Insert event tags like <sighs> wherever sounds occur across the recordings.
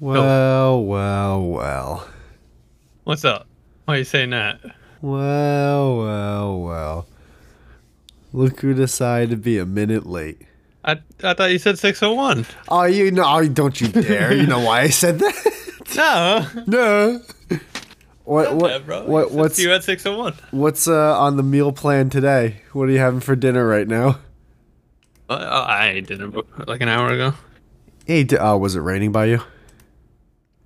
Well, well, well. What's up? Why are you saying that? Well, well, well. Look who decided to be a minute late. I, I thought you said 601. Oh, you know, oh, don't you dare. you know why I said that? <laughs> No. no. What, Yeah, what, bro. what, what's what's you oh at 601? what's uh, on the meal plan today? What are you having for dinner right now? Uh, I ate dinner bo- like an hour ago. Hey, d- oh, was it raining by you?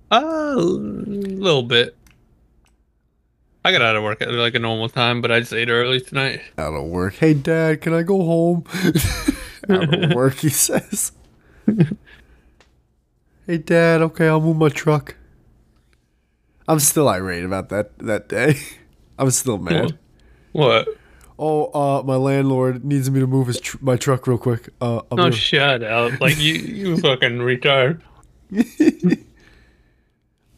A little bit. I got out of work at like a normal time, but I just ate early tonight. Out of work. Hey, Dad, can I go home? <laughs> Out of work, he says. <laughs> hey, Dad. Okay, I'll move my truck. I'm still irate about that that day. <laughs> I'm still mad. What? Oh, uh, my landlord needs me to move his tr- my truck real quick. Uh, I'll be No, right- shut up. Like, <laughs> you, you fucking retard.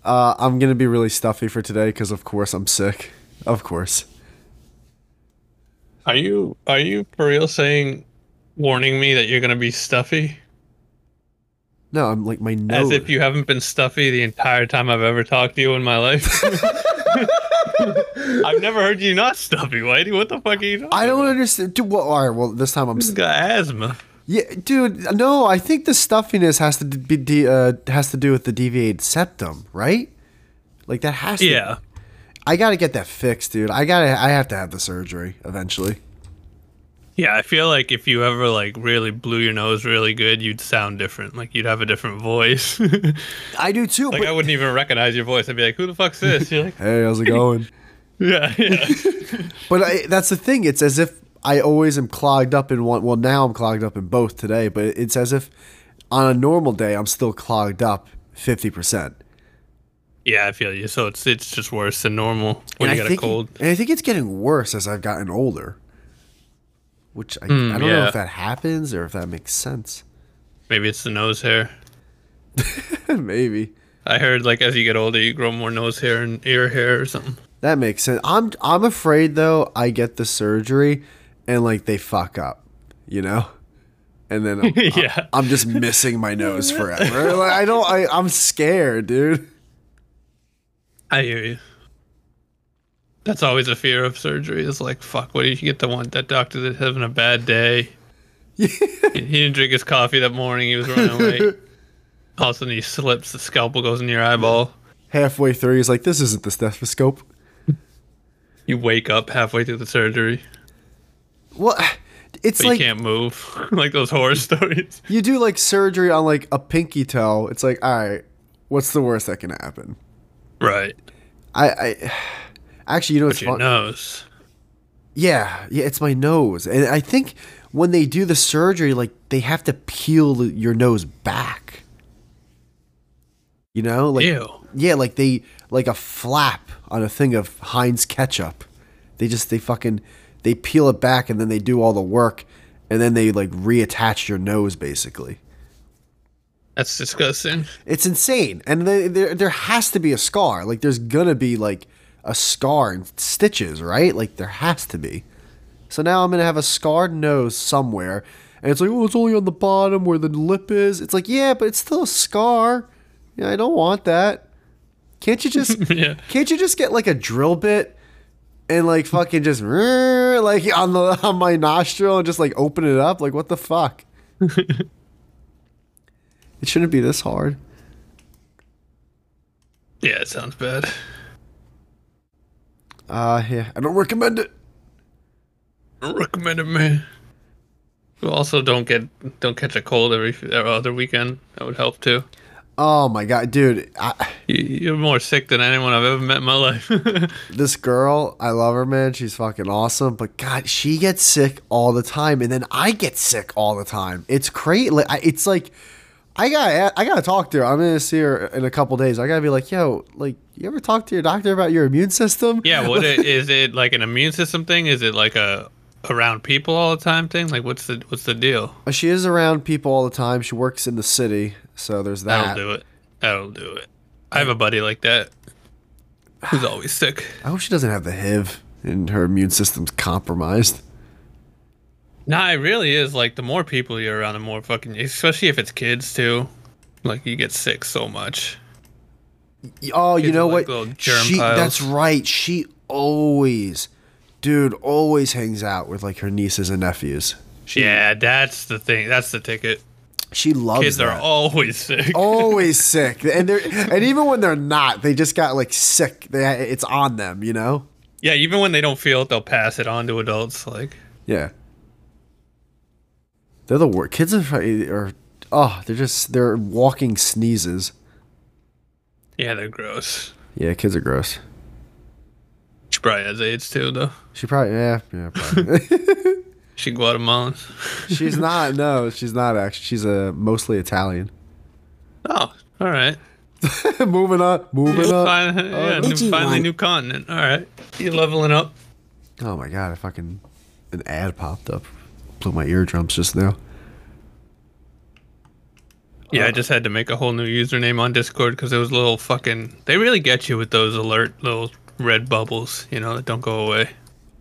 uh, I'm gonna be really stuffy for today because, of course, I'm sick. Of course. Are you, are you for real saying, warning me that you're gonna be stuffy? No, I'm like my nose. As if you haven't been stuffy the entire time I've ever talked to you in my life. <laughs> I've never heard you not stuffy, Whitey. What the fuck are you talking I don't about? understand. Dude, well, all right. Well, this time I'm. He's St- got asthma. yeah, dude. No, I think the stuffiness has to d- be de- uh, has to do with the deviated septum, right? Like that has to. Yeah. I gotta get that fixed, dude. I gotta. I have to have the surgery eventually. Yeah, I feel like if you ever like really blew your nose really good, you'd sound different. Like you'd have a different voice. <laughs> like I do too. but- I wouldn't even recognize your voice. I'd be like, "Who the fuck's this?" You're <laughs> like, <laughs> hey, how's it going? "Yeah, <laughs> yeah." But I, that's the thing. It's as if I always am clogged up in one. Well, now I'm clogged up in both today, but it's as if on a normal day I'm still clogged up fifty percent. yeah, I feel you. So it's it's just worse than normal when you I got think, a cold. And I think it's getting worse as I've gotten older. Which I, I don't know Hmm, yeah. if that happens or if that makes sense. <laughs> Maybe it's the nose hair. Maybe I heard like as you get older, you grow more nose hair and ear hair or something. <laughs> that makes sense. I'm I'm afraid though. I get the surgery, and like they fuck up, you know, and then I'm, <laughs> Yeah. I'm just missing my nose forever. Like, I don't. I, I'm scared, dude. I hear you. That's always a fear of surgery. It's like, fuck, what do you get the one that doctor that's having a <laughs> bad day? he didn't drink his coffee that morning. He was <laughs> running late. All of a sudden, he slips. The scalpel goes in your eyeball. Halfway through, he's like, "This isn't the stethoscope." You wake up halfway through the surgery, Well, <sighs> it's but like you can't move. <laughs> like <laughs> those horror stories. you do like surgery on like a pinky toe. It's like, all right, what's the worst that can happen? Right. I, I actually, you know, what's Your fun- nose. yeah, yeah, it's my nose, and I think when they do the surgery, like they have to peel the- your nose back. You know, like Ew. yeah, like they like a flap on a thing of Heinz ketchup. They just they fucking they peel it back and then they do all the work and then they like reattach your nose basically. That's disgusting. <laughs> It's insane, and they, there there has to be a scar. Like there's gonna be like a scar and stitches, right? Like there has to be. So now I'm gonna have a scarred nose somewhere, and it's like, oh, it's only on the bottom where the lip is. It's like, yeah, but it's still a scar. Yeah, I don't want that. Can't you just Yeah. can't you just get like a drill bit and like fucking just <laughs> like on the <laughs> on my nostril and just like open it up? Like what the fuck? it shouldn't be this hard. Yeah, it sounds bad. Uh, yeah, I don't recommend it. Recommend it, man. Also, don't get don't catch a cold every every other weekend. That would help too. Oh my god, dude, I, You- You're more sick than anyone I've ever met in my life. <laughs> this girl, I love her, man. She's fucking awesome, but God, she gets sick all the time, and then I get sick all the time. It's crazy. Like, I- it's like I got I gotta talk to her. I'm gonna see her in a couple days. I gotta be like, yo, like, you ever talk to your doctor about your immune system? <laughs> yeah, what it, is it like an immune system thing? Is it like a around people all the time thing? Like what's the what's the deal? She is around people all the time. She works in the city, so there's That'll that. do it. That'll do it. I have a buddy like that who's always sick. I hope she doesn't have the HIV and her immune system's compromised. Nah, it really is. Like the more people you're around, the more fucking, especially if it's kids too. Like you get sick so much. Oh, you Kids know with, like, what? little germ she, piles. That's right. She always, dude, always hangs out with like her nieces and nephews. She, Yeah, that's the thing. That's the ticket. she loves Kids are that. Oh. always sick. always <laughs> sick, and they're and even when they're not, they just got like sick. They it's on them, you know. Yeah, even when they don't feel it, they'll pass it on to adults. Like, Yeah, they're the worst. Kids are, are oh, they're just they're walking sneezes. yeah, they're gross. Yeah, kids are gross. She probably has AIDS too, though. She probably yeah yeah. Probably. <laughs> She Guatemalan. she's not. No, she's not. Actually, she's uh, mostly Italian. <laughs> Oh, all right. moving up, <laughs> moving up. Fin- yeah, new, Would you finally like- new continent. All right, you leveling up. Oh my god, I fucking an ad popped up. Blew my eardrums just now. Yeah, Uh, I just had to make a whole new username on Discord because it was a little fucking. They really get you with those alert little red bubbles, you know, that don't go away.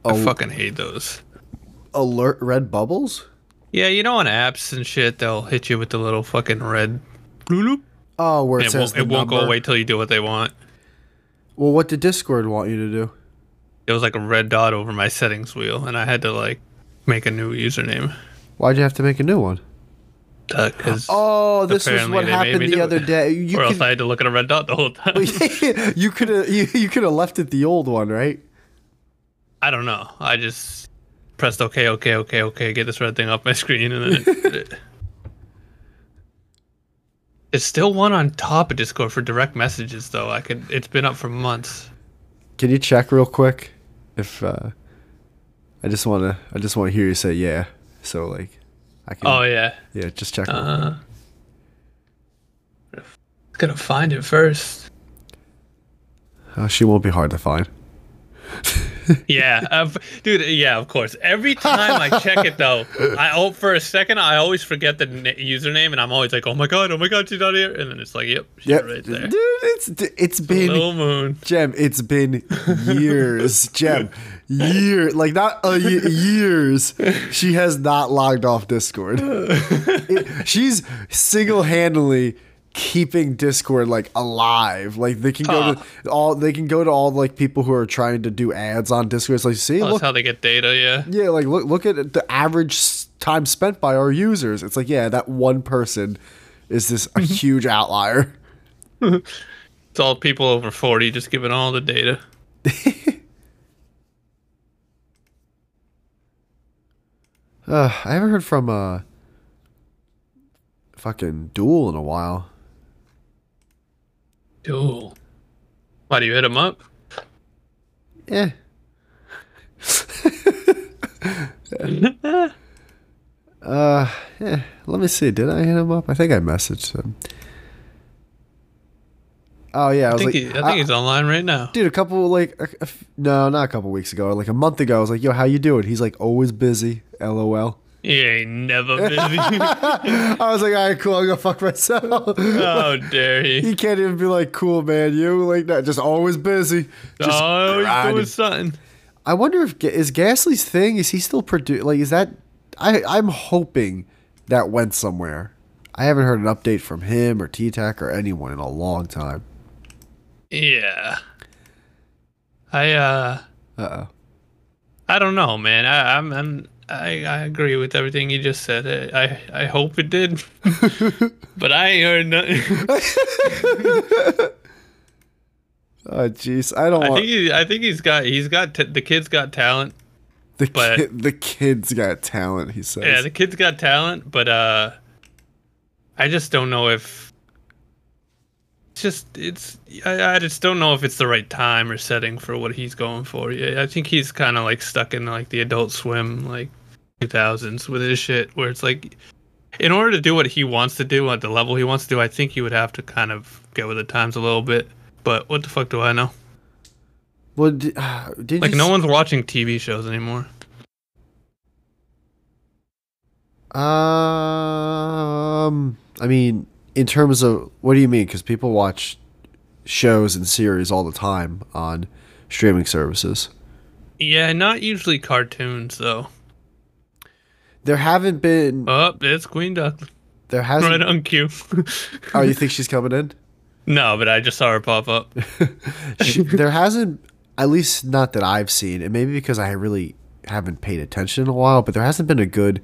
Oh. I fucking hate those. Alert red bubbles? Yeah, you know, on apps and shit, they'll hit you with the little fucking red. bloop, Oh, where it, And it says won't, it the won't go number. away till you do what they want. Well, what did Discord want you to do? It was like a red dot over my settings wheel, and I had to like make a new username. Why'd you have to make a new one? Because Oh, this Apparently was what they made happened me the do other it. <laughs> day. You or else I could, had to look at a red dot the whole time. <laughs> you could have you, you could have left it the old one, right? <laughs> I don't know. I just pressed OK, OK, OK, OK, get this red thing off my screen, and then it, did <laughs> it. it's still one on top of Discord for direct messages, though. I could. It's been up for months. Can you check real quick? If uh, I just wanna, I just wanna hear you say yeah. So like, I can. Oh Uh-huh. yeah, yeah, just check. gonna find it first. oh, she won't be hard to find. Yeah, of- dude. Yeah, of course. Every time I check it though, I oh, for a second I always forget the na- username, and I'm always like, oh my god, oh my god, she's not here, and then it's like, yep, she's Yep, right <laughs> there. dude, it's it's been Little moon. Jem, it's been <laughs> years, Jem, year like not a ye- years. She has not logged off <laughs> Discord. It- she's single-handedly keeping Discord like alive. Like they can go to all they can go to all like people who are trying to do ads on Discord. It's like, see, Oh, That's look, how they get data. Yeah. yeah, like look look at the average s- time spent by our users. It's like, yeah, that one person is this <laughs> a huge outlier. It's all people over 40 just giving all the data. Uh, I haven't heard from uh fucking Duel in a while. Duel. Why do you hit him up? <laughs> Eh. uh, eh. Let me see. Did I hit him up? I think I messaged him. Oh yeah, I I was think, like, he, I think I- he's online <laughs> right now. dude, a couple like a, a f- no, not a couple weeks ago, like a month ago. I was like, yo, how you doing? He's like, always busy. LOL. He ain't never busy. <laughs> I was like, all right, cool. I'm gonna fuck myself. <laughs> How dare he? You can't even be like, cool, man. You like that? Just always busy. Just oh, he's grinding. doing something. I wonder if Ga- is Gasly's thing. Is he still produ Like, is that? I I'm hoping that went somewhere. I haven't heard an update from him or T Tac or anyone in a long time. Yeah. I, uh, Uh oh. I don't know, man. I, I'm, I'm, I, I agree with everything you just said. I, I, I hope it did, but I ain't heard nothing. Oh jeez, I don't <laughs> I want think he, I think he's got, he's got, t- the kid's got talent. the but- kid, the kid's got talent. He says. Yeah, the kid's got talent, but uh I just don't know if it's just it's I, I just don't know if it's the right time or setting for what he's going for. Yeah, I think he's kind of like stuck in like the Adult Swim like 2000s with his shit where it's like in order to do what he wants to do at the level he wants to do, I think he would have to kind of get with the times a little bit. But what the fuck do I know? well, <sighs> did, uh, did Like you no s- one's watching TV shows anymore. Um, I mean, in terms of what do you mean? Because people watch shows and series all the time on streaming services. Yeah, not usually cartoons though. There haven't been. Oh, it's Queen Duck. There hasn't. Right on cue. Oh, you think she's coming in? <laughs> No, but I just saw her <laughs> pop up. She- there hasn't, at least not that I've seen, and maybe because I really haven't paid attention in a while, but there hasn't been a good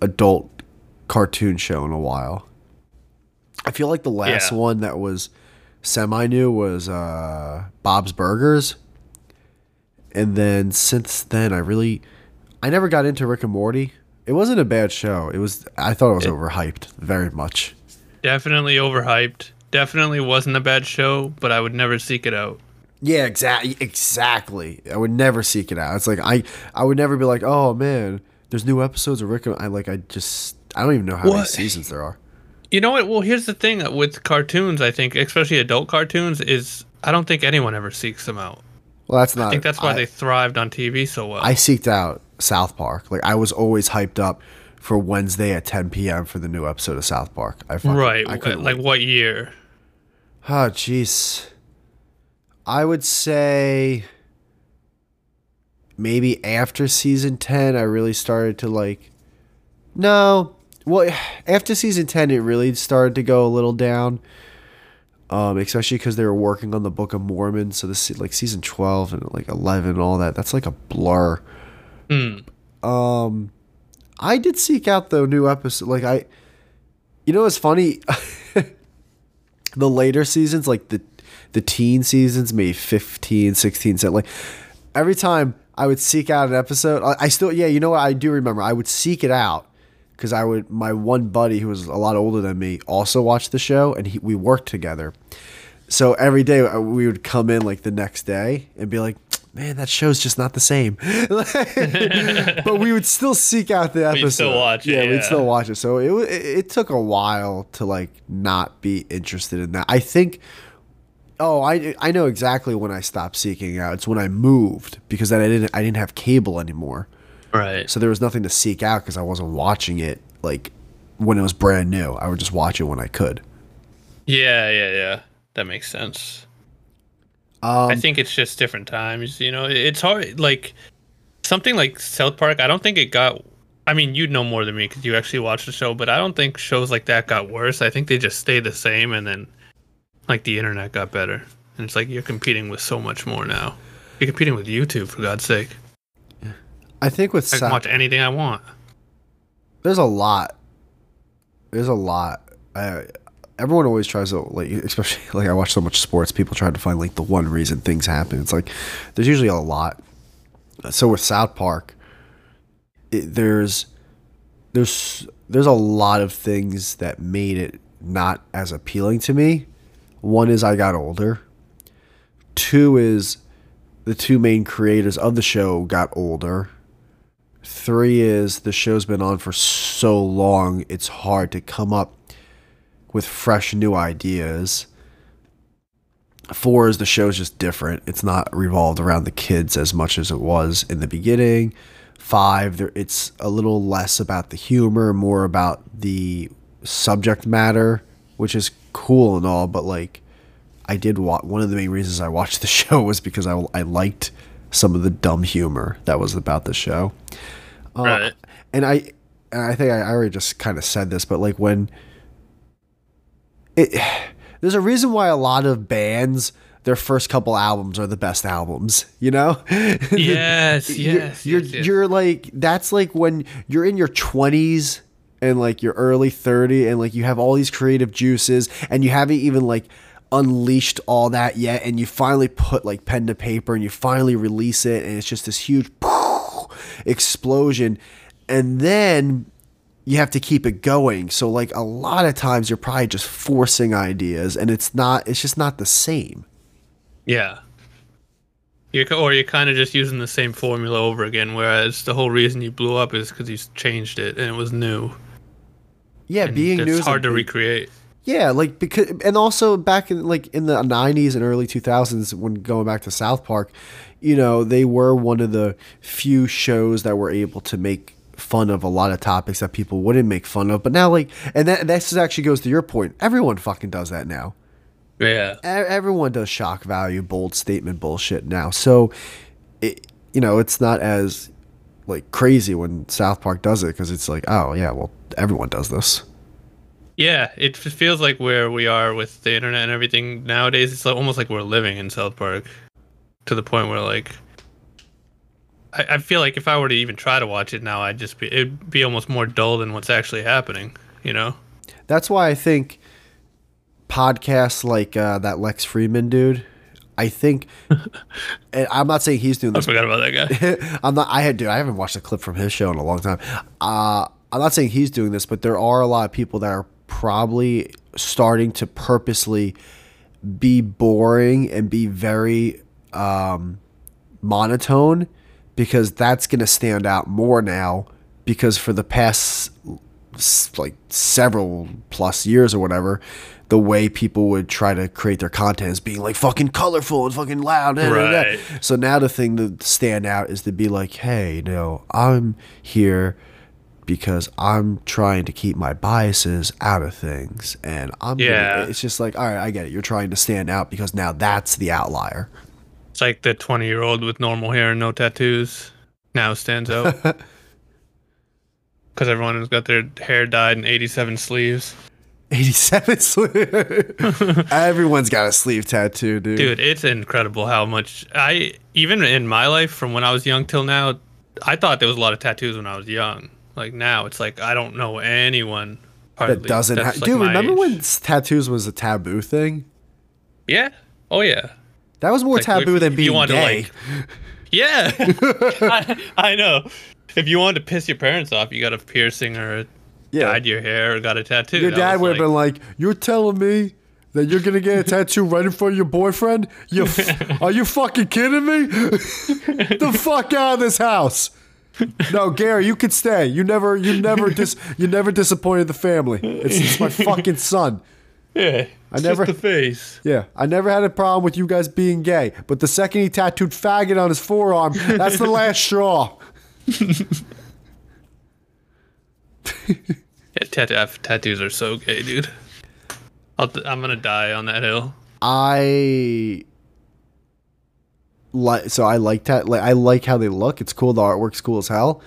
adult cartoon show in a while. I feel like the last Yeah. one that was semi new was uh, Bob's Burgers. And then since then, I really, I never got into Rick and Morty. It wasn't a bad show. It was, I thought it was overhyped very much. Definitely overhyped. Definitely wasn't a bad show, but I would never seek it out. Yeah, exactly. Exactly. I would never seek it out. It's like I, I would never be like, oh man, there's new episodes of Rick. and-" I like, I just, I don't even know how many What? seasons there are. You know what? Well, here's the thing uh, with cartoons, I think, especially adult cartoons, is I don't think anyone ever seeks them out. Well, that's not. I think that's why they thrived on TV so well. I seeked out South Park. Like I was always hyped up for Wednesday at 10 p.m. for the new episode of South Park. I fucking, right. I like couldn't what year? Oh, jeez. I would say maybe after season 10, I really started to like. No. Well, <sighs> after season 10, it really started to go a little down. Um, especially because they were working on the Book of Mormon, so this like season twelve and like eleven, and all that. That's like a blur. Um, I did seek out the new episode. Like I, you know, it's funny. <laughs> the later seasons like the the teen seasons maybe 15 16 so like every time i would seek out an episode i, I still yeah you know what i do remember i would seek it out because i would my one buddy who was a lot older than me also watched the show and he, we worked together so every day uh, we would come in like the next day and be like man that show's just not the same <laughs> but we would still seek out the episode We'd still watch it, yeah, yeah. we'd still watch it so it, wa- it it took a while to like not be interested in that i think Oh, I I know exactly when I stopped seeking out. It's when I moved because then I didn't I didn't have cable anymore, Right. so there was nothing to seek out because I wasn't watching it like when it was brand new. I would just watch it when I could. Yeah, yeah, yeah. That makes sense. I Um, think it's just different times. You know, It- it's hard. Like something like South Park, I don't think it got. I mean, you'd know more than me because you actually watched the show, but I don't think shows like that got worse. I think they just stayed the same, and then like the internet got better, and it's like you're competing with so much more now. You're competing with YouTube for God's sake. I think with I can South, watch anything I want. there's a lot. There's a lot. I, everyone always tries to like, <laughs> especially like I watch so much sports. People try to find like the one reason things happen. It's like there's usually a lot. So with South Park, it, there's there's there's a lot of things that made it not as appealing to me. One is I got older. Two is the two main creators of the show got older. Three is the show's been on for so long, it's hard to come up with fresh new ideas. Four is the show's just different. It's not revolved around the kids as much as it was in the beginning. Five, there, it's a little less about the humor, more about the subject matter, which is cool and all, but like I did watch one of the main reasons I watched the <laughs> show was because I, I liked some of the dumb humor that was about the show right. and Oh, I <laughs> and I think I I already just kind of said this, but like when it <sighs> there's a reason why a lot of bands their first couple albums are the best albums, you know? <laughs> Yes. Yes. you're you're, yes, yes. you're like that's like when you're in your 20s and like your early 30 and like you have all these creative juices and you haven't even like unleashed all that yet and you finally put like pen to paper and you finally release it and it's just this huge <laughs> explosion and then you have to keep it going so like a lot of times you're probably just forcing ideas and it's not it's just not the same Yeah. You're, or you're kind of just using the same formula over again, whereas the whole reason you blew up is because you changed it and it was new. yeah And being it's new is a hard to big- recreate. Yeah, like because and also back in like in the 90s and early 2000s when going back to South Park, you know, they were one of the few shows that were able to make fun of a lot of topics that people wouldn't make fun of. But now like and that this actually goes to your point. Everyone fucking does that now. Yeah. E- Everyone does shock value, bold statement bullshit now. So it you know, it's not as like crazy when South Park does it cuz it's like, oh yeah, well everyone does this. Yeah, it f- feels like where we are with the internet and everything nowadays. It's like, almost like we're living in South Park, to the point where like, I, I feel like if I were to even try to watch it now, I'd just be it'd be almost more dull than what's actually happening. You know? That's why I think podcasts like uh, that Lex Freeman dude. I think, and I'm not saying he's doing I this. forgot about that guy. <laughs> I'm not. I had, dude. I haven't watched a clip from his show in a long time. Uh, I'm not saying he's doing this, but there are a lot of people that are probably starting to purposely be boring and be very um, monotone because that's going to stand out more now. Because for the past s- like several plus years or whatever, the way people would try to create their content is being like fucking colorful and fucking loud. and Right. So now the thing to stand out is to be like, hey, you know, I'm here because I'm trying to keep my biases out of things, and I'm gonna-" Yeah. It's just like, all right, I get it. You're trying to stand out because now that's the outlier. <laughs> It's like the 20 year old with normal hair and no tattoos now <laughs> stands out. Because everyone has got their hair dyed in 87 sleeves. 87 sleeve. <laughs> Everyone's got a sleeve tattoo, dude. Dude, it's incredible how much I, even in my life from when I was young till now, I thought there was a lot of tattoos when I was young. Like now, it's like I don't know anyone hardly, that doesn't have. that's, like, dude, my remember age. when s- tattoos was a taboo thing? Yeah. Oh, yeah. That was more Like, taboo if than you being wanted to, gay. like- <laughs> Yeah. <laughs> I, I know. If you wanted to piss your parents off, you got a piercing or Yeah. dyed your hair or got a tattoo. your That dad was would have like- been like, "You're telling me that you're gonna get a tattoo right in front of your boyfriend? You, f- are you fucking kidding me? the fuck out of this house!" No, Gary, you could stay. You never, you never dis, you never disappointed the family. It's, it's my fucking son. Yeah. I never- just the face. Yeah, I never had a problem with you guys being gay, but the second he tattooed faggot on his forearm, that's the last straw. Yeah, tat- uh, tattoos are so gay, dude. I'll t- I'm gonna die on that hill. I like so I like that. Like I like how they look. It's cool. The artwork's cool as hell.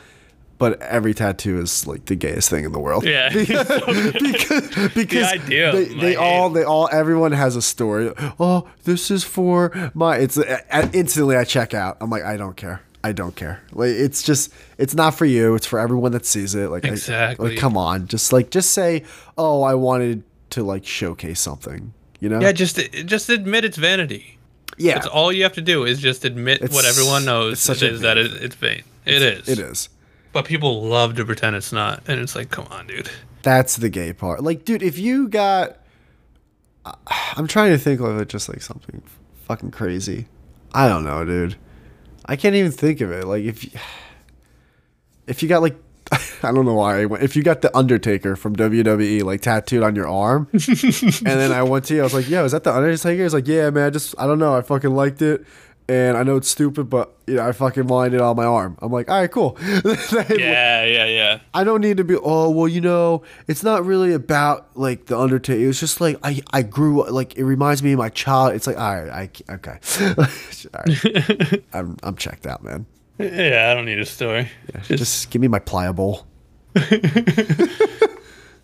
But every tattoo is like the gayest thing in the world. <laughs> Yeah. <laughs> because because idea of they, my they all they all everyone has a story. Oh, this is for my. It's I- I- instantly I check out. I'm like I don't care. I don't care. Like it's just it's not for you. It's for everyone that sees it. Like I- Exactly. like come on, just like just say oh I wanted to like showcase something. You know. yeah, just just admit it's vanity. yeah. That's all you have to do is just admit It's- what everyone it's knows such it a is that it, it's vain. it's, It is. But people love to pretend it's not, and it's like, come on, dude. That's the gay part. Like, dude, if you got, I'm trying to think of it just like something fucking crazy. I don't know, dude. I can't even think of it. Like, if you, if you got like, <laughs> I don't know why. I went- If you got the Undertaker from WWE like tattooed on your arm, and then I went to you, I was like, "Yo, is that the Undertaker?" He's like, "Yeah, man. I just I don't know. I fucking liked it." And I know it's stupid, but you know, I fucking wanted it on my arm. I'm like, all right, cool. <laughs> Yeah, yeah, yeah. I don't need to be. Oh well, you know, it's not really about like the Undertaker. It was just like I, I grew up- like it reminds me of my child. It's like all right, I okay, <laughs> all right. I'm I'm checked out, man. Yeah, I don't need a story. Just, give me my pliable.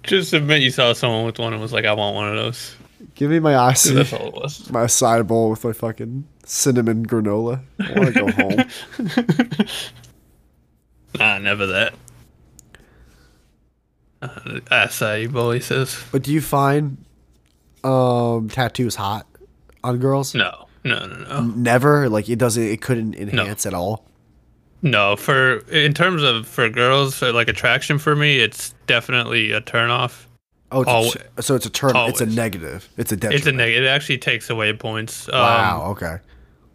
Just admit you saw someone with one and was like, I want one of those. Give me my acai, <laughs> That's all it <laughs> was. my acai bowl with my fucking cinnamon granola. I want to go <laughs> home. Nah, never that. Uh, acai bowl, he says. But do you find um tattoos hot on girls? No, no, no, no. Never. Like it doesn't. It couldn't enhance at all. No, for in terms of for girls, for like attraction for me, it's definitely a turnoff. Oh, it's Always. a, so it's a turn. It's a Always. negative. It's a detriment. It's a neg- it actually takes away points. Um, Wow. Okay.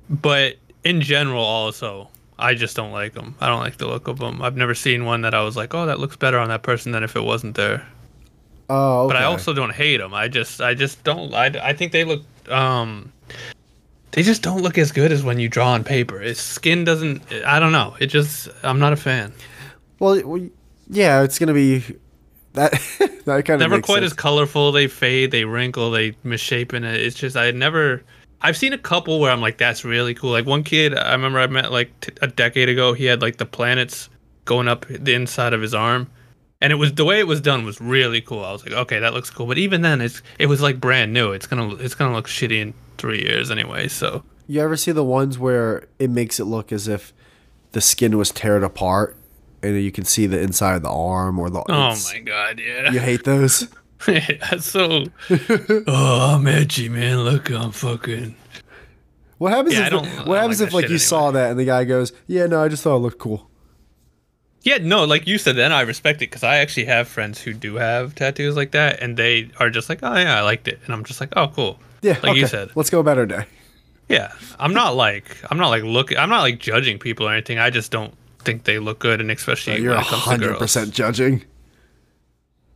But in general, also, I just don't like them. I don't like the look of them. I've never seen one that I was like, oh, that looks better on that person than if it wasn't there. Oh, But I okay. also don't hate them. I just I just don't. I I think they look um. They just don't look as good as when you draw on paper. Its skin doesn't. I don't know. It just. I'm not a fan. Well, it- well, yeah, it's gonna be that. <laughs> that kind of never quite as colorful. They fade, they wrinkle, they misshapen. It. It's just I had never. I've seen a couple where I'm like, that's really cool. Like one kid, I remember I met like t- a decade ago. He had like the planets going up the inside of his arm, and it was the way it was done was really cool. I was like, okay, that looks cool. But even then, it's it was like brand new. It's gonna it's gonna look shitty in three years anyway. So You ever see the ones where it makes it look as if the skin was teared apart and you can see the inside of the arm or the oh it's- my god, yeah, You <laughs> hate those? <laughs> yeah. So <laughs> oh, I'm edgy, man. Look, I'm fucking. What happens Yeah, I if don't- I what don't happens like if that like you shit saw that and the guy goes, "Yeah, no, I just thought it looked cool." Yeah, no, like you said, then I respect it because I actually have friends who do have tattoos like that, and they are just like, oh yeah, I liked it, and I'm just like, oh cool. Yeah, like you okay, said. Let's go about our day. Yeah, I'm not like I'm not like look I'm not like judging people or anything. I just don't think they look good, and especially Uh, You're when it comes to hundred girls. percent judging.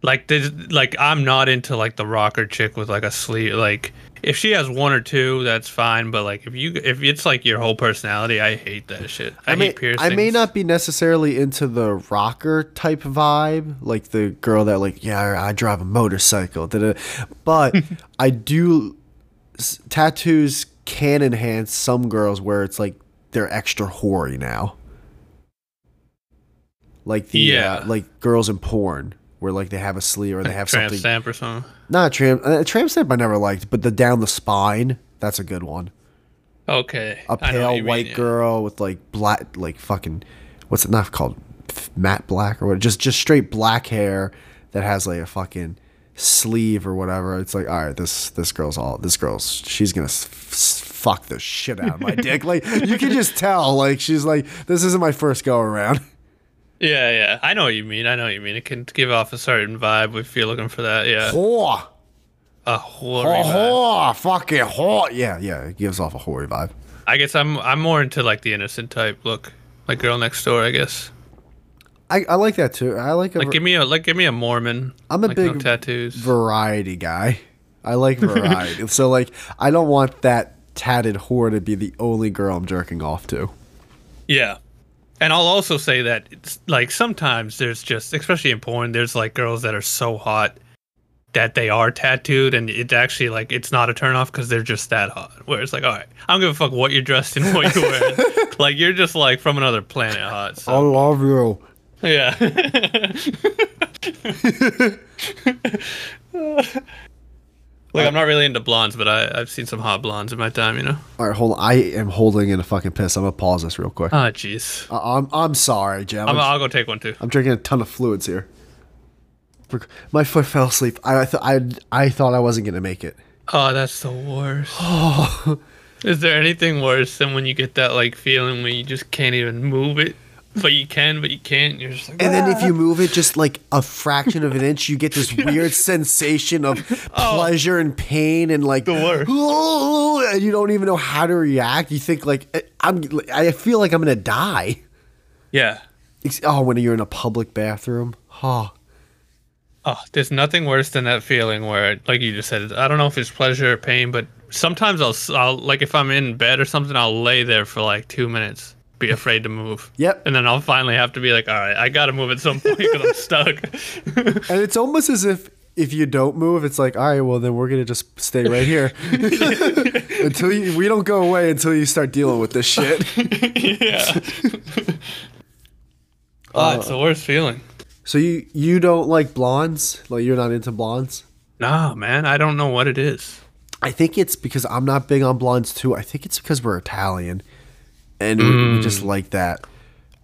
Like there's like I'm not into like the rocker chick with like a sleeve. Like if she has one or two, that's fine. But like if you if it's like your whole personality, I hate that shit. I, I may, hate piercings. I may not be necessarily into the rocker type vibe, like the girl that like, yeah, I drive a motorcycle, da-da. <laughs> but I do. s- Tattoos can enhance some girls where it's like they're extra hoary now, like the Yeah. uh, like girls in porn where like they have a sleeve or they have tramp something. stamp or something. Not a tram, uh, tramp stamp I never liked, but the down the spine, that's a good one Okay, a I know what pale you mean, white yeah. girl with like black, like fucking, what's it not called, F- matte black or what? Just just straight black hair that has like a fucking sleeve or whatever. It's like, all right, this this girl's all this girl's she's gonna s- s- fuck the shit out of <laughs> my dick. Like you can just tell, like she's like, this isn't my first go around. <laughs> Yeah, yeah. I know what you mean. I know what you mean. It can give off a certain vibe if you're looking for that. Yeah, Whore, a hoary a vibe. whore, fucking whore. Yeah, yeah, it gives off a hoary vibe. I guess I'm I'm more into like the innocent type look, like girl next door. I guess. I, I like that too. I like a Like ver- give me a like give me a Mormon. I'm a like, big no tattoos. variety guy. I like variety. so like I don't want that tatted whore to be the only girl I'm jerking off to. yeah. And I'll also say that it's like sometimes there's just especially in porn there's like girls that are so hot that they are tattooed and it's actually like it's not a turnoff because they're just that hot. Where it's like, all right, I don't give a fuck what you're dressed in, what you're <laughs> wearing. like you're just like from another planet hot. So. love you. Yeah. <laughs> like I'm not really into blondes, but I, I've seen some hot blondes in my time, you know. All right, hold on. I am holding in a fucking piss. I'm gonna pause this real quick. Ah, jeez. I- I'm I'm sorry, Jim. I'm, I'm, I'll go take one too. I'm drinking a ton of fluids here. Frick, My foot fell asleep. I I, th- I I thought I wasn't gonna make it. Oh, that's the worst. <laughs> Is there anything worse than when you get that like feeling when you just can't even move it, but you can, but you can't? and You're just like, And then if you move it just like a fraction of an inch, you get this weird sensation of pleasure and pain and like the worst. and you don't even know how to react. You think like I- I'm, I feel like I'm gonna die. yeah. Ex- Oh, when you're in a public bathroom, oh, Oh, there's nothing worse than that feeling where, like you just said, I don't know if it's pleasure or pain, but sometimes I'll, s- I'll like if I'm in bed or something, I'll lay there for like two minutes, be afraid to move. Yep. And then I'll finally have to be like, all right, I gotta move at some point because I'm stuck. <laughs> and it's almost as if if you don't move, it's like all right, well then we're gonna just stay right here <laughs> until you, we don't go away until you start dealing with this shit. yeah. oh, it's the worst feeling. So you you don't like blondes? Like you're not into blondes? Nah, man, I don't know what it is. I think it's because I'm not big on blondes too. I think it's because we're Italian, and we, we just Mm. like that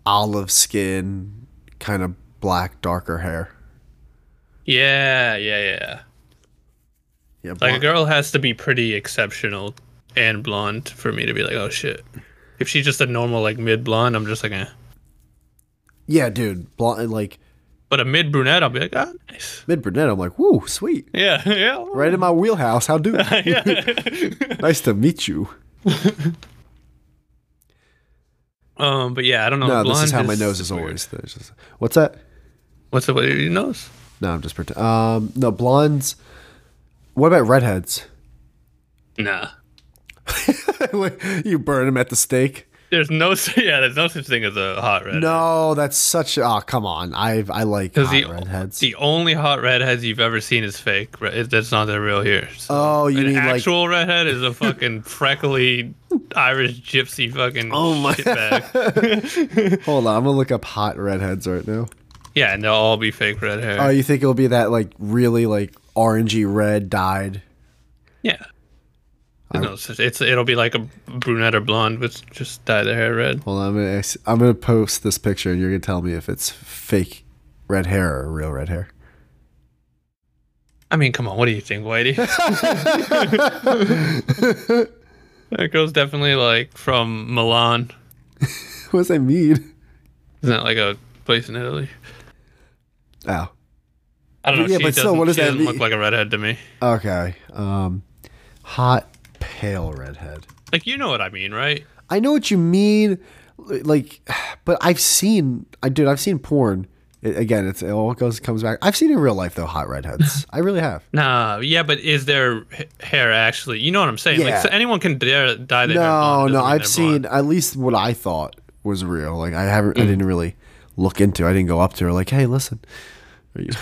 olive skin, kind of black, darker hair. Yeah, yeah, yeah. Yeah, Like a blonde. girl has to be pretty exceptional and blonde for me to be like, oh shit. If she's just a normal like mid blonde, I'm just like, eh. yeah, dude, blonde, like But a mid brunette, I'll be like, ah, nice. mid brunette. I'm like, woo, sweet, Yeah, <laughs> yeah. right in my wheelhouse. How <laughs> do? yeah. <laughs> nice to meet you. um, but yeah, I don't know. No, this Blonde is how my nose is weird. always. There's just- What's that? What's the way your nose? No, I'm just pretending. Um, no blondes. What about redheads? <laughs> Nah. you burn them at the stake. There's no, s- <laughs> yeah, there's no such thing as a hot redhead. No, that's such. Oh, come on. I I like hot Because the, redheads. the only hot redheads you've ever seen is fake. right? That's not the real here. So Oh, you An mean like actual redhead is a fucking freckly Irish gypsy fucking Oh my- <laughs> shitbag. hold on, I'm gonna look up hot redheads right now. Yeah, and they'll all be fake red hair. Oh, you think it'll be that like really like orangey red dyed? yeah. There's no such- it's it'll be like a brunette or blonde with just dye their hair red. Hold on, I'm gonna, I'm gonna post this picture, and you're gonna tell me if it's fake red hair or real red hair. <laughs> I mean, come on, what do you <laughs> think, Whitey? that girl's definitely like from Milan. What does that mean? Isn't that like a place in Italy? Oh, I don't know. Yeah, she but still, doesn't- what does she that doesn't look mean? like a redhead to me. okay. Um, hot pale redhead. Like you know what I mean, right? I know what you mean, li- like, but I've seen, I dude, I've seen porn. It, again, it's it all goes comes back. I've seen in real life though hot <laughs> redheads. I really have. Nah, yeah, but is their h- hair actually? You know what I'm saying? Yeah. Like so anyone can dare dye their hair. No, blonde, it no, doesn't mean I've they're seen blonde. at least what I thought was real. Like I haven't, I didn't really look into. I didn't go up to her like, hey, listen,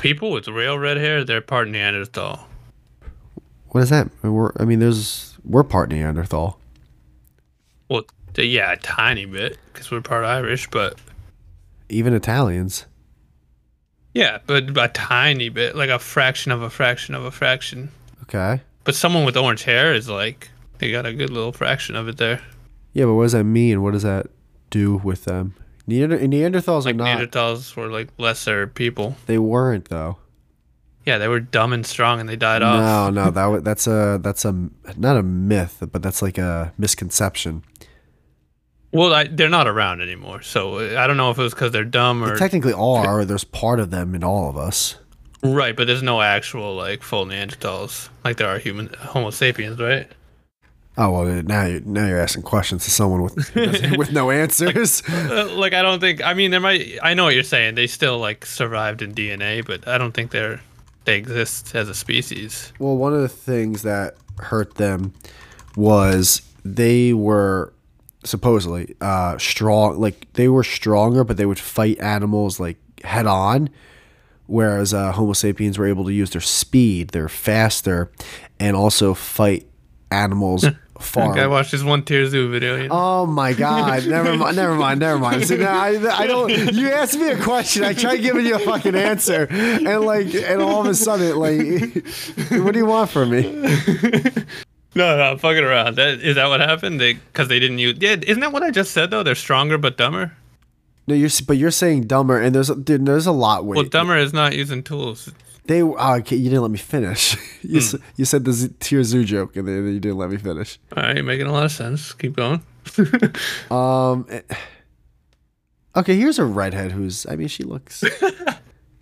people with real red hair. They're part Neanderthal. what is that? We're, I mean, there's we're part Neanderthal. Well, t- yeah, a tiny bit because we're part Irish, but Even Italians. yeah, but a tiny bit, like a fraction of a fraction of a fraction. Okay. But someone with orange hair is like they got a good little fraction of it there. Yeah, but what does that mean? What does that do with them? Neander- Neanderthals are Like not. Neanderthals were like lesser people. they weren't though. Yeah, they were dumb and strong, and they died off. No, no, that wa- that's a that's a not a myth, but that's like a misconception. Well, I, they're not around anymore, so uh, I don't know if it was because they're dumb or They technically are. There's part of them in all of us. right. But there's no actual like full Neanderthals like there are human Homo sapiens, right? Oh well, now you're now you're asking questions to someone with with no answers. Uh, like I don't think. I mean, there might. I know what you're saying. They still like survived in DNA, but I don't think they're they exist as a species. Well, one of the things that hurt them was they were supposedly uh, strong. Like they were stronger, but they would fight animals like head on. Whereas uh, Homo sapiens were able to use their speed, they're faster, and also fight animals far. Like, I watched this one Tear Zoo video. You know? Oh my <laughs> God! Never mind. Never mind. Never mind. See, now I, I don't. You asked me a question. I tried giving you a fucking answer, and like, and all of a sudden, like, <laughs> what do you want from me? No, no, I'm fucking around. That is that what happened? They because they didn't use. Yeah, isn't that what I just said though? They're stronger but dumber. No, you're. s- But you're saying dumber, and there's dude. There's a lot. Wait, Well, dumber is not using tools. they. Oh, okay, you didn't let me finish. <laughs> You s- Hmm. you said the Z- tier zoo joke, and then you didn't let me finish. All right, you're making a lot of sense. Keep going. <laughs> Um. eh, Okay, here's a redhead who's. I mean, she <laughs> looks.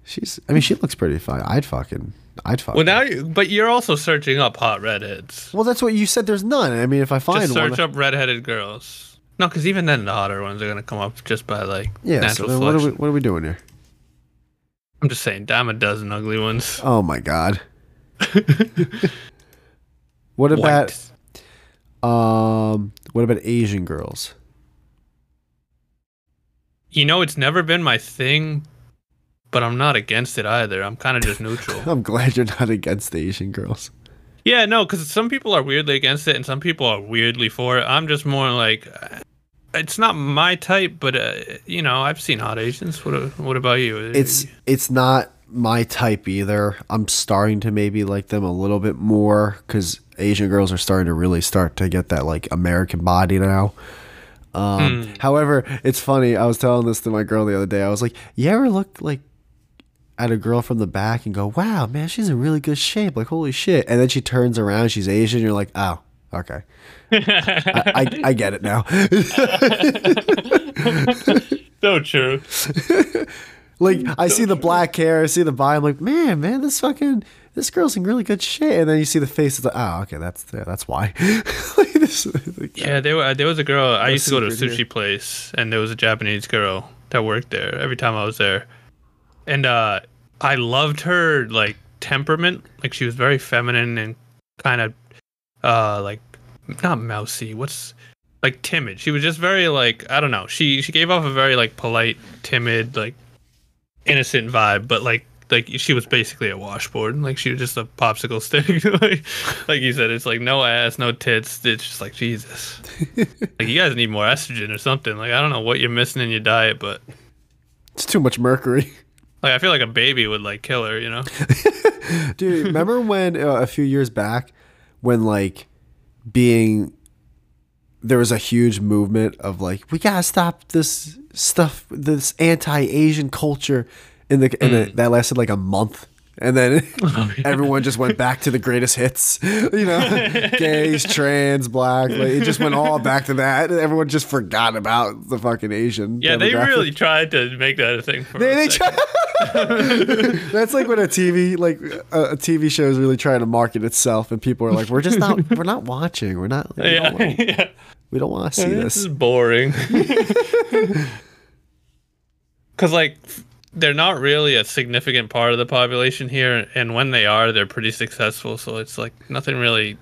She's. I mean, she looks pretty fine. I'd fucking. I'd fucking. Well, now, you, but you're also searching up hot redheads. Well, that's what you said. There's none. I mean, if I find Just one, search up redheaded girls. No, because even then, the hotter ones are gonna come up just by like yeah. So natural then what selection. are we? What are we doing here? I'm just saying, dime a dozen ugly ones. Oh my god. <laughs> what about White. um? What about Asian girls? You know, it's never been my thing, but I'm not against it either. I'm kind of just neutral. I'm glad you're not against the Asian girls. Yeah, no, because some people are weirdly against it, and some people are weirdly for it. I'm just more like, uh, it's not my type, but uh, you know, I've seen hot Asians. What a- What about you? It's it's not my type either. I'm starting to maybe like them a little bit more because Asian girls are starting to really start to get that like American body now. Um, However, it's funny. I was telling this to my girl the other day. I was like, "You ever look like at a girl from the back and go, "Wow, man, she's in really good shape. Like, holy shit!" And then she turns around, she's Asian. You're like, "Oh, okay, I, I, I get it now." <laughs> so true. Like I see the black hair, I see the body. I'm like, man, man, this fucking this girl's in really good shape. And then you see the face. It's like, oh, okay, that's yeah, that's why. <laughs> like this, like, Yeah, there were, there was a girl. I used to go to a secret sushi place, and there was a Japanese girl that worked there. Every time I was there, and uh, I loved her like temperament. Like she was very feminine and kind of uh, like not mousy. What's like timid? She was just very like I don't know. She she gave off a very like polite, timid, like innocent vibe, but like. Like she was basically a washboard, like she was just a popsicle stick, <laughs> like, like you said, it's like no ass, no tits. It's just <laughs> like Jesus. Like you guys need more estrogen or something. Like I don't know what you're missing in your diet, but it's too much mercury. <laughs> Like I feel like a baby would like kill her, you know? Dude, remember when uh, a few years back when like being there was a huge movement of like we got to stop this stuff this anti-Asian culture in the and the, that lasted like a month. And then everyone just went back to the greatest hits, you <laughs> know, gays, trans, black. Like, it just went all back to that. Everyone just forgot about the fucking Asian. Yeah, they demographic. really tried to make that a thing <laughs> for They- a <laughs> they second. try- That's like when a TV like a, a TV show is really trying to market itself, and people are like, "We're just not, we're not watching. We're not. We <laughs> yeah, don't, want- yeah. we don't want to see This this." is <laughs> boring. Because, like, they're not really a significant part of the population here, and when they are, they're pretty successful. So it's like nothing really,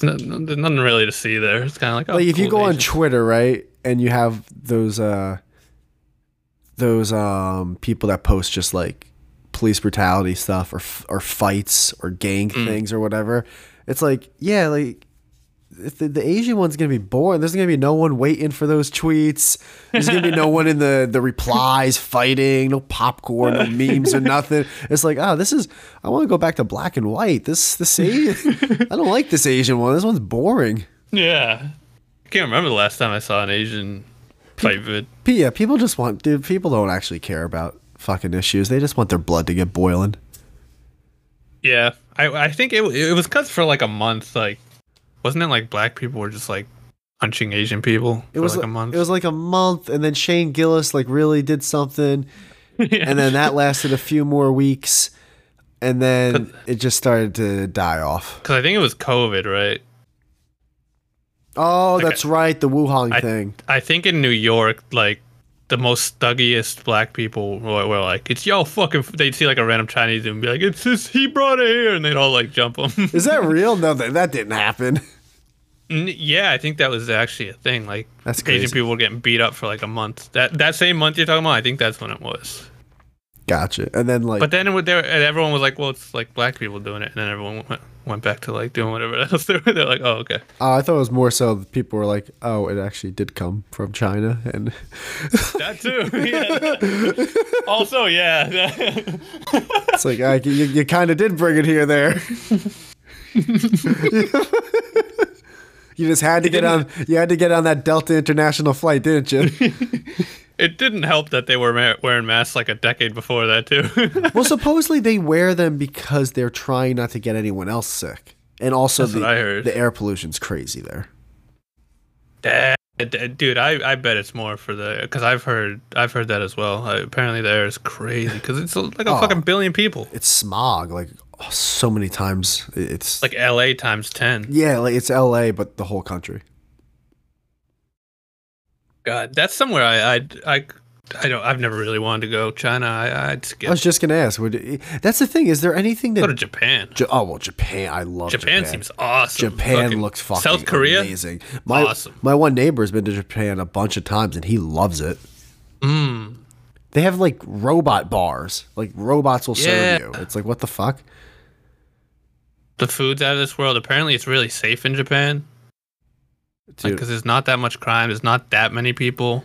there's no- no- there's nothing really to see there. It's kind of like, oh, Like if you cool go on Asian- Twitter, right, and you have those uh those um people that post just like police brutality stuff or f- or fights or gang things or whatever, it's like yeah, like. If the, the Asian one's gonna be boring, there's gonna be no one waiting for those tweets. There's gonna be no one in the the replies fighting, no popcorn, no memes or nothing. It's like, oh, this is. I want to go back to black and white. This this Asian, I don't like this Asian one. This one's boring. yeah, I can't remember the last time I saw an Asian fight vid. P- Yeah, people just want dude, people don't actually care about fucking issues. They just want their blood to get boiling. Yeah, I I think it it was cut for like a month. Like, wasn't it like black people were just like punching Asian people It for was like a month? It was like a month, and then Shane Gillis like really did <laughs> something, and then that lasted a few more weeks, and then it just started to die off. because I think it was COVID, right? Oh, that's right, the Wuhan I- thing. I think in New York, like the most stuggiest black people were, were like, "It's yo fucking." f-" They'd see like a random Chinese and be like, "It's this he brought it here," and they'd all like jump him. <laughs> Is that real? No, that, that didn't happen. <laughs> N- yeah, I think that was actually a thing. Like That's Asian crazy. people were getting beat up for like a month. That that same month you're talking about, I think that's when it was. Gotcha. And then like, But then it, would- there, and everyone was like, "Well, it's like black people doing it," and then everyone went, went back to like doing whatever <laughs> else they were. They're like, "Oh, okay." oh, I thought it was more so that people were like, oh, it actually did come from China, and That too. Yeah. also, yeah. <laughs> It's like I, you, you kind of did bring it here, there. <laughs> you just had to get on. You had to get on that Delta International flight, didn't <laughs> you? It didn't help that they were ma- wearing masks like a decade before that too. <laughs> well, supposedly they wear them because they're trying not to get anyone else sick, and also That's the, what I heard. the air pollution's crazy there. Dad, dad, Dude, I, I bet it's more for the because I've heard I've heard that as well. Uh, apparently, the air is crazy because it's like a Oh. fucking billion people. It's smog, like oh, so many times. It- It's Like L.A. times ten. yeah, like it's L.A., but the whole country. God, that's somewhere I I I, I don't. I've never really wanted to go China. I, I'd skip. I was just gonna ask. Would that's the thing? Is there anything go to that? Japan. Ja- oh well, Japan. I love Japan, seems awesome. Japan Fucking- looks fucking South Korea. amazing. My Awesome. my one neighbor's been to Japan a bunch of times and he loves it. Hmm. They have like robot bars. Like robots will Yeah. serve you. It's like what the fuck? The food's out of this world. Apparently, it's really safe in Japan because Dude. there's not that much crime. There's not that many people.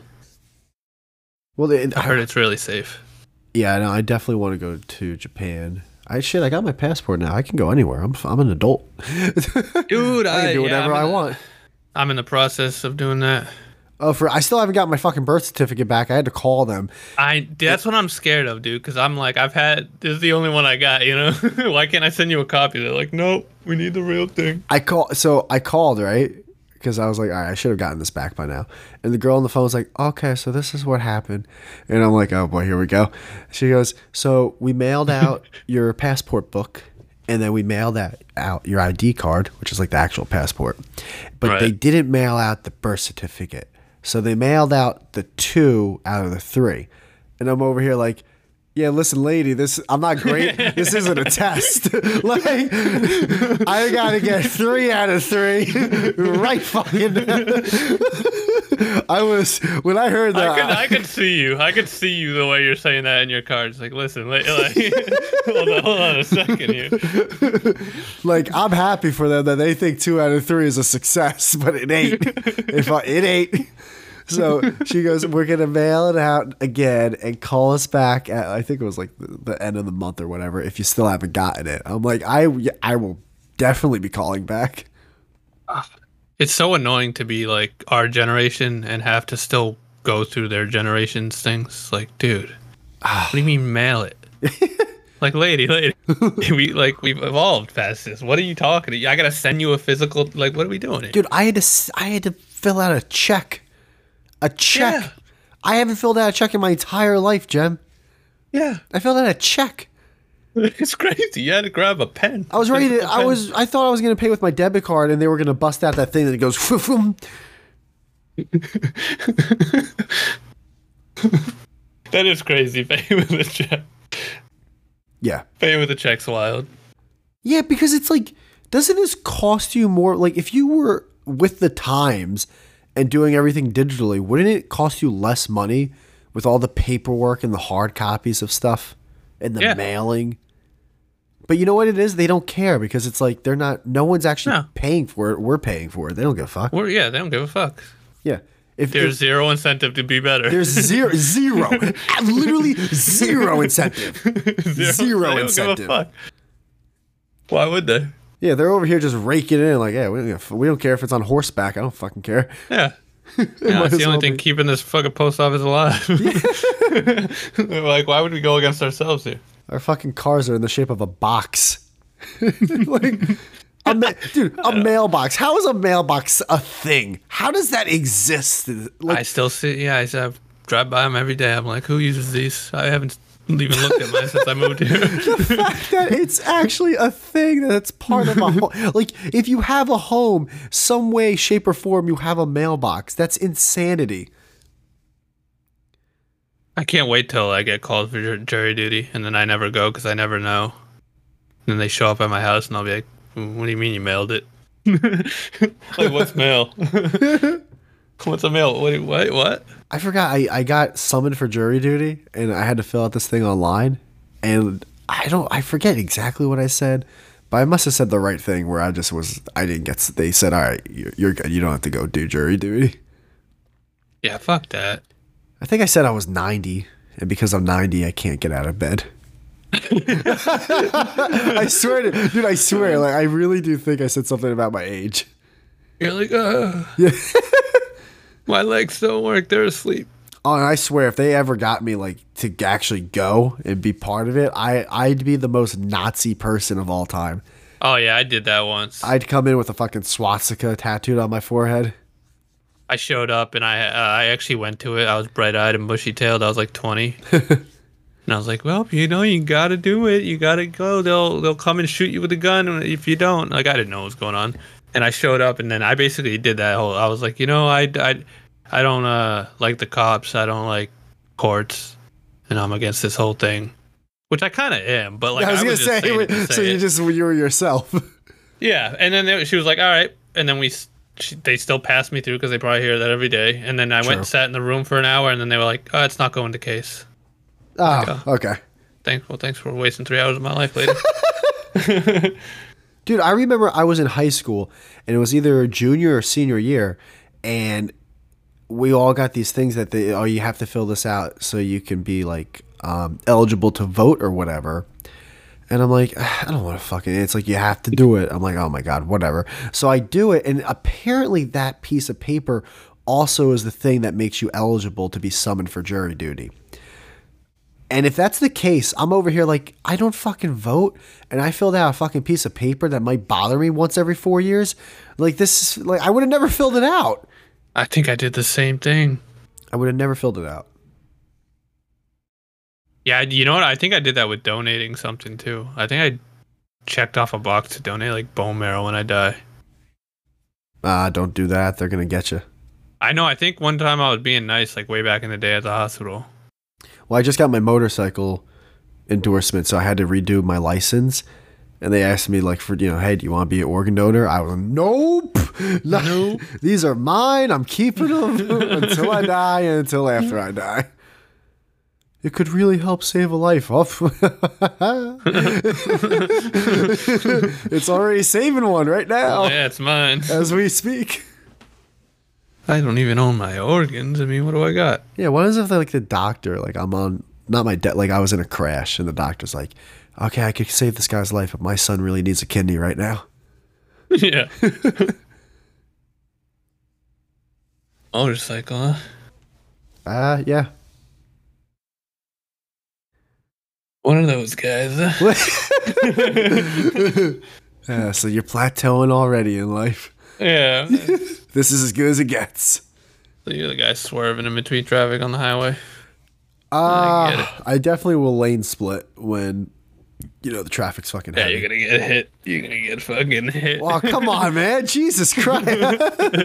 well, they, uh, I heard it's really safe. yeah, no, I definitely want to go to Japan. I shit, I got my passport now. I can go anywhere. I'm f- I'm an adult. <laughs> Dude, I I, can do Uh, yeah, whatever I'm I in the- want. I'm in the process of doing that. Oh, for I still haven't got my fucking birth certificate back. I had to call them. I that's what I'm scared of, dude. Because I'm like, I've had this is the only one I got. You know, <laughs> why can't I send you a copy? They're like, nope, we need the real thing. I call so I called right because I was like, all right, I should have gotten this back by now. And the girl on the phone was like, okay, so this is what happened. And I'm like, oh boy, here we go. She goes, so we mailed out your passport book, and then we mailed that out your ID card, which is like the actual passport, but Right. they didn't mail out the birth certificate. So they mailed out the two out of the three, and I'm over here like. Yeah, listen, lady, this I'm not great. This isn't a test. <laughs> like I gotta get three out of three. <laughs> right fucking <laughs> I was when I heard that I could, I- I could see you. I could see you the way you're saying that in your cards. Like, listen, like, <laughs> like, hold, on, hold on a second here. like I'm happy <laughs> for them that they think two out of three is a success, but it ain't. <laughs> if I, it ain't. So she goes, "We're gonna mail it out again and call us back at I think it was like the, the end of the month or whatever. If you still haven't gotten it, I'm like, I I will definitely be calling back. It's so annoying to be like our generation and have to still go through their generation's things. Like, dude, what do you mean <laughs> mail it? like, lady, lady, <laughs> we like we've evolved past this. What are you talking? To? I gotta send you a physical. Like, what are we doing? Here? Dude, I had to s- I had to fill out a check, a check. Yeah. I haven't filled out a check in my entire life, Jem. yeah, <laughs> I filled out a check. it's crazy. You had to grab a pen. I was ready to. I was. I thought I was gonna pay with my debit card, and they were gonna bust out that thing that goes. <laughs> That is crazy. <laughs> Paying with a check. Yeah. Paying with a check's wild. Yeah, because it's like, doesn't this cost you more? Like, if you were with the times and doing everything digitally, wouldn't it cost you less money with all the paperwork and the hard copies of stuff and the Yeah. mailing? But you know what it is? They don't care because it's like they're not. No one's actually No. paying for it. We're paying for it. They don't give a fuck. Well, yeah, they don't give a fuck. Yeah. If There's if- zero incentive to be better. <laughs> there's zero, zero, <laughs> literally zero incentive. zero, zero they don't give a incentive. fuck. Why would they? Yeah, they're over here just raking it in like, yeah, we don't, give a f- we don't care if it's on horseback. I don't fucking care. <laughs> Yeah. Yeah, might that's as the only well thing be. keeping this fucking post <laughs> office alive. <laughs> like, why would we go against ourselves here? Our fucking cars are in the shape of a box. <laughs> like, a ma- dude, a mailbox. How is a mailbox a thing? How does that exist? Like, I still see, yeah, I, s- I drive by them every day. I'm like, who uses these? I haven't even looked at mine since I <laughs> moved here. that it's actually a thing that's part of a home. Like, if you have a home, some way, shape, or form, you have a mailbox. That's insanity. I can't wait till I get called for ju- jury duty and then I never go because I never know. And then they show up at my house and I'll be like, what do you mean you <laughs> mailed it? like, what's mail? what's a mail? What? What? what? I forgot I, I got summoned for jury duty and I had to fill out this thing online and I don't I forget exactly what I said but I must have said the right thing where I just was I didn't get s- they said all right you're, you're good you don't have to go do jury duty Yeah, fuck that. I think I said I was 90 and because I'm 90 I can't get out of bed <laughs> I swear to, dude I swear like I really do think I said something about my age You're like, oh, <laughs> my legs don't work. They're asleep. Oh, and I swear, if they ever got me like to actually go and be part of it, I I'd be the most Nazi person of all time. Oh yeah, I did that once. I, I'd come in with a fucking swastika tattooed on my forehead. showed up and I uh, I actually went to it. I was bright eyed and bushy tailed. I was <laughs> like 20. And I was like, well, you know, you gotta do it. You gotta go. They'll they'll come and shoot you with a gun if you don't. Like I didn't know what was going on, and I showed up, and then I basically did that whole. I was like, you know, I I, I don't uh like the cops. I don't like courts, and I'm against this whole thing, which I kind of am. But like I was gonna just saying say, it to <laughs> so say you it. just you were yourself. <laughs> Yeah, and then they, she was like, "All right," and then we s- she, they still passed me through because they probably hear that every day. And then I went True. and sat in the room for an hour, and then they were like, "Oh, it's not going to case." Oh, okay, Thanks, well, thanks for wasting three hours of my life, <laughs> lady. dude. I remember I was in high school, and it was either junior or senior year, and we all got these things that they oh you have to fill this out so you can be like um, eligible to vote or whatever. And I'm like, I don't want to fucking. It's like you have to do it. I'm like, oh my god, whatever. So I do it, and apparently that piece of paper also is the thing that makes you eligible to be summoned for jury duty. And if that's the case, I'm over here like I don't fucking vote, and I filled out a fucking piece of paper that might bother me once every four years. Like this is like I would have never filled it out. I think I did the same thing. I would have never filled it out. Yeah, you know what? I think I did that with donating something too. I think I checked off a box to donate like bone marrow when I die. Ah, don't do that. They're gonna get you. I know. I think one time I was being nice, like way back in the day at the hospital. Well, I just got my motorcycle endorsement, so I had to redo my license. And they asked me, like, for you know, hey, do you want to be an organ donor? I was like, nope, <laughs> no, these are mine. I'm keeping them <laughs> until I die and until after I die. It could really help save a life. Oh, <laughs> it's already saving one right now Oh, Yeah, it's mine. as we speak. <laughs> I don't even own my organs. I mean, what do I got? Yeah, what is if like the doctor like I'm on not my debt like I was in a crash and the doctor's like, okay, I could save this guy's life, but my son really needs a kidney right now. yeah. <laughs> Motorcycle, huh? Uh yeah. One of those guys. Yeah, so you're plateauing already in life. <laughs> yeah. So This is as good as it gets. you're the guy swerving in between traffic on the highway. I get Uh, I definitely will lane split when you know the traffic's fucking Yeah, heavy. you're gonna get hit. You're gonna get fucking hit. Oh, come on, man. Jesus Christ. <laughs>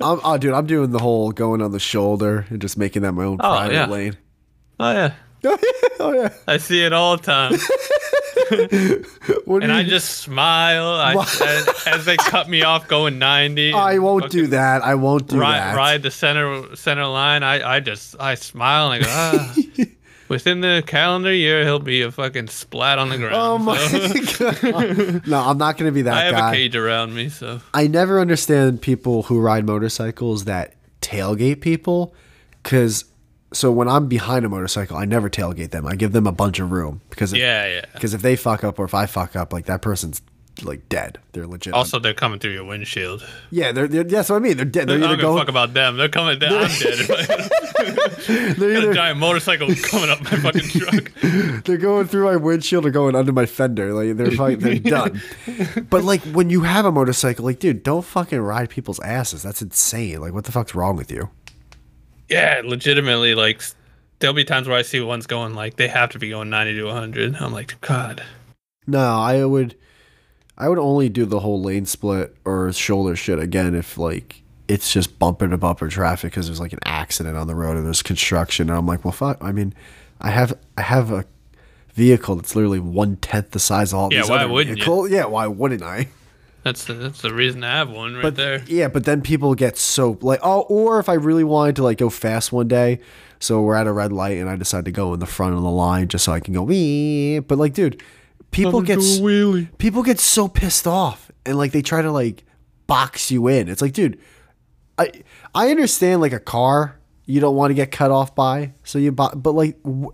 I'm, oh, dude, I'm doing the whole going on the shoulder and just making that my own private yeah. lane. <laughs> <laughs> Oh yeah. oh, yeah. I see it all the time. What do And you- I just smile I, as, as they cut me off going 90. and Oh, I won't fucking do that. I won't do Ride, that. <laughs> ride the center center line. I, I just I smile and I go. Ah. Within the calendar year, he'll be a fucking splat on the ground. Oh, my so- <laughs> God. No, I'm not going to be that I have guy. a cage around me, so I never understand people who ride motorcycles that tailgate people because so when I'm behind a motorcycle, I never tailgate them. I give them a bunch of room because if, yeah, yeah. because if they fuck up or if I fuck up, like that person's like dead. They're legit. Also, they're coming through your windshield. yeah, they're, they're that's what I mean. They're dead. They're I either don't give a going. fuck about them. They're coming down. I'm dead. <laughs> <laughs> They're a either, <laughs> giant motorcycle coming up my fucking truck. they're going through my windshield or going under my fender. Like they're fucking, <laughs> they're done. But like when you have a motorcycle, like dude, don't fucking ride people's asses. That's insane. Like what the fuck's wrong with you? Yeah, legitimately, like there'll be times where I see ones going like they have to be going 90 to 100. I'm like, God. No, I would I would only do the whole lane split or shoulder shit again if like it's just bumper to bumper traffic because there's like an accident on the road or there's construction and I'm like, well, fuck. I mean, I have I have a vehicle that's literally one tenth the size of all Yeah, these why other wouldn't you? vehicles. Yeah, why wouldn't I? That's the, that's the reason I have one right there. Yeah, but then people get so like oh, or if I really wanted to like go fast one day, so we're at a red light and I decide to go in the front of the line just so I can go me. But like, dude, people get s- wheelie. people get so pissed off and like they try to like box you in. It's like, dude, I I understand like a car you don't want to get cut off by, so you bo- but like wh-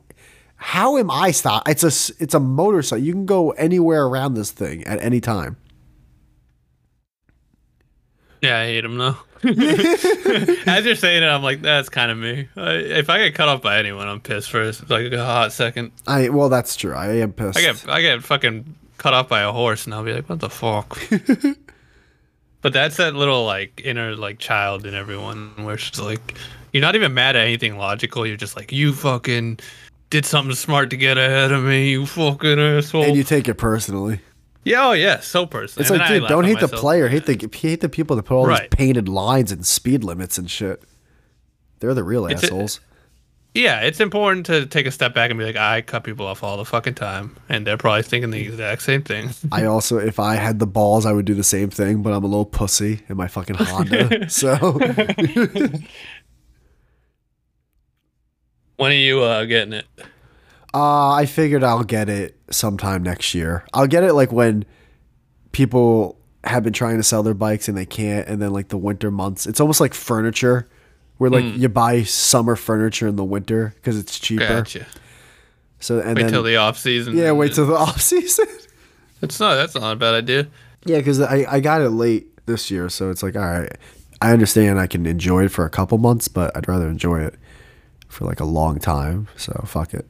how am I stopped? It's a s- it's a motorcycle. You can go anywhere around this thing at any time. Yeah, I hate <laughs> them though. <laughs> As you're saying it, I'm like, that's kind of me. I, if I get cut off by anyone, I'm pissed first. It's like a hot second. I well, that's true. I am pissed. I get I get fucking cut off by a horse, and I'll be like, what <laughs> the fuck. but that's that little like inner like child in everyone where she's like, you're not even mad at anything logical. You're just like, you fucking did something smart to get ahead of me. You fucking asshole. and you take it personally. yeah, oh yeah, so personal. It's like, And then I dude, laugh don't at hate the myself. player, hate the hate the people that put all Right. these painted lines and speed limits and shit. They're the real a- assholes. Yeah, it's important to take a step back and be like, I cut people off all the fucking time, and they're probably thinking the exact same thing. I also, if I had the balls, I would do the same thing, but I'm a little pussy in my fucking <laughs> Honda. so When are you uh, getting it? uh, I figured I'll get it sometime next year. I'll get it like when people have been trying to sell their bikes and they can't, and then like the winter months. It's almost like furniture, where like Hmm. you buy summer furniture in the winter because it's cheaper. Gotcha. So and Wait then till the off season. yeah, wait till the <laughs> off season. It's not. That's not a bad idea. Yeah, because I, I got it late this year, so it's like, all right, I understand I can enjoy it for a couple months, but I'd rather enjoy it for like a long time. So fuck it.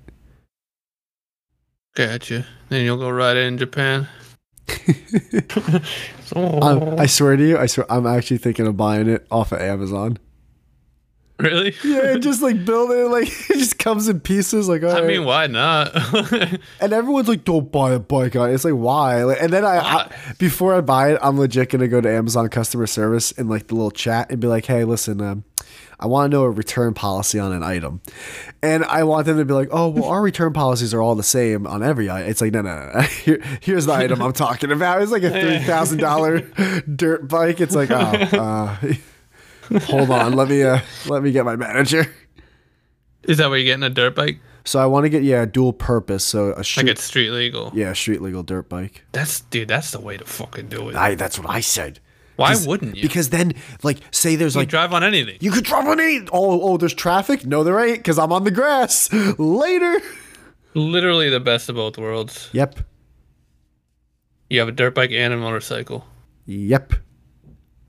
Gotcha. Then you'll go ride it <laughs> in Japan. <laughs> Oh, so, I'm, Um, I swear to you, I swear, I'm actually thinking of buying it off of Amazon. really? Yeah, and just like build it, like <laughs> it just comes in pieces. Like, all I right. mean, why not? <laughs> and everyone's like, "Don't buy a bike on." it." It's like, why? Like, and then I, I, before I buy it, I'm legit gonna go to Amazon customer service and like the little chat and be like, "Hey, listen, um, I want to know a return policy on an item," and I want them to be like, "Oh, well, our return policies are all the same on every item." It's like, no, no, <laughs> no. no. Here, here's the item I'm talking about. It's like a three thousand dollar dirt bike. It's like, oh, uh, <laughs> hold on, let me uh, let me get my manager. Is that where you're getting a dirt bike? So I want to get yeah, dual purpose. So a Like street, it's street legal. yeah, street legal dirt bike. That's dude. That's the way to fucking do it. I, that's what I said. Why 'Cause- wouldn't you? Because then, like, say there's You like drive on anything. you could drop on eight. Oh, oh, there's traffic. No, there ain't, because I'm on the grass. <laughs> Later. Literally the best of both worlds. Yep. You have a dirt bike and a motorcycle. Yep.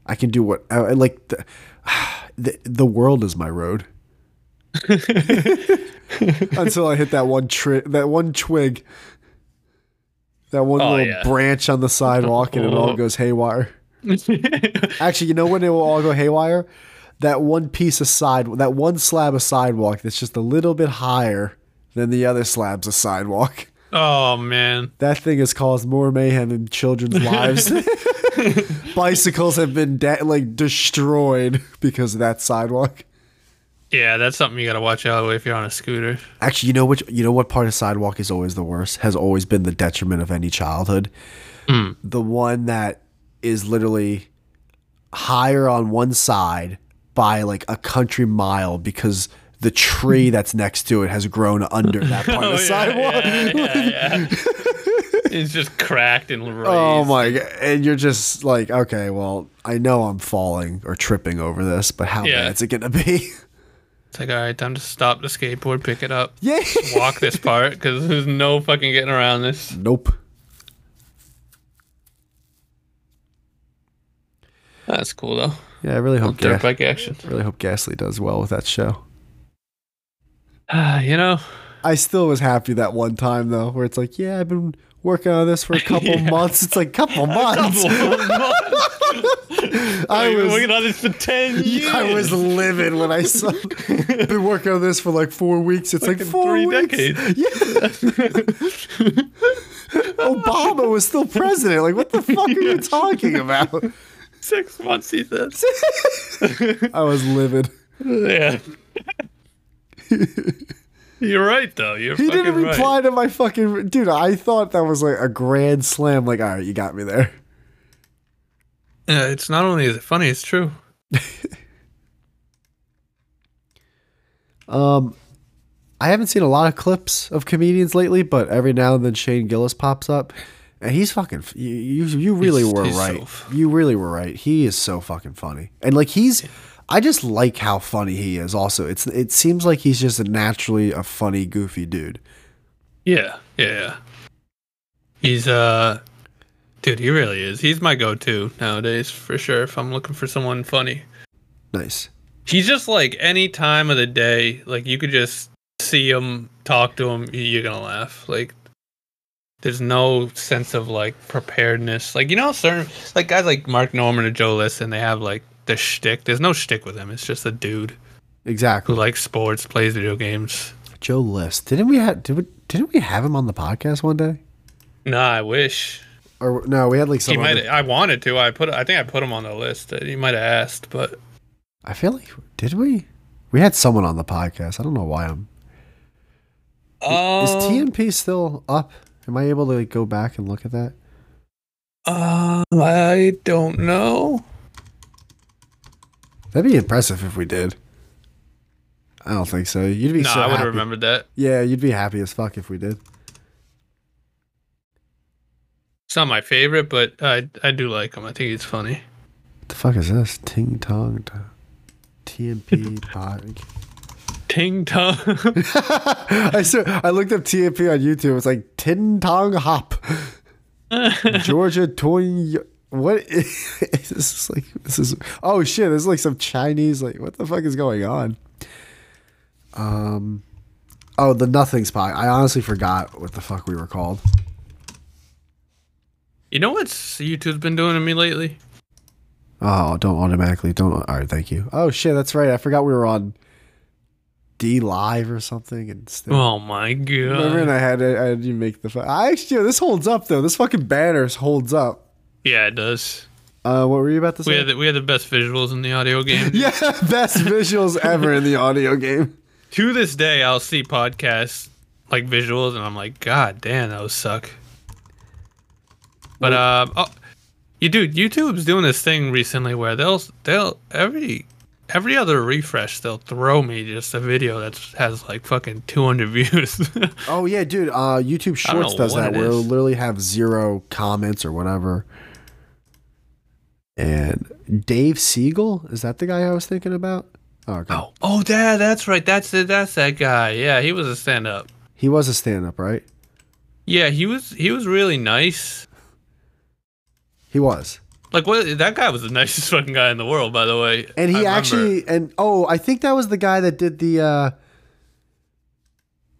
I can do what I I like. The, <sighs> the, the world is my <laughs> road. Until I hit that one tri- that one twig, that one Oh, little yeah. branch on the sidewalk, and it <laughs> all goes haywire. Actually, you know when it will all go haywire? That one piece of side, that one slab of sidewalk that's just a little bit higher than the other slabs of sidewalk. Oh man. That thing has caused more mayhem in children's lives. <laughs> Bicycles have been de- like destroyed because of that sidewalk. Yeah, that's something you gotta watch out with if you're on a scooter. <laughs> Actually, you know which you know what part of sidewalk is always the worst has always been the detriment of any childhood. The one that is literally higher on one side by like a country mile because the tree that's next to it has grown under that part of the sidewalk. It's just cracked and raised. Oh my god! And you're just like, okay, well, I know I'm falling or tripping over this, but how Yeah. bad's it gonna be? <laughs> It's like, all right, time to stop the skateboard, pick it up, yeah. walk this part, because there's no fucking getting around this. Nope. That's cool though. Yeah, I really hope. Ga- Dirt <sighs> bike action. really hope Gasly does well with that show. Ah, you <laughs> know, I still was happy that one time though, where it's like, yeah, I've been working on this for a couple months. It's like couple months. I <laughs> I've Oh, been was. working on this for ten <laughs> years. I was livid when I <laughs> saw. been working on this for like four weeks. It's like Fucking four three weeks. <laughs> decades. Yeah. Obama was still president. Like, what the fuck are you talking about? six months. He says. I was livid. yeah. <laughs> You're right though. You're He fucking didn't right. reply to my fucking dude. I thought that was like a grand slam. Like, all right, you got me there. Yeah, it's not only is it funny, it's true. I haven't seen a lot of clips of comedians lately, but every now and then Shane Gillis pops up, and he's fucking. You you, you really He's- were he's so right. f- you really were right. He is so fucking funny, and like he's. I just like how funny he is. Also, it's it seems like he's just a naturally a funny, goofy dude. Yeah, yeah, yeah. He's uh dude, he really is. He's my go to nowadays for sure if I'm looking for someone funny. Nice. He's just like any time of the day, like you could just see him, talk to him, y- you're gonna laugh. Like there's no sense of like preparedness. Like you know, certain like guys like Mark Norman or Joe Listen, they have like the shtick. There's no shtick with him. It's just a dude who Exactly. likes sports, plays video games. Joe List. Didn't we have did we, didn't we have him on the podcast one day? Nah, I wish. Or no, we had like He some. might. Other, I wanted to. I put. I think I put him on the list. He might have asked, but I feel like did we? We had someone on the podcast. I don't know why I'm. um, Is TNP still up? Am I able to like, go back and look at that? um, I don't know. That'd be impressive if we did. I don't think so. You'd be No, so I would happy. have remembered that. Yeah, you'd be happy as fuck if we did. It's not my favorite, but I I do like him. I think he's funny. What the fuck is this? Ting tong. to- TNP podcast. Ting tong. <laughs> <laughs> I swear, I looked up TNP on YouTube. It's like Tin Tong Hop. Georgia Toy. What <laughs> is this? Is like this is oh shit! This is like some Chinese. Like what the fuck is going on? Um, oh the Nothing Spot. I honestly forgot what the fuck we were called. you know what YouTube's been doing to me lately? Oh, don't automatically. Don't. All right, thank you. Oh shit, that's right. I forgot we were on D Live or something. And still, Oh my remember, god. and I had I had you make the. fu- I actually this holds up though. This fucking banners holds up. Yeah, it does. Uh, what were you about to We say? had the, we had the best visuals in the audio game. <laughs> yeah, best visuals ever in the audio game. To this day, I'll see podcasts like visuals, and I'm like, God damn, those suck. But um, oh, you dude, YouTube's doing this thing recently where they'll they'll every every other refresh they'll throw me just a video that has like fucking 200 <laughs> views. Oh yeah, dude. Uh, YouTube I don't Shorts know does what that. it Where is. it'll literally have zero comments or whatever. and Dave Siegel. Is that the guy I was thinking about? Oh, okay. Oh, oh, Dad, that's right. That's the, that's that guy. Yeah, he was a stand-up. He was a stand up, right? Yeah, he was he was really nice. He was. Like what? That guy was the <laughs> nicest fucking guy in the world, by the way. And I he remember. actually and oh, I think that was the guy that did the uh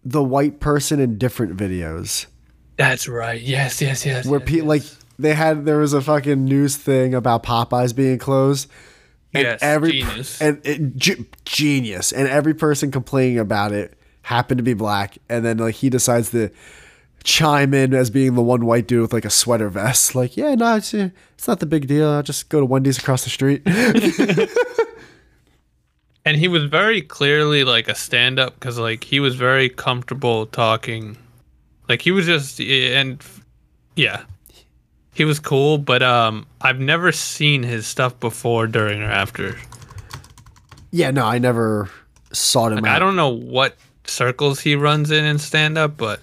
the white person in different videos. That's right. Yes, yes, yes. Where yes, pe- yes. like they had there was a fucking news thing about Popeyes being closed. And Yes, every genius. and it, ge- genius and every person complaining about it happened to be black and then like he decides to chime in as being the one white dude with like a sweater vest like yeah no it's, uh, it's not the big deal i'll just go to wendy's across the street <laughs> and he was very clearly like a stand-up because like he was very comfortable talking. Like he was just and yeah, he was cool. But um, I've never seen his stuff before, during, or after. Yeah, no, I never sought him Like, out. I don't know what circles he runs in in stand up, but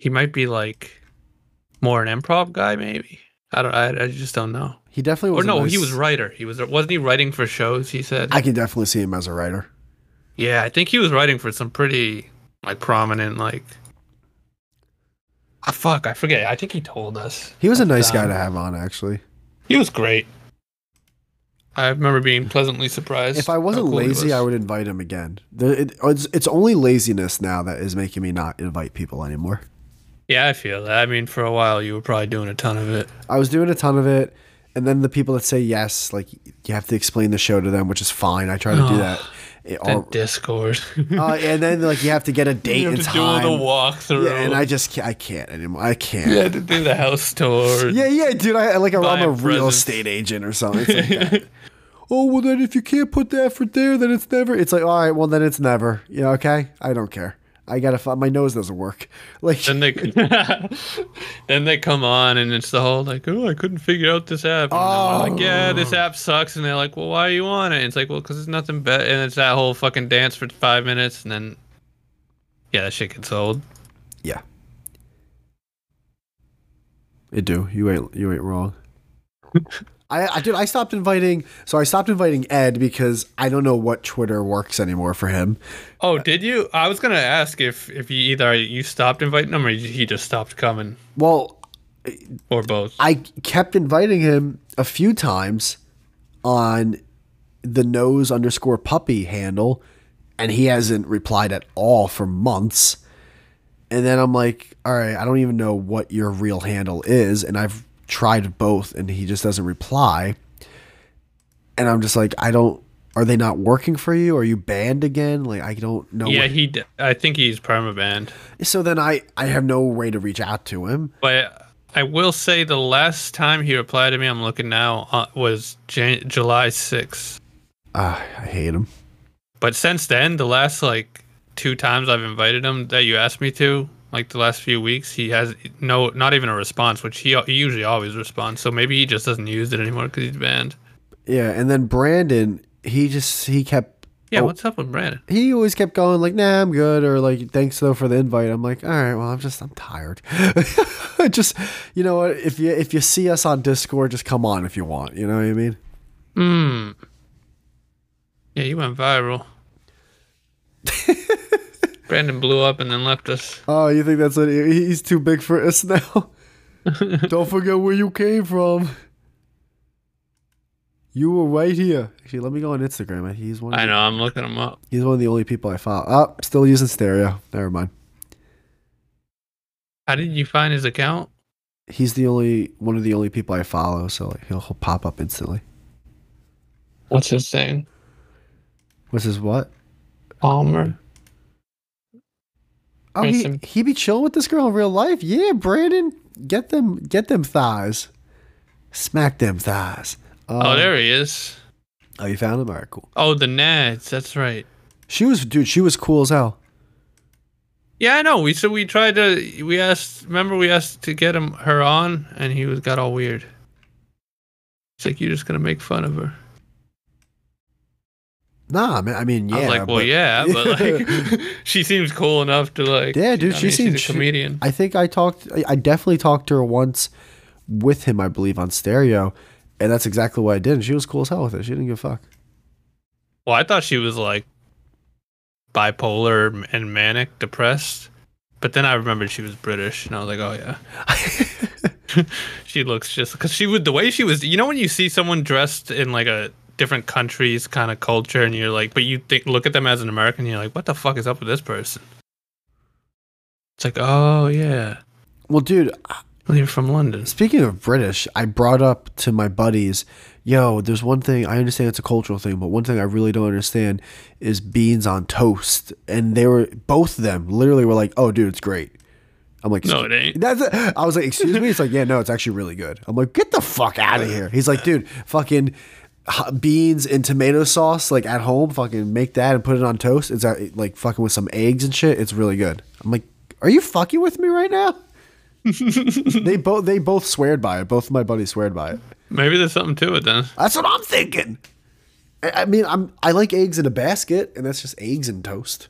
he might be like more an improv guy, maybe. I don't. I, I just don't know. he definitely Or was. a no, he nice- was writer. He was wasn't he writing for shows? He said. I can definitely see him as a writer. yeah, I think he was writing for some pretty like prominent like. Ah, fuck, I forget. I think he told us. He was a nice guy Um, to have on, actually. He was great. I remember being pleasantly surprised. If I wasn't how cool he lazy, was. I would invite him again. The- it- it's, it's only laziness now that is making me not invite people anymore. Yeah, I feel that. I mean, for a while, you were probably doing a ton of it. I was doing a ton of it, and then the people that say yes, like you have to explain the show to them, which is fine. I try to do that. It- That or- Discord. <laughs> uh, and then like you have to get a date you have and to do all time. the walkthrough. yeah, and I just can't, I can't anymore. I can't. <laughs> you had to do the house tour. Yeah, yeah, dude. I like I'm Buy a a real present. estate agent or something. It's like <laughs> that. oh well, then if you can't put the effort there, then it's never. It's like all right, well then it's never. Yeah, okay. I don't care. I gotta find my nose doesn't work. <laughs> Like Then they, <laughs> then they come on and it's the whole like, oh, I couldn't figure out this app. And oh. like, yeah, this app sucks. And they're like, well, why are you on it? And it's like, well, because it's nothing better. And it's that whole fucking dance for five minutes, and then yeah, that shit gets old. yeah, it do. You ain't you ain't <laughs> wrong. I, I dude, I stopped inviting. So I stopped inviting Ed because I don't know what Twitter works anymore for him. Oh, did you? I was gonna ask if if you either you stopped inviting him or he just stopped coming Well, or both. I kept inviting him a few times on the nose underscore puppy handle, and he hasn't replied at all for months. And then I'm like, all right, I don't even know what your real handle is. And I've tried both, and he just doesn't reply. And I'm just like, I don't. Are they not working for you? Are you banned again? Like, I don't know. yeah, he. d- I think he's permabanned. what- so then I, I have no way to reach out to him. But I will say the last time he replied to me, I'm looking now, uh, was Jan- July 6th. Ah, I hate him. But since then, the last like two times I've invited him that you asked me to, like the last few weeks, he has no, not even a response, which he, he usually always responds. So maybe he just doesn't use it anymore because he's banned. Yeah, and then Brandon, he just he kept Yeah, Oh. what's up with Brandon? he always kept going like, "Nah, I'm good," or like, "Thanks though for the invite." I'm like, "All right, well, I'm just I'm tired." <laughs> just you know what? If you if you see us on Discord, just come on if you want. You know what I mean? Hmm. Yeah, you went viral. Brandon blew up and then left us. Oh, you think that's what he- he's too big for us <laughs> <laughs> now? Don't forget where you came from. You were right here. Actually, let me go on Instagram. He's one. Of I the, know, I'm looking him up. He's one of the only people I follow. Oh, still using stereo. Never mind. How did you find his account? he's the only one of the only people I follow, so like, he'll, he'll pop up instantly. What's his thing? What's his what? Palmer. Oh, he, Grayson. he be chilling with this girl in real life. Yeah, Brandon, get them get them thighs, smack them thighs. Um, oh, there he is. Oh, you found him. All right, cool. Oh, the Neds. That's right. She was dude. She was cool as hell. Yeah, I know. We so we tried to. We asked. Remember, we asked to get him her on, and he was got all weird. It's like you're just gonna make fun of her. Nah, man. I mean, yeah. I was like, well, but- yeah, but <laughs> like, <laughs> she seems cool enough to like. Yeah, dude, I she mean, seems- she's she- a comedian. I think I talked. I- I definitely talked to her once with him, I believe, on stereo, and that's exactly what I did. And she was cool as hell with it. She didn't give a fuck. Well, I thought she was like bipolar and manic depressed, but then I remembered she was British, and I was like, oh <laughs> yeah. she looks just because she would the way she was. You know when you see someone dressed in like a different countries kind of culture, and you're like, but you think look at them as an American, and you're like, what the fuck is up with this person? It's like, oh yeah. Well, dude, I- Well, You're from London. Speaking of British, I brought up to my buddies, yo, there's one thing I understand it's a cultural thing, but one thing I really don't understand is beans on toast. And they were both of them literally were like, "Oh, dude, it's great." I'm like, No, it <laughs> ain't. That's it. I was like, "Excuse me." It's like, "Yeah, no, it's actually really good." I'm like, "Get the fuck out of here." He's like, "Dude, fucking h- beans and tomato sauce like at home, fucking make that and put it on toast. It's uh, like fucking with some eggs and shit. It's really good." I'm like, "Are you fucking with me right now?" they both they both sweared by it. Both of my buddies sweared by it. Maybe there's something to it then. That's what I'm thinking. I, I mean, I'm I like eggs in a basket, and that's just eggs and toast.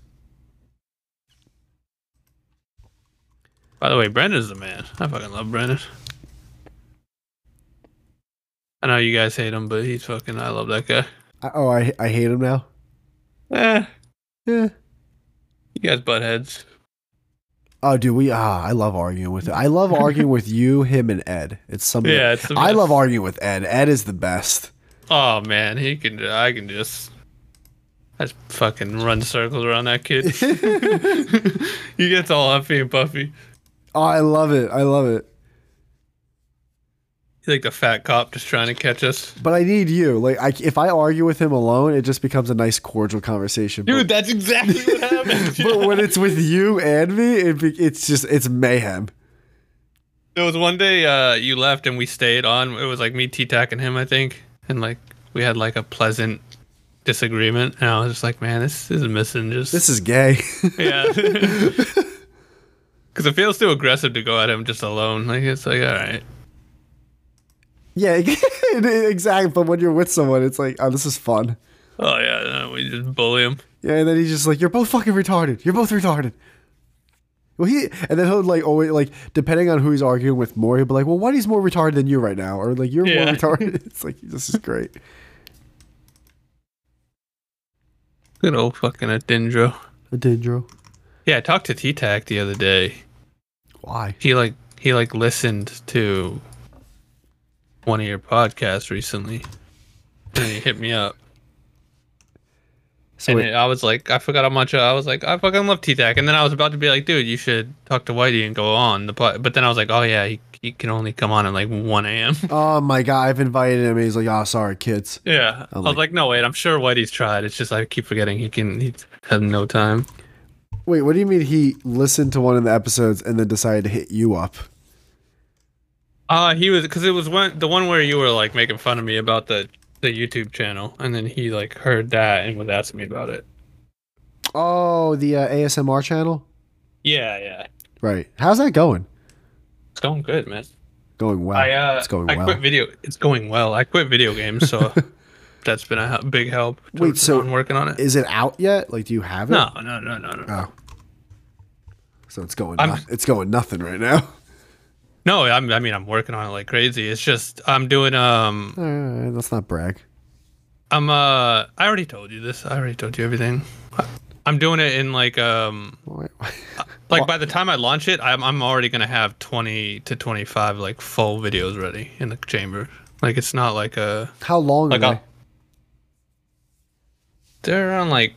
By the way, Brendan's the man. I fucking love Brendan. I know you guys hate him, but he's fucking. I love that guy. I, oh, I I hate him now. Eh, Yeah. you guys butt heads. Oh, dude, we ah, I love arguing with I love arguing with you, him, and Ed. It's something. Yeah, it's the I best. love arguing with Ed. Ed is the best. Oh man, he can. I can just. I just fucking run circles around that kid. <laughs> he gets all huffy and puffy. Oh, I love it. I love it. He's like the fat cop just trying to catch us. But I need you. Like, I, if I argue with him alone, it just becomes a nice, cordial conversation. But- Dude, that's exactly <laughs> what happened. <laughs> but when it's with you and me, it be, it's just it's mayhem. There was one day uh, you left and we stayed on. It was like me, T Tac, and him, I think. And like we had like a pleasant disagreement. And I was just like, man, this is missing just. This is gay. <laughs> <laughs> yeah. <laughs> Because it feels too aggressive to go at him just alone. Like it's like, all right. Yeah, <laughs> exactly. But when you're with someone, it's like, oh, this is fun. Oh, yeah. No, we just bully him. Yeah, and then he's just like, you're both fucking retarded. You're both retarded. Well, he and then he'll like always like depending on who he's arguing with more, he'll be like, well, one he's more retarded than you right now, or like you're Yeah. more retarded. <laughs> It's like this is great. Good old fucking Adindro. A dendro. Yeah, I talked to T Tac the other day. Why? He like he like listened to one of your podcasts recently. And he hit me up. So and wait, it- I was like, I forgot how much I was like, I fucking love T Tac. And then I was about to be like, dude, you should talk to Whitey and go on the pod. But then I was like, oh yeah, he, he can only come on at like 1 a.m. oh my god, I've invited him. And he's like, oh, sorry, kids. <laughs> yeah. I was like- like, no, wait, I'm sure Whitey's tried. It's just I keep forgetting he can, he had no time. Wait, what do you mean he listened to one of the episodes and then decided to hit you up? Uh, he was, because it was one, the one where you were like making fun of me about the, the YouTube channel. And then he like heard that and was asking me about it. Oh, the uh, ASMR channel. Yeah, yeah. Right. How's that going? It's going good, man. Going well. I, uh, Ah, it's going I well. quit video. It's going well. I quit video <laughs> games, so that's been a he- big help. to- Wait, so on working on it. Is it out yet? Like, do you have it? No, no, no, no, no. no. Oh. So it's going. I'm- noth- it's going nothing right now. <laughs> No, I'm, I mean I'm working on it like crazy. It's just I'm doing um Uh, let's not brag. I'm uh I already told you this. I already told you everything. I'm doing it in like um Why- why- like by the time I launch it, I'm I'm already gonna have 20 to 25 like full videos ready in the chamber. Like it's not like a <laughs> How long like uh, are I'll- they're around like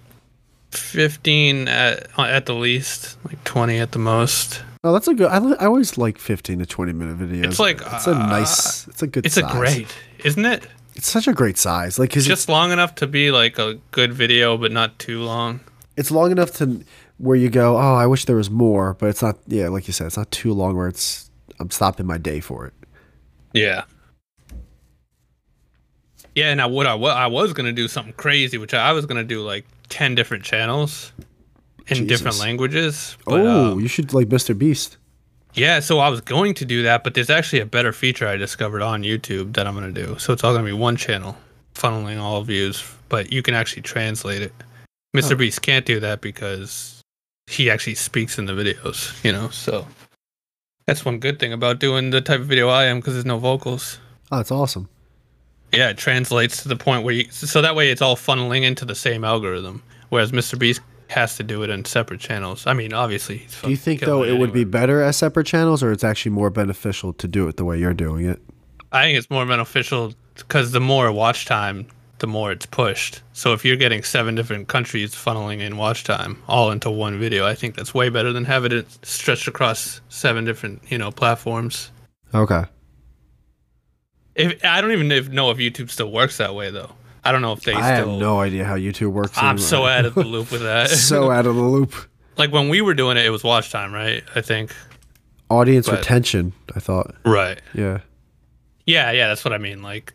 15 at at the least, like 20 at the most. they? Oh, that's a good. I, li- I always like fifteen to twenty minute videos. It's like, uh, it's a nice. It's a good. It's size. a great, isn't it? It's such a great size. Like, cause Just long enough to be like a good video, but not too long. it's long enough to where you go, oh, I wish there was more, but it's not. Yeah, like you said, it's not too long where it's. I'm stopping my day for it. Yeah. Yeah, and I would I, wa- I was gonna do something crazy, which I was gonna do like ten different channels in different Jesus. languages. But, Oh, oh, you should like Mr. Beast. yeah. So I was going to do that, but there's actually a better feature I discovered on YouTube that I'm gonna do. So it's all gonna be one channel, funneling all views, but you can actually translate it. Mr. Beast can't do that because he actually speaks in the videos, you know. So That's one good thing about doing the type of video I am because there's no vocals. Oh, that's awesome. Yeah, it translates to the point where you, so that way it's all funneling into the same algorithm. Whereas Mr. Beast has to do it in separate channels. I mean, obviously. He's Do you think though it would be better as separate channels, or it's actually more beneficial to do it the way you're doing it? I think it's more beneficial because the more watch time, the more it's pushed. So if you're getting seven different countries funneling in watch time all into one video, I think that's way better than having it stretched across seven different you know platforms. Okay. If I don't even if- know if YouTube still works that way though. I don't know if they I have still. no idea how YouTube works. <laughs> I'm anymore. so out of the loop with that. so out of the loop. <laughs> like when we were doing it, it was watch time, right? I think. Audience But- retention. I thought. Right. Yeah. Yeah, yeah, that's what I mean. Like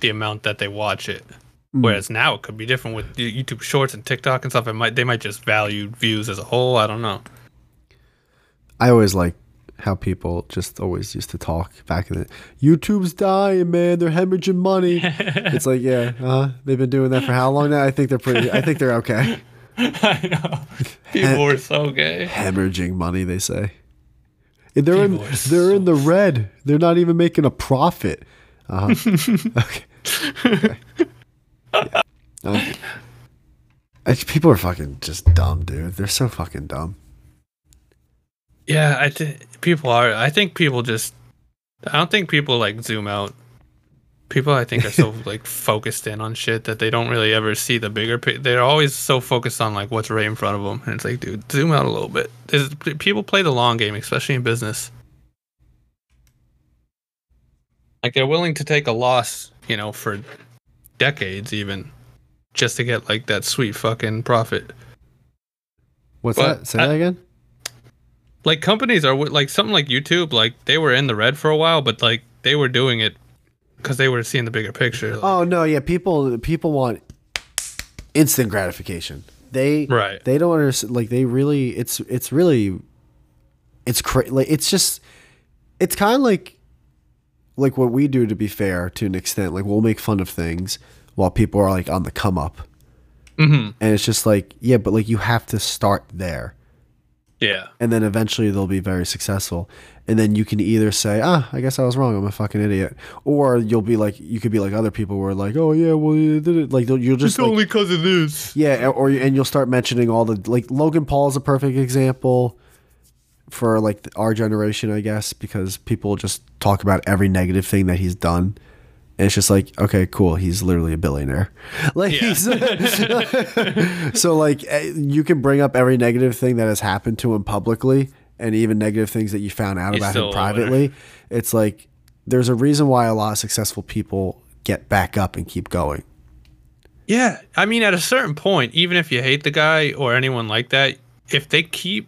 the amount that they watch it. Whereas now it could be different with the YouTube Shorts and TikTok and stuff. It might they might just value views as a whole. I don't know. I always like how people just always used to talk back in the YouTube's dying, man. They're hemorrhaging <laughs> money. it's like, yeah, uh, they've been doing that for how long now? I think they're pretty. I think they're okay. <laughs> I know. People were so gay. Hemorrhaging money, they say. They're in, People are they're so in the red. They're not even making a profit. Uh huh. okay. okay. Yeah. Um, I- people are fucking just dumb, dude. They're so fucking dumb. Yeah, I think people are. I think people just. I don't think people like zoom out. People, I think, are so like focused in on shit that they don't really ever see the bigger. pi- They're always so focused on like what's right in front of them, and it's like, dude, zoom out a little bit. There's, people play the long game, especially in business. Like they're willing to take a loss, you know, for decades even, just to get like that sweet fucking profit. What's But that? Say I- that again. like companies are like something like YouTube, like they were in the red for a while, but like they were doing it because they were seeing the bigger picture. Like, Oh no, yeah, people people want instant gratification. They Right. They don't understand. Like they really, it's it's really, it's cra- like it's just, it's kind of like, like what we do. To be fair, to an extent, like we'll make fun of things while people are like on the come up, Mhm. and it's just like yeah, but like you have to start there yeah, and then eventually they'll be very successful. And then you can either say, "Ah, I guess I was wrong. I'm a fucking idiot," or you'll be like, you could be like other people who are like, "Oh yeah, well you did it." Like they'll- you'll just like, because of this. yeah, or and you'll start mentioning all the like Logan Paul is a perfect example for like our generation, I guess, because people just talk about every negative thing that he's done. And it's just like, okay, cool. He's literally a billionaire. <laughs> Like, he's- <laughs> so like eh, you can bring up every negative thing that has happened to him publicly, and even negative things that you found out about still him a winner. privately. It's like there's a reason why a lot of successful people get back up and keep going. Yeah, I mean, at a certain point, even if you hate the guy or anyone like that, if they keep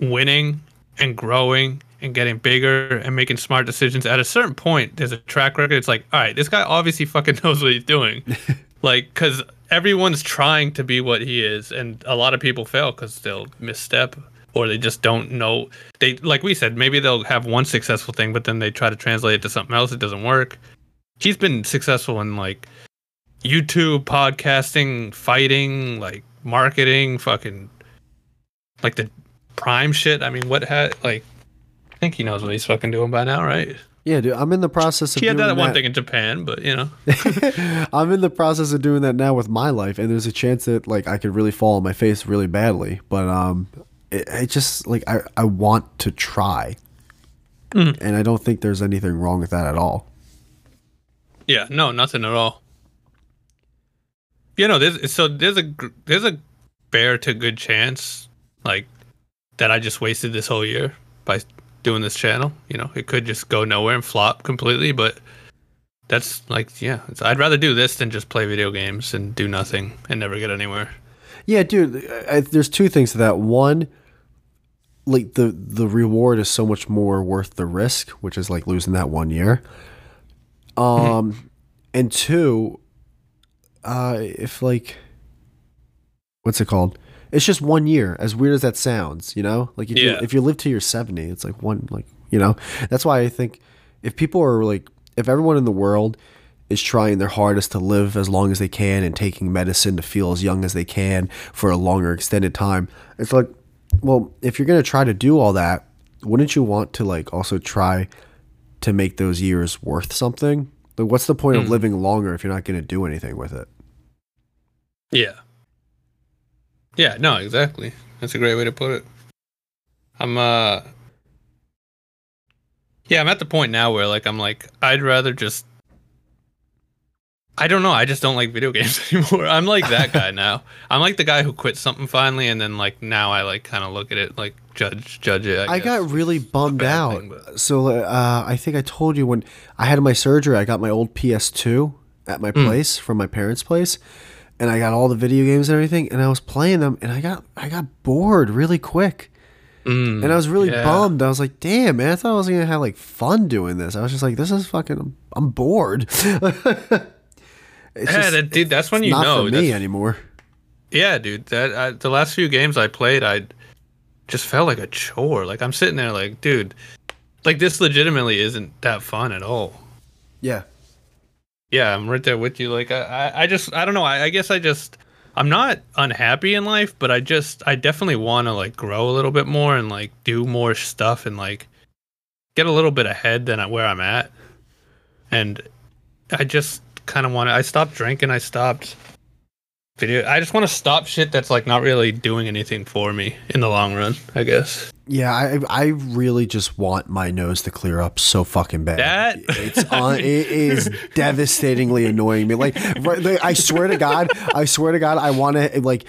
winning and growing and getting bigger and making smart decisions, at a certain point, there's a track record. It's like, all right, this guy obviously fucking <laughs> knows what he's doing. like, because everyone's trying to be what he is, and a lot of people fail because they'll misstep or they just don't know. They, like we said, maybe they'll have one successful thing, but then they try to translate it to something else. It doesn't work. He's been successful in like YouTube, podcasting, fighting, like marketing, fucking like the prime shit. I mean, what had like I think he knows what he's fucking doing by now, right? Yeah, dude. I'm in the process of He had doing that one that. thing in Japan, but you know, I'm in the process of doing that now with my life, and there's a chance that like I could really fall on my face really badly. But um, it, it just like I I want to try, and I don't think there's anything wrong with that at all. yeah, no, nothing at all. You know, there's so there's a gr- there's a fair to good chance like that I just wasted this whole year by doing this channel. You know, it could just go nowhere and flop completely, but that's like, yeah, it's, I'd rather do this than just play video games and do nothing and never get anywhere. Yeah, dude. I, I- there's two things to that. One, like the the reward is so much more worth the risk, which is like losing that one year. Um, and two, uh, if like, what's it called? It's just one year. As weird as that sounds, you know, like if you Yeah. if you live to your seventy, it's like one like you know. That's why I think if people are like if everyone in the world is trying their hardest to live as long as they can and taking medicine to feel as young as they can for a longer extended time, it's like, well, if you're gonna try to do all that wouldn't you want to like also try to make those years worth something? Like, what's the point of living longer if you're not going to do anything with it? Yeah. Yeah, no, exactly. That's a great way to put it. I'm uh Yeah, I'm at the point now where like I'm like I'd rather just I don't know, I just don't like video <laughs> games anymore. I'm like <laughs> that guy now. I'm like the guy who quit something finally and then like now I like kind of look at it like judge judge it. I, I guess. got really bummed bad out. thing, so uh, I think I told you when I had my surgery, I got my old PS2 at Hmm. my place from my parents' place, and I got all the video games and everything, and I was playing them, and I got I got bored really quick, Mm, and I was really yeah. bummed. I was like, "Damn, man! I thought I was gonna have like fun doing this. I was just like, this is fucking. I'm, I'm bored. <laughs> yeah, that, dude, that's when you Not know. for That's- me anymore. Yeah, dude. That I, the last few games I played, I just felt like a chore. Like I'm sitting there, like, dude, like this legitimately isn't that fun at all. Yeah, Yeah, I'm right there with you. Like I, I, I just, I don't know. I, I guess I just, I'm not unhappy in life, but I just, I definitely want to like grow a little bit more and like do more stuff and like get a little bit ahead than I- where I'm at. And I just kind of want to. I stopped drinking. I stopped video. I just want to stop shit that's like not really doing anything for me in the long run. I guess. Yeah, I I really just want my nose to clear up so fucking bad. That- it's on, it is devastatingly annoying me. Like, right, like, I swear to God, I swear to God, I want to like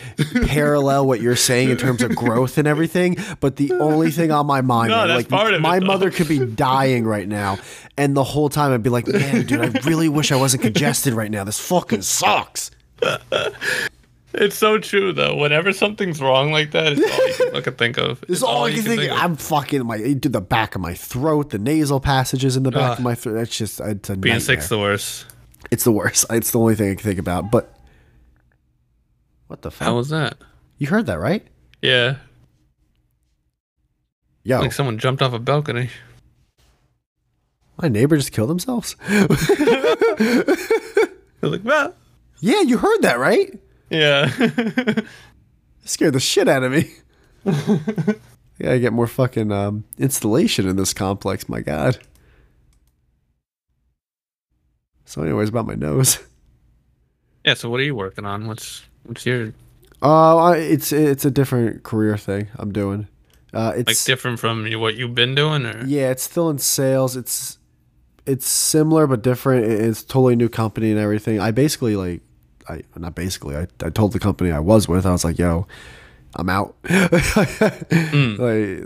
parallel what you're saying in terms of growth and everything. But the only thing on my mind, No, man, that's like part of it, my though. mother could be dying right now, and the whole time I'd be like, man, dude, I really wish I wasn't congested right now. This fucking sucks. It's so true though. Whenever something's wrong like that, it's all you <laughs> can fucking think of. It's all I can think. of. I'm fucking my it did the back of my throat, the nasal passages in the back Ugh. of my throat. That's just uh, it's a Being nightmare. sick's the worst. It's the worst. <laughs> It's the only thing I can think about. But what the fuck? How was that? you heard that right? Yeah, Yo, like someone jumped off a balcony. <laughs> my neighbor just killed themselves. <laughs> I was like, well, yeah, you heard that right? yeah. <laughs> It scared the shit out of me. yeah, I get more fucking um, installation in this complex. My god. So, anyways, about my nose. <laughs> yeah. So what are you working on? What's what's your Uh, I- it's it's a different career thing I'm doing. Uh, it's like different from you- what you've been doing? Or Yeah, it's still in sales. It's it's similar but different. It- It's totally new company and everything. I basically like I not basically. I, I told the company I was with. I was like, "Yo, I'm out." <laughs> Like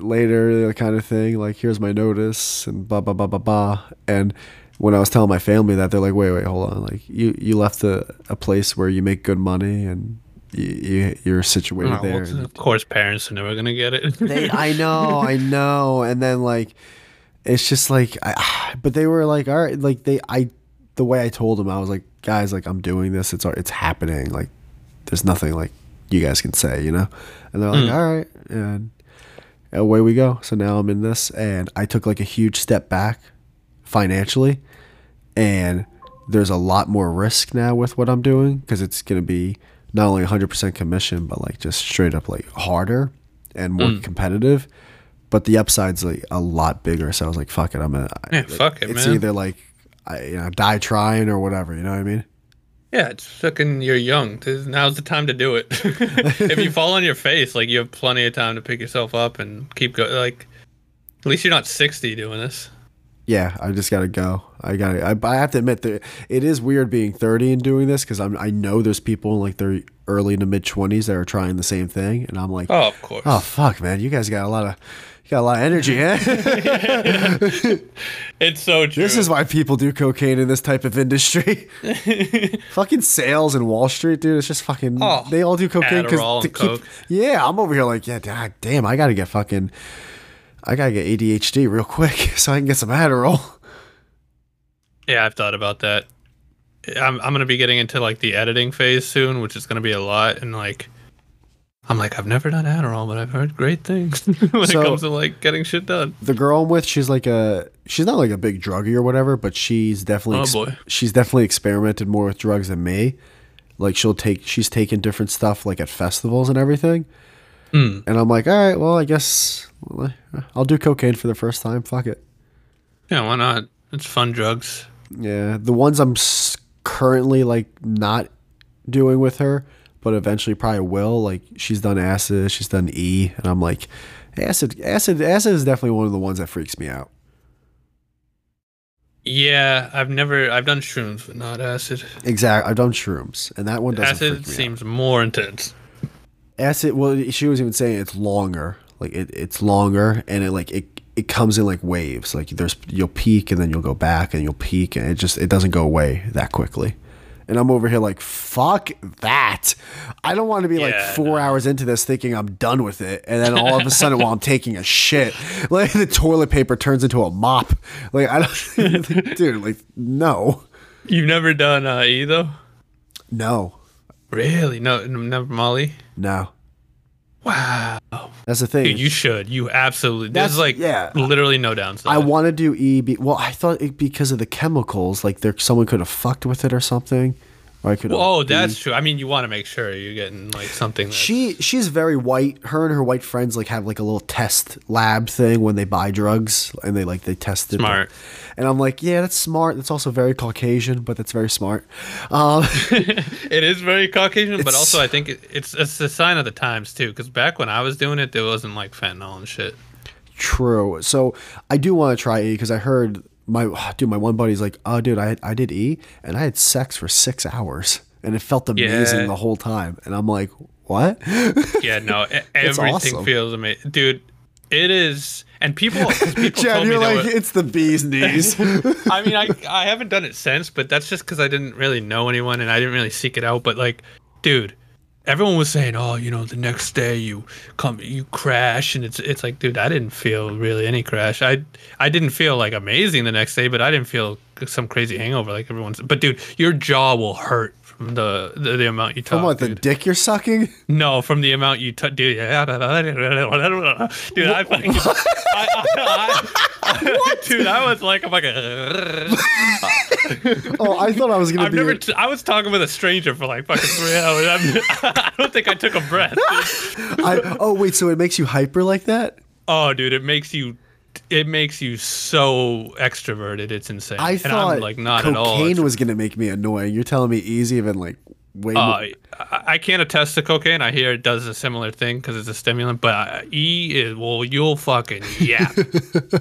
later, the kind of thing. Like, here's my notice and blah blah blah blah blah. And when I was telling my family that, they're like, "Wait, wait, hold on. Like, you you left a, a place where you make good money and you, you you're situated Oh, there." well, of course, parents are never gonna get it. <laughs> They, I know, I know. And then like, it's just like, I, <sighs> but they were like, all right, like they, I, the way I told them, I was like, guys, like I'm doing this. It's, it's happening. Like, there's nothing like you guys can say, you know? And they're like, all right. And away we go. So now I'm in this and I took like a huge step back financially and there's a lot more risk now with what I'm doing because it's going to be not only 100% commission but like just straight up like harder and more competitive but the upside's like a lot bigger so I was like fuck it I'm gonna I- yeah, like, fuck it, it's man. either like I you know die trying or whatever you know what I mean Yeah, it's fucking. You're young. This- Now's the time to do it. <laughs> if you fall on your face, like you have plenty of time to pick yourself up and keep going. Like, at least you're not 60 doing this. yeah I just gotta go I gotta I, but I have to admit that it is weird being 30 and doing this because I'm I know there's people in like their early to mid 20s that are trying the same thing and I'm like Oh, of course. Oh fuck, man! You guys got a lot of you got a lot of energy, <laughs> eh? It's so <laughs> true. this is why people do cocaine in this type of <laughs> industry. fucking sales in Wall Street, dude. It's just fucking. Oh, they all do cocaine Adderall to and keep. coke. Yeah, I'm over here like, yeah, da- damn, I gotta get fucking, I gotta get ADHD real quick <laughs> so I can get some Adderall. Yeah, I've thought about that. I'm I'm gonna be getting into like the editing phase soon, which is gonna be a lot. And like, I'm like, I've never done Adderall, but I've heard great things <laughs> when So- it comes to like getting shit done. The girl I'm with, she's like a, she's not like a big druggie or whatever, but she's definitely, Oh, boy. she's definitely experimented more with drugs than me. Like she'll take, she's taken different stuff like at festivals and everything. Mm. And I'm like, all right, well, I guess eh, I'll do cocaine for the first time. Fuck it. Yeah, why not? It's fun drugs. Yeah, the ones I'm s- currently like not doing with her, but eventually probably will. Like she's done acid, she's done E, and I'm like, acid, acid, acid is definitely one of the ones that freaks me out. Yeah, I've never. I've done shrooms, but not acid. Exactly, I've done shrooms, and that one doesn't Acid freak me seems more intense. out. Acid, well, she was even saying it's longer. Like it, it's longer, and it like it it comes in like waves. Like there's you'll peak, and then you'll go back, and you'll peak, and it just it doesn't go away that quickly. And I'm over here like, fuck that. I don't want to be like Yeah, four hours into this thinking I'm done with it. And then all of a sudden, <laughs> while I'm taking a shit, like the toilet paper turns into a mop. Like, I don't, <laughs> dude, like, no, You've never done uh, E though. no, Really? No, n- never Molly. no. Wow. That's the thing. Dude, you should. You absolutely. That's- There's like yeah. literally no downside. I want to do EB. Well, I thought it because of the chemicals, like there someone could have fucked with it or something, or I could. have- oh, that's true. I mean, you want to make sure you're getting like something. That's, She she's very white. Her and her white friends like have like a little test lab thing when they buy drugs and they like they test it. Smart. And I'm like, yeah, that's smart. That's also very Caucasian, but that's very smart. Um, it is very Caucasian, but It's- also I think it, it's it's a sign of the times too. Because back when I was doing it, there wasn't like fentanyl and shit. True. So I do want to try E because I heard my <sighs> dude, my one buddy's like, oh, dude, I I did E and I had sex for six hours and it felt amazing Yeah. the whole time. And I'm like, what? <laughs> Yeah, no, e- everything awesome. feels amazing, dude. It is, and people 'cause <laughs> people Chad, told me you're like, that. it's the bee's <laughs> knees. <laughs> I mean, I I haven't done it since, but that's just because I didn't really know anyone and I didn't really seek it out. But like, dude, everyone was saying, oh, you know, the next day you come, you crash, and it's it's like, dude, I didn't feel really any crash. I I didn't feel like amazing the next day, but I didn't feel some crazy hangover like everyone's. But dude, your jaw will hurt from the the, the amount you talk. what the dude. dick you're sucking? <laughs> No, from the amount you took, dude. Yeah, dude, I fucking. I, <laughs> I, I, <laughs> Dude, I was like, I'm like, <laughs> Oh, I thought I was gonna I've be. never. T- I was talking with a stranger for like fucking three hours. I'm, <laughs> I don't think I took a breath. <laughs> dude. I, oh wait, so it makes you hyper like that? Oh, dude, it makes you. It makes you so extroverted. It's insane. I and thought I'm like not cocaine at all. was gonna make me annoying. You're telling me easy even like way. more- Uh, I, I can't attest to cocaine. I hear it does a similar thing because it's a stimulant. But uh, E is well, you'll fucking <laughs> yap.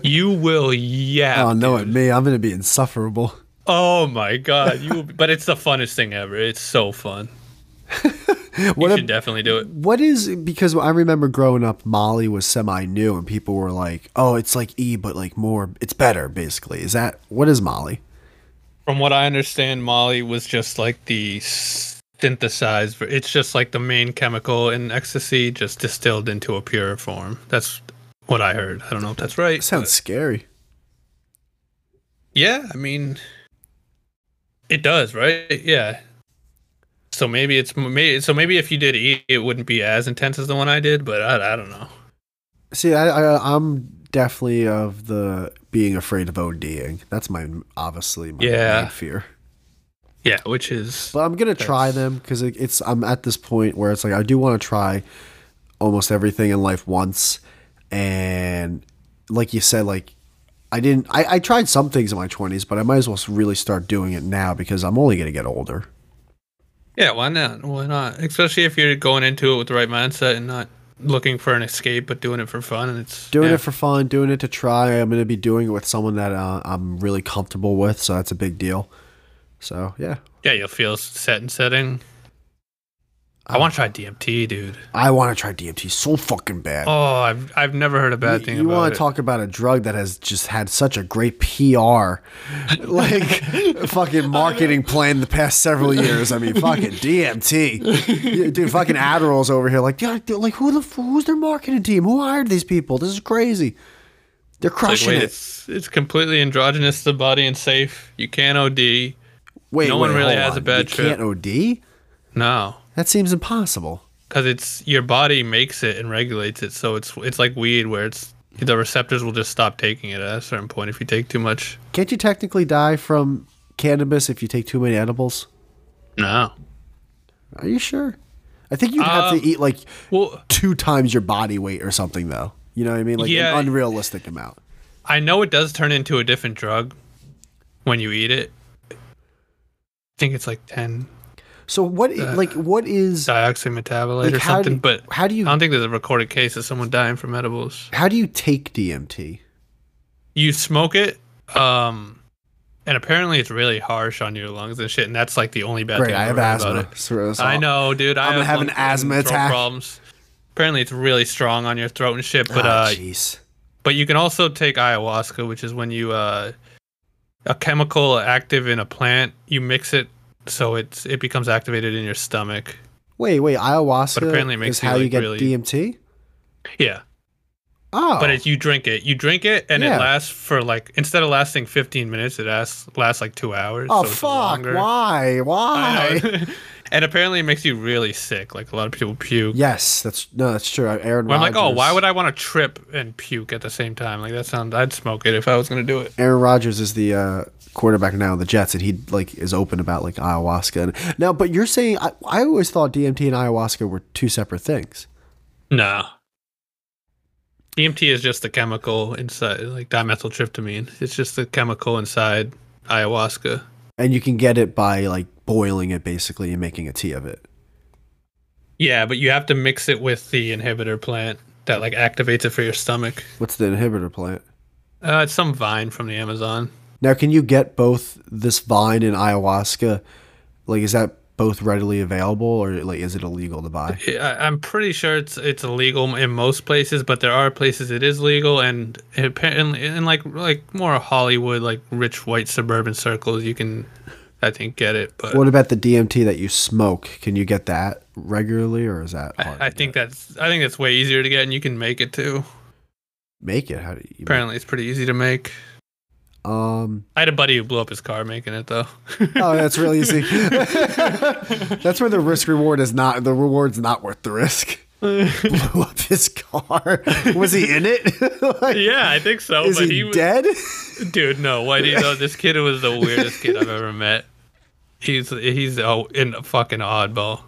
you will yap. oh no, at me, I'm gonna be insufferable. <laughs> Oh my god, you! but it's the funnest thing ever. It's so fun. What you ab- should definitely do it. What is because I remember growing up, Molly was semi new, and people were like, "Oh, it's like E, but like more, it's better." Basically, is that what is Molly? From what I understand, Molly was just like the synthesized. ver- It's just like the main chemical in ecstasy, just distilled into a pure form. That's what I heard. I don't know if that's right. It sounds scary. Yeah, I mean, it does, right? Yeah. So maybe it's maybe so maybe if you did E, it wouldn't be as intense as the one I did. But I, I don't know. See, I, I I'm definitely of the being afraid of ODing. That's my obviously my Yeah. main fear. Yeah, which is But I'm gonna try them because it, it's I'm at this point where it's like I do want to try almost everything in life once, and like you said, like I didn't I, I tried some things in my 20s, but I might as well really start doing it now because I'm only gonna get older. Yeah, why not? Why not? Especially if you're going into it with the right mindset and not looking for an escape, but doing it for fun. And it's Doing yeah. it for fun, doing it to try. I'm gonna be doing it with someone that uh, I'm really comfortable with, so that's a big deal. So yeah, yeah, you'll feel set and setting. Oh. I want to try DMT, dude. I want to try DMT so fucking bad. Oh, I've I've never heard a bad You- thing you about want it. to talk about a drug that has just had such a great PR, <laughs> like fucking marketing plan the past several years. I mean, fucking DMT, Yeah, dude. Fucking Adderall's over here, like, yeah, dude, like who the f- who's their marketing team? Who hired these people? This is crazy. They're Like, crushing wait, it. it's it's completely androgynous to the body and safe. You can't OD. Wait, no one wait, really hold has on. a bad You trip. can't OD. No, That seems impossible. because it's your body makes it and regulates it. So it's it's like weed, where it's the receptors will just stop taking it at a certain point if you take too much. Can't you technically die from cannabis if you take too many edibles? No. Are you sure? I think you'd have Um, to eat like Well, two times your body weight or something, though. You know what I mean? Like Yeah. an unrealistic amount. I know it does turn into a different drug when you eat it. I think it's like 10 So what? i- like what is? dioxymetabolite Like, Uh, or how do- something, but how do you- I don't think there's a recorded case of someone dying from edibles. How do you take DMT? You smoke it, um, and apparently it's really harsh on your lungs and shit, and that's like the only bad Great, thing I I've have heard about asthma. it. So- so- I know, dude. I I'm gonna have an lung- asthma throat attack. Problems. Apparently, it's really strong on your throat and shit. But Ah, uh, jeez. but you can also take ayahuasca, which is when you uh, a chemical active in a plant, you mix it so it's it becomes activated in your stomach. Wait, wait. Ayahuasca But apparently it makes is you, how you like, get really- DMT. Yeah, Oh, but if you drink it, you drink it, and Yeah. it lasts for like instead of lasting 15 minutes, it lasts lasts like two hours. oh so it's fuck! longer. Why? I Why? <laughs> know. and apparently, it makes you really sick. Like a lot of people puke. Yes, that's no, that's true. Aaron. Well, I'm like, oh, Rodgers- why would I want to trip and puke at the same time? Like that sounds. I'd smoke it if I was gonna do it. Aaron Rodgers is the uh, quarterback now of the Jets, and he like is open about like ayahuasca. And, now, but you're saying I, I always thought DMT and ayahuasca were two separate things. No. DMT E is just the chemical inside, like dimethyltryptamine. It's just the chemical inside ayahuasca. and you can get it by like boiling it basically and making a tea of it. Yeah, but you have to mix it with the inhibitor plant that like activates it for your stomach. What's the inhibitor plant? Uh, it's some vine from the Amazon. Now, can you get both this vine and ayahuasca? Like, is that both readily available, or like is it illegal to buy? I- I, I'm pretty sure it's it's illegal in most places, but there are places it is legal, and apparently in like like more Hollywood, like rich white suburban circles, you can, I think, get it. But What about the DMT that you smoke? Can you get that regularly, or is that hard? I think that's I think that's way easier to get, and you can make it too. make it. How do you? Apparently, it's pretty easy to make. Um. I had a buddy who blew up his car making it though. <laughs> Oh, that's really easy. <laughs> that's where the risk reward is not. The reward's not worth the risk. <laughs> Blew up his car. <laughs> Was he in it? <laughs> Like, yeah, I think so. Is but he, was- dead? Dude, no. Why do you know this kid was the weirdest kid I've <laughs> ever met? He's he's oh, in a fucking oddball.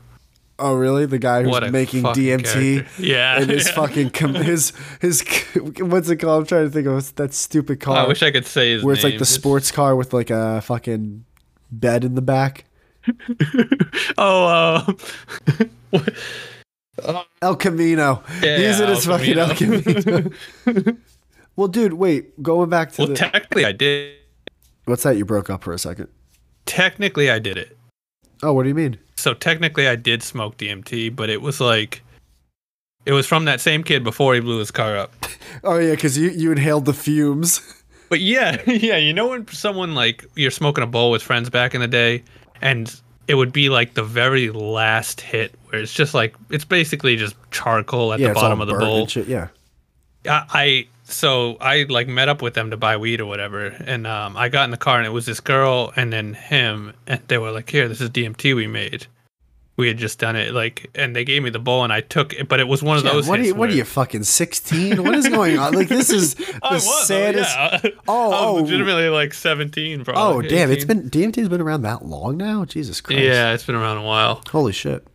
Oh, really? The guy who's What a making fucking DMT character. Yeah, and <laughs> his yeah. fucking com- his his <laughs> what's it called? I'm trying to think of that stupid car I wish I could say his where it's like name. the sports car with like a fucking bed in the back. <laughs> Oh, uh, <laughs> what- El Camino. Yeah, He's in his El fucking El Camino. <laughs> well, dude, wait. Going back to well, the, technically I did. what's that? You broke up for a second. Technically I did it. Oh, what do you mean? So technically, I did smoke DMT, but it was like, it was from that same kid before he blew his car up. Oh yeah, because you you inhaled the fumes. But yeah, <laughs> yeah, you know when someone like you're smoking a bowl with friends back in the day, and it would be like the very last hit where it's just like it's basically just charcoal at yeah, the it's bottom all of the burnt and bowl. Shit. Yeah. I, I so I like met up with them to buy weed or whatever, and um, I got in the car and it was this girl and then him, and they were like, "Here, this is DMT we made. We had just done it like, and they gave me the bowl and I took it, but it was one of Yeah, those. what are hits you? What are where- you fucking sixteen? What is going on? Like this <laughs> is the I was, oh, saddest. yeah. <laughs> Oh, I was oh. legitimately like seventeen, Oh probably. damn! It's 18. been DMT's been around that long now. Jesus Christ! yeah, it's been around a while. Holy shit!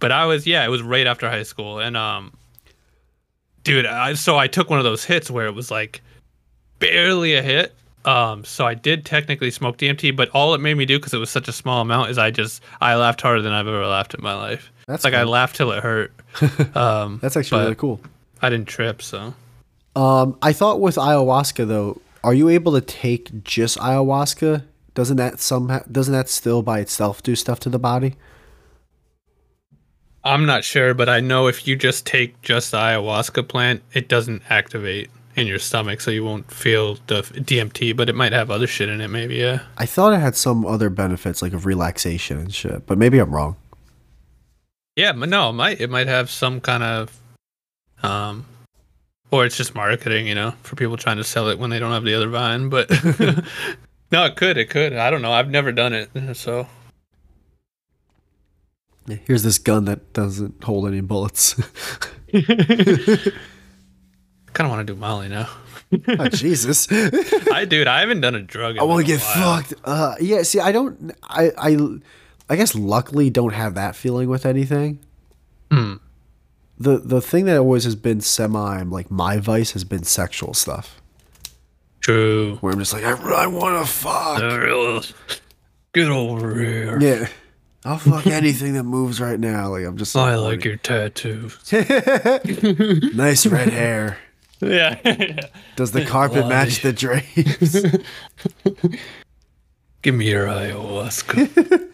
but I was yeah, it was right after high school, and um, dude, I so I took one of those hits where it was like barely a hit. Um, so I did technically smoke DMT, but all it made me do because it was such a small amount is I just I laughed harder than I've ever laughed in my life. That's That's like I cool. laughed till it hurt. Um, That's actually but really cool. I didn't trip, so Um, I thought with ayahuasca though, are you able to take just ayahuasca? Doesn't that somehow? Doesn't that still by itself do stuff to the body? I'm not sure, but I know if you just take just the ayahuasca plant, it doesn't activate in your stomach, so you won't feel the DMT, but it might have other shit in it, maybe. Yeah. I thought it had some other benefits like of relaxation and shit, but maybe I'm wrong. Yeah, but no, it might it might have some kind of, um, or it's just marketing, you know, for people trying to sell it when they don't have the other vine. But <laughs> no, it could, it could. I don't know. I've never done it, so Here's this gun that doesn't hold any bullets. <laughs> kind of want to do Molly now. <laughs> oh, Jesus. I I dude, I haven't done a drug. In want like to a get while. fucked. Uh, yeah, see, I don't. I, I, I guess luckily don't have that feeling with anything. Mm. the the thing that always has been semi like my vice has been sexual stuff True. where I'm just like I, I want to fuck. Get over here. Yeah. I'll fuck anything that moves right now. Like I'm just I like your tattoo. <laughs> nice red hair. Yeah. <laughs> Does the carpet match the drapes? Give me your <laughs> ayahuasca.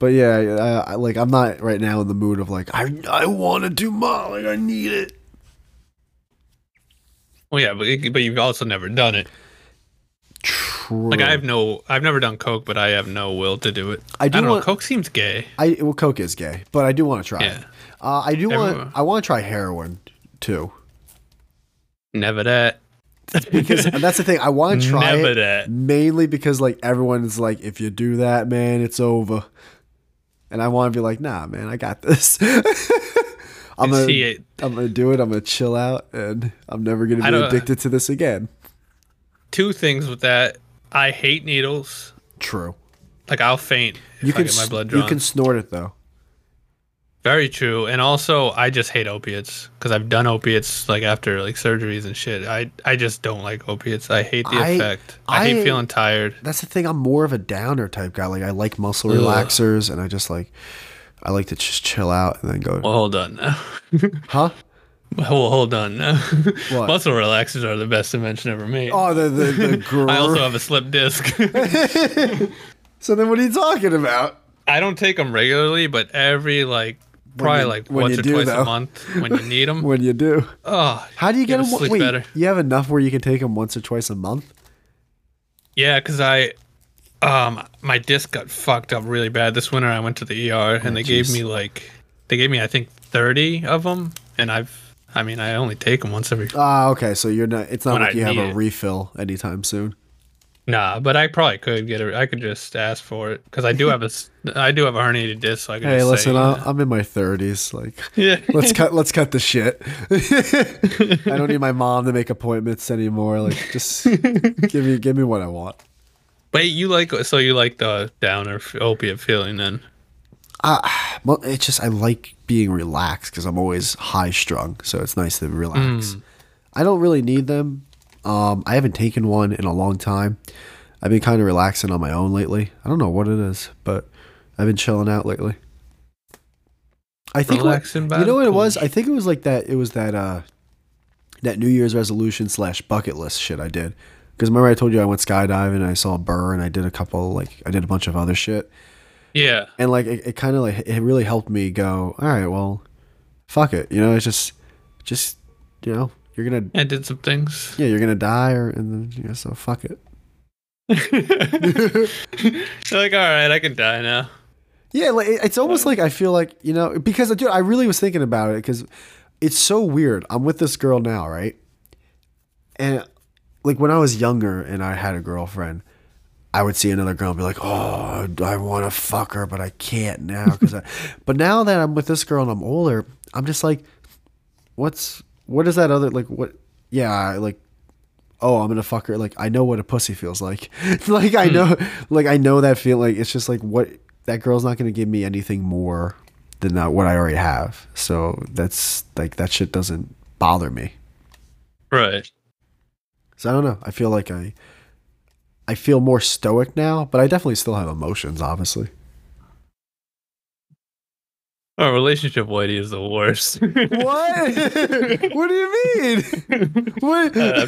but yeah, uh, I, I, like I'm not right now in the mood of like I I want to do ma like I need it. well, yeah, but it- but you've also never done it. True. Like I have no, I've never done coke, but I have no will to do it. I do I don't want- know. Coke seems gay. I well, coke is gay, but I do want to try it. Yeah. Uh, I do Everyone- want I want to try heroin too Never that. <laughs> because that's the thing I want to try Never it that. mainly because like everyone's like if you do that man it's over, and I want to be like nah man I got this. <laughs> I'm gonna See it. I'm gonna do it I'm gonna chill out and I'm never gonna I be don't- addicted to this again. Two things with that. I hate needles. True. Like I'll faint if You I can get my s- blood drawn. you can snort it though. Very true. And also, I just hate opiates because I've done opiates like after like surgeries and shit. I I just don't like opiates. I hate the I- effect. I, hate I- feeling tired. That's the thing. I'm more of a downer type guy. Like I like muscle relaxers, and I just like I like to just chill out and then go. Well, hold on <laughs> now. Huh? Well, hold on <laughs> now. What? Muscle relaxers are the best invention ever made. Oh, the the, the <laughs> gr- I also have a slip disc. <laughs> So then, what are you talking about? I don't take them regularly, but every like probably you- like when once you or do, twice though. a month when you <laughs> need them. When you do, oh, how do you get Gotta them? sleep Wait, better. you have enough where you can take them once or twice a month. Yeah, because I, um, my disc got fucked up really bad this winter. I went to the ER and they Oh, jeez. gave me like, they gave me I think thirty of them, and I've, I mean, I only take them once every. Ah, okay. So you're not. It's not When like I you have need a it. refill anytime soon. Nah, but I probably could get it. I could just ask for it because I do have a, s- <laughs> I do have a herniated disc. So I can Hey, just listen, say, I- uh, I'm in my thirties. Like, <laughs> yeah, let's cut. Let's cut the shit. <laughs> I don't need my mom to make appointments anymore. Like, <laughs> just give me give me what I want. but you like so you like the downer f- opiate feeling then? Well, it's just I like being relaxed because I'm always high strung, so it's nice to relax. I don't really need them. Um, I haven't taken one in a long time. I've been kind of relaxing on my own lately. I don't know what it is, but I've been chilling out lately. I think what- Relaxing by you know the what it pool. was. I think it was like that. It was that uh, that New Year's resolution slash bucket list shit I did. Because remember I told you I went skydiving and I saw Burr and I did a couple like I did a bunch of other shit Yeah, and like it, it kind of like it really helped me go all right well fuck it you know it's just just you know you're gonna I did some things. yeah you're gonna die or and then you know so fuck it <laughs> like, all right, I can die now. yeah like it- it's almost like i feel like you know because dude i really was thinking about it because it's so weird i'm with this girl now right and like when i was younger and i had a girlfriend I would see another girl and be like, "Oh, I want to fuck her, but I can't now." Cause I, but now that I'm with this girl and I'm older, I'm just like, "What's what is that other like? What? Yeah, I, like, oh, I'm gonna fuck her. Like, I know what a pussy feels like. <laughs> like Hmm. I know, like I know that feel. Like it's just like what that girl's not gonna give me anything more than that what I already have. So that's like that shit doesn't bother me. Right. So I don't know. I feel like I I feel more stoic now, but I definitely still have emotions, <laughs> obviously. Our Oh, relationship whitey is <laughs> the worst. <laughs> What? what do you mean? What? Uh,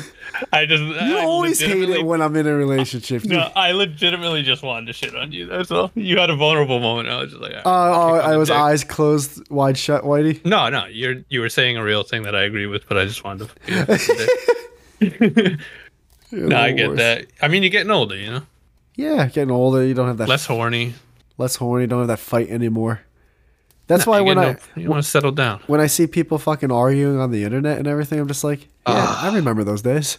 I <laughs> just you I always hate it legitimately- when I'm in a relationship. dude. No, I legitimately just wanted to shit on you. That's all. You had a vulnerable moment. I was just like, Uh, oh, Kick on I the was dick. eyes closed, wide shut, Whitey. no, no, you're you were saying a real thing that I agree with, but I just wanted <laughs> to. You're no, the I get worst. that. I mean, you're getting older, you know, Yeah, getting older, you don't have that less, less horny. horny, don't have that fight anymore. That's why You when get I no- you want to settle down. when I see people fucking arguing on the internet and everything, I'm just like, yeah, I remember those days.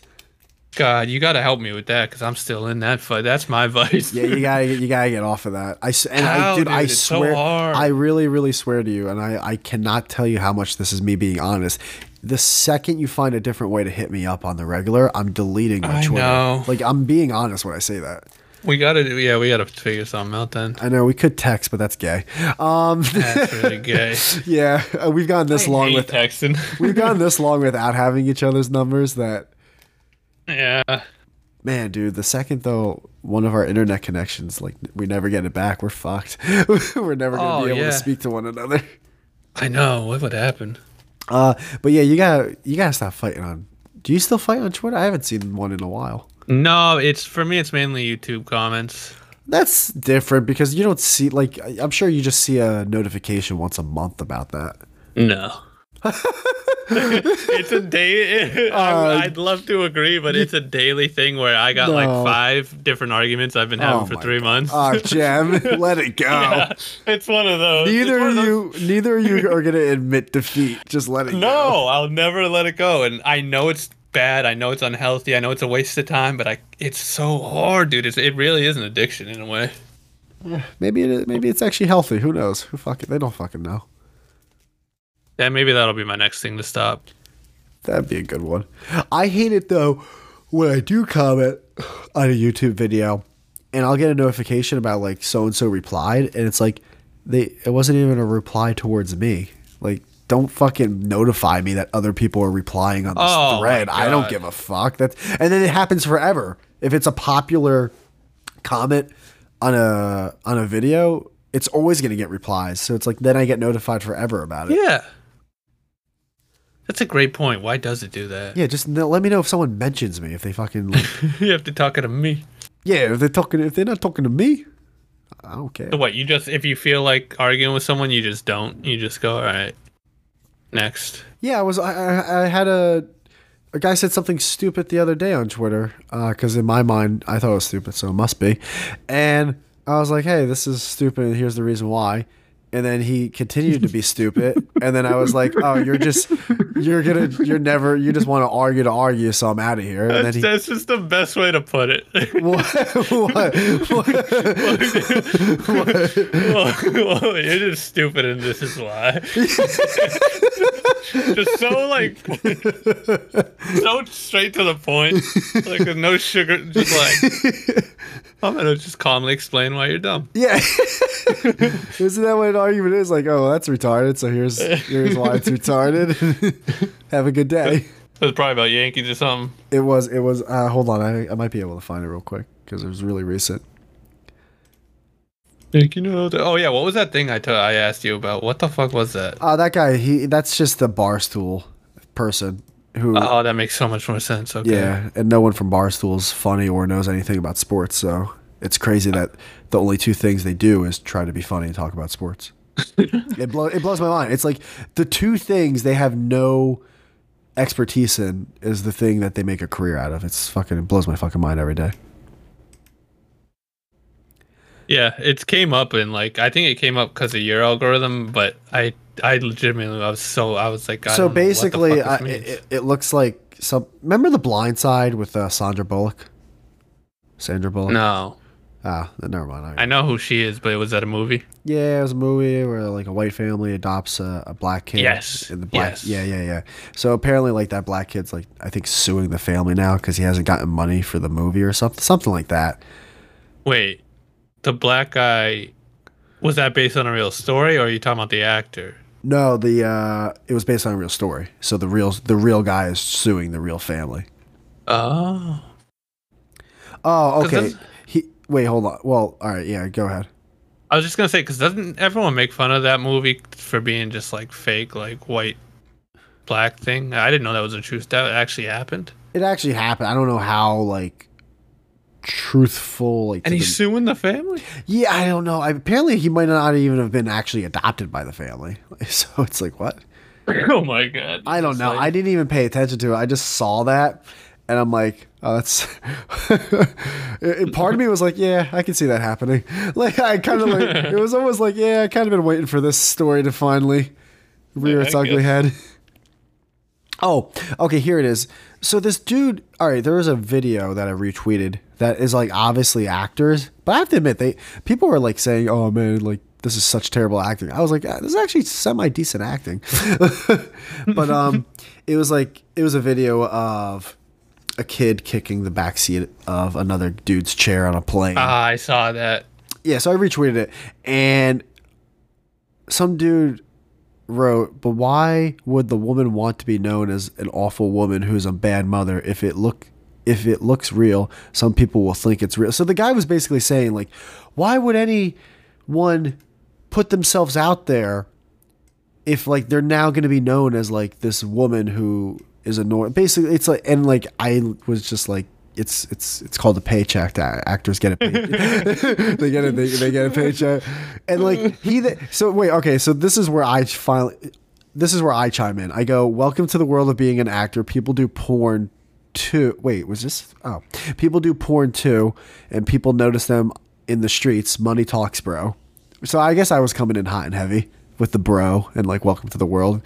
God, you got to help me with that because I'm still in that fight. That's my <laughs> vice. Yeah, you gotta you gotta get off of that. I s- and I How, dude, dude? I It's so swear, hard. I really really swear to you, and I I cannot tell you how much this is me being honest. The second you find a different way to hit me up on the regular, I'm deleting my I Twitter. know. Like I'm being honest when I say that. We gotta do. Yeah, we gotta figure something out then. I know we could text, but that's gay. <laughs> Um, <laughs> That's really <laughs> gay. yeah, uh, we've gone this long Hate with texting. we've gone this long without having each other's numbers. That <laughs> yeah. man, dude. The second though, one of our internet connections, like we never get it back. We're fucked. <laughs> we're never gonna Oh, be able yeah. to speak to one another. I know. What would happen? Uh, but yeah, you gotta you gotta stop fighting on. Do you still fight on Twitter? I haven't seen one in a while. No, it's for me. It's mainly YouTube comments. That's different because you don't see like I- I'm sure you just see a notification once a month about that. No. <laughs> it's a day. <laughs> Uh, I- I'd love to agree, but it's a daily thing where I got like No. five different arguments I've been having Oh for my three months. <laughs> Ah, Jam, let it go. it's one of those. It's Neither one of of those- you, neither of you are gonna admit defeat. Just let it go. <laughs> No, I'll never let it go. And I know it's bad. I know it's unhealthy. I know it's a waste of time. But I, it's so hard, dude. It's, it really is an addiction in a way. Maybe it, maybe it's actually healthy. Who knows? Who fucking they don't fucking know. Yeah, maybe that'll be my next thing to stop. That'd be a good one. I hate it though when I do comment on a YouTube video and I'll get a notification about like so and so replied and it's like they it wasn't even a reply towards me. Like don't fucking notify me that other people are replying on this Oh, my thread. I don't God. give a fuck. That and then it happens forever. If it's a popular comment on a on a video, it's always going to get replies. So it's like then I get notified forever about it. Yeah. That's a great point. Why does it do that? Yeah, just n- let me know if someone mentions me if they fucking like, <laughs> you have to talk it to me. Yeah, if they're talking, if they're not talking to me, I don't care. So what? You just if you feel like arguing with someone, you just don't. You just go, all right, next. Yeah, I was. I, I, I had a a guy said something stupid the other day on Twitter because in my mind I thought it was stupid, so it must be. And I was like, "Hey, this is stupid. and Here's the reason why." And then he continued to be stupid. And then I was like, "Oh, you're just you're gonna you're never you just want to argue to argue, so I'm out of here." And then That's, he. that's just the best way to put it. <laughs> What, what, what? Well, you're just stupid, and this is why. <laughs> just so like so straight to the point, like with no sugar. Just like I'm gonna just calmly explain why you're dumb. Yeah. <laughs> Isn't that what an argument is? Like, oh, that's retarded. So here's here's why it's retarded. <laughs> Have a good day. It's probably about Yankees or something. It was it was. Uh, hold on, I, I might be able to find it real quick because it was really recent. Like, you know, oh yeah, what was that thing I t- I asked you about? What the fuck was that? Uh, that guy. He that's just the barstool person who. Oh, that makes so much more sense. Okay. yeah, and no one from barstool's funny or knows anything about sports. So it's crazy that the only two things they do is try to be funny and talk about <laughs> sports. it blow, it blows my mind. It's like the two things they have no expertise in is the thing that they make a career out of. It's fucking it blows my fucking mind every day. Yeah, it came up in like I think it came up because of your algorithm, but I I legitimately I was so I was like I so don't know what the fuck basically, this I, means. it, it looks like some. Remember the Blind Side with uh, Sandra Bullock? Sandra Bullock. no, Ah, then never mind. I know who she is, but it was at a movie. Yeah, it was a movie where like a white family adopts a, a black kid. Yes, And the black, yes. Yeah, yeah, yeah. So apparently, like that black kid's like I think suing the family now because he hasn't gotten money for the movie or something, something like that. Wait, the black guy was that based on a real story, or are you talking about the actor? No, the uh, it was based on a real story. So the real the real guy is suing the real family. Oh, Oh, 'Cause okay. that's- He wait, hold on. Well, all right, yeah, go ahead. I was just gonna say because doesn't everyone make fun of that movie for being just like fake, like white, black thing? I didn't know that was a true that actually happened. It actually happened. I don't know how like truthful like. And to he's the- suing the family. yeah, I don't know. I, apparently, he might not even have been actually adopted by the family. <laughs> So it's like what. <laughs> oh my god! I don't It's know. like- I didn't even pay attention to it. I just saw that, and I'm like, oh, that's. <laughs> and part of me was like, yeah, I can see that happening. <laughs> Like I kind of like it was almost like, yeah, I kind of been waiting for this story to finally rear Yeah, its I ugly guess. head. <laughs> Oh, okay, here it is. So this dude, all right, there was a video that I retweeted that is like obviously actors, but I have to admit they people were like saying, "Oh man, like this is such terrible acting." I was like, ah, "This is actually semi decent <laughs> acting," but um, it was like it was a video of a kid kicking the backseat of another dude's chair on a plane. Ah, I saw that. yeah, so I retweeted it, and some dude wrote, "But why would the woman want to be known as an awful woman who's a bad mother if it look if it looks real? Some people will think it's real." So the guy was basically saying, like, why would anyone put themselves out there if like they're now going to be known as like this woman who is annoying? Basically, it's like, and like I was just like. It's it's it's called a paycheck that actors get a paycheck. <laughs> they get a they, they get a paycheck, and like he th- so wait okay so this is where I finally this is where I chime in. I go welcome to the world of being an actor. People do porn too. Wait was this oh people do porn too, and people notice them in the streets. Money talks, bro. So I guess I was coming in hot and heavy with the bro and like welcome to the world,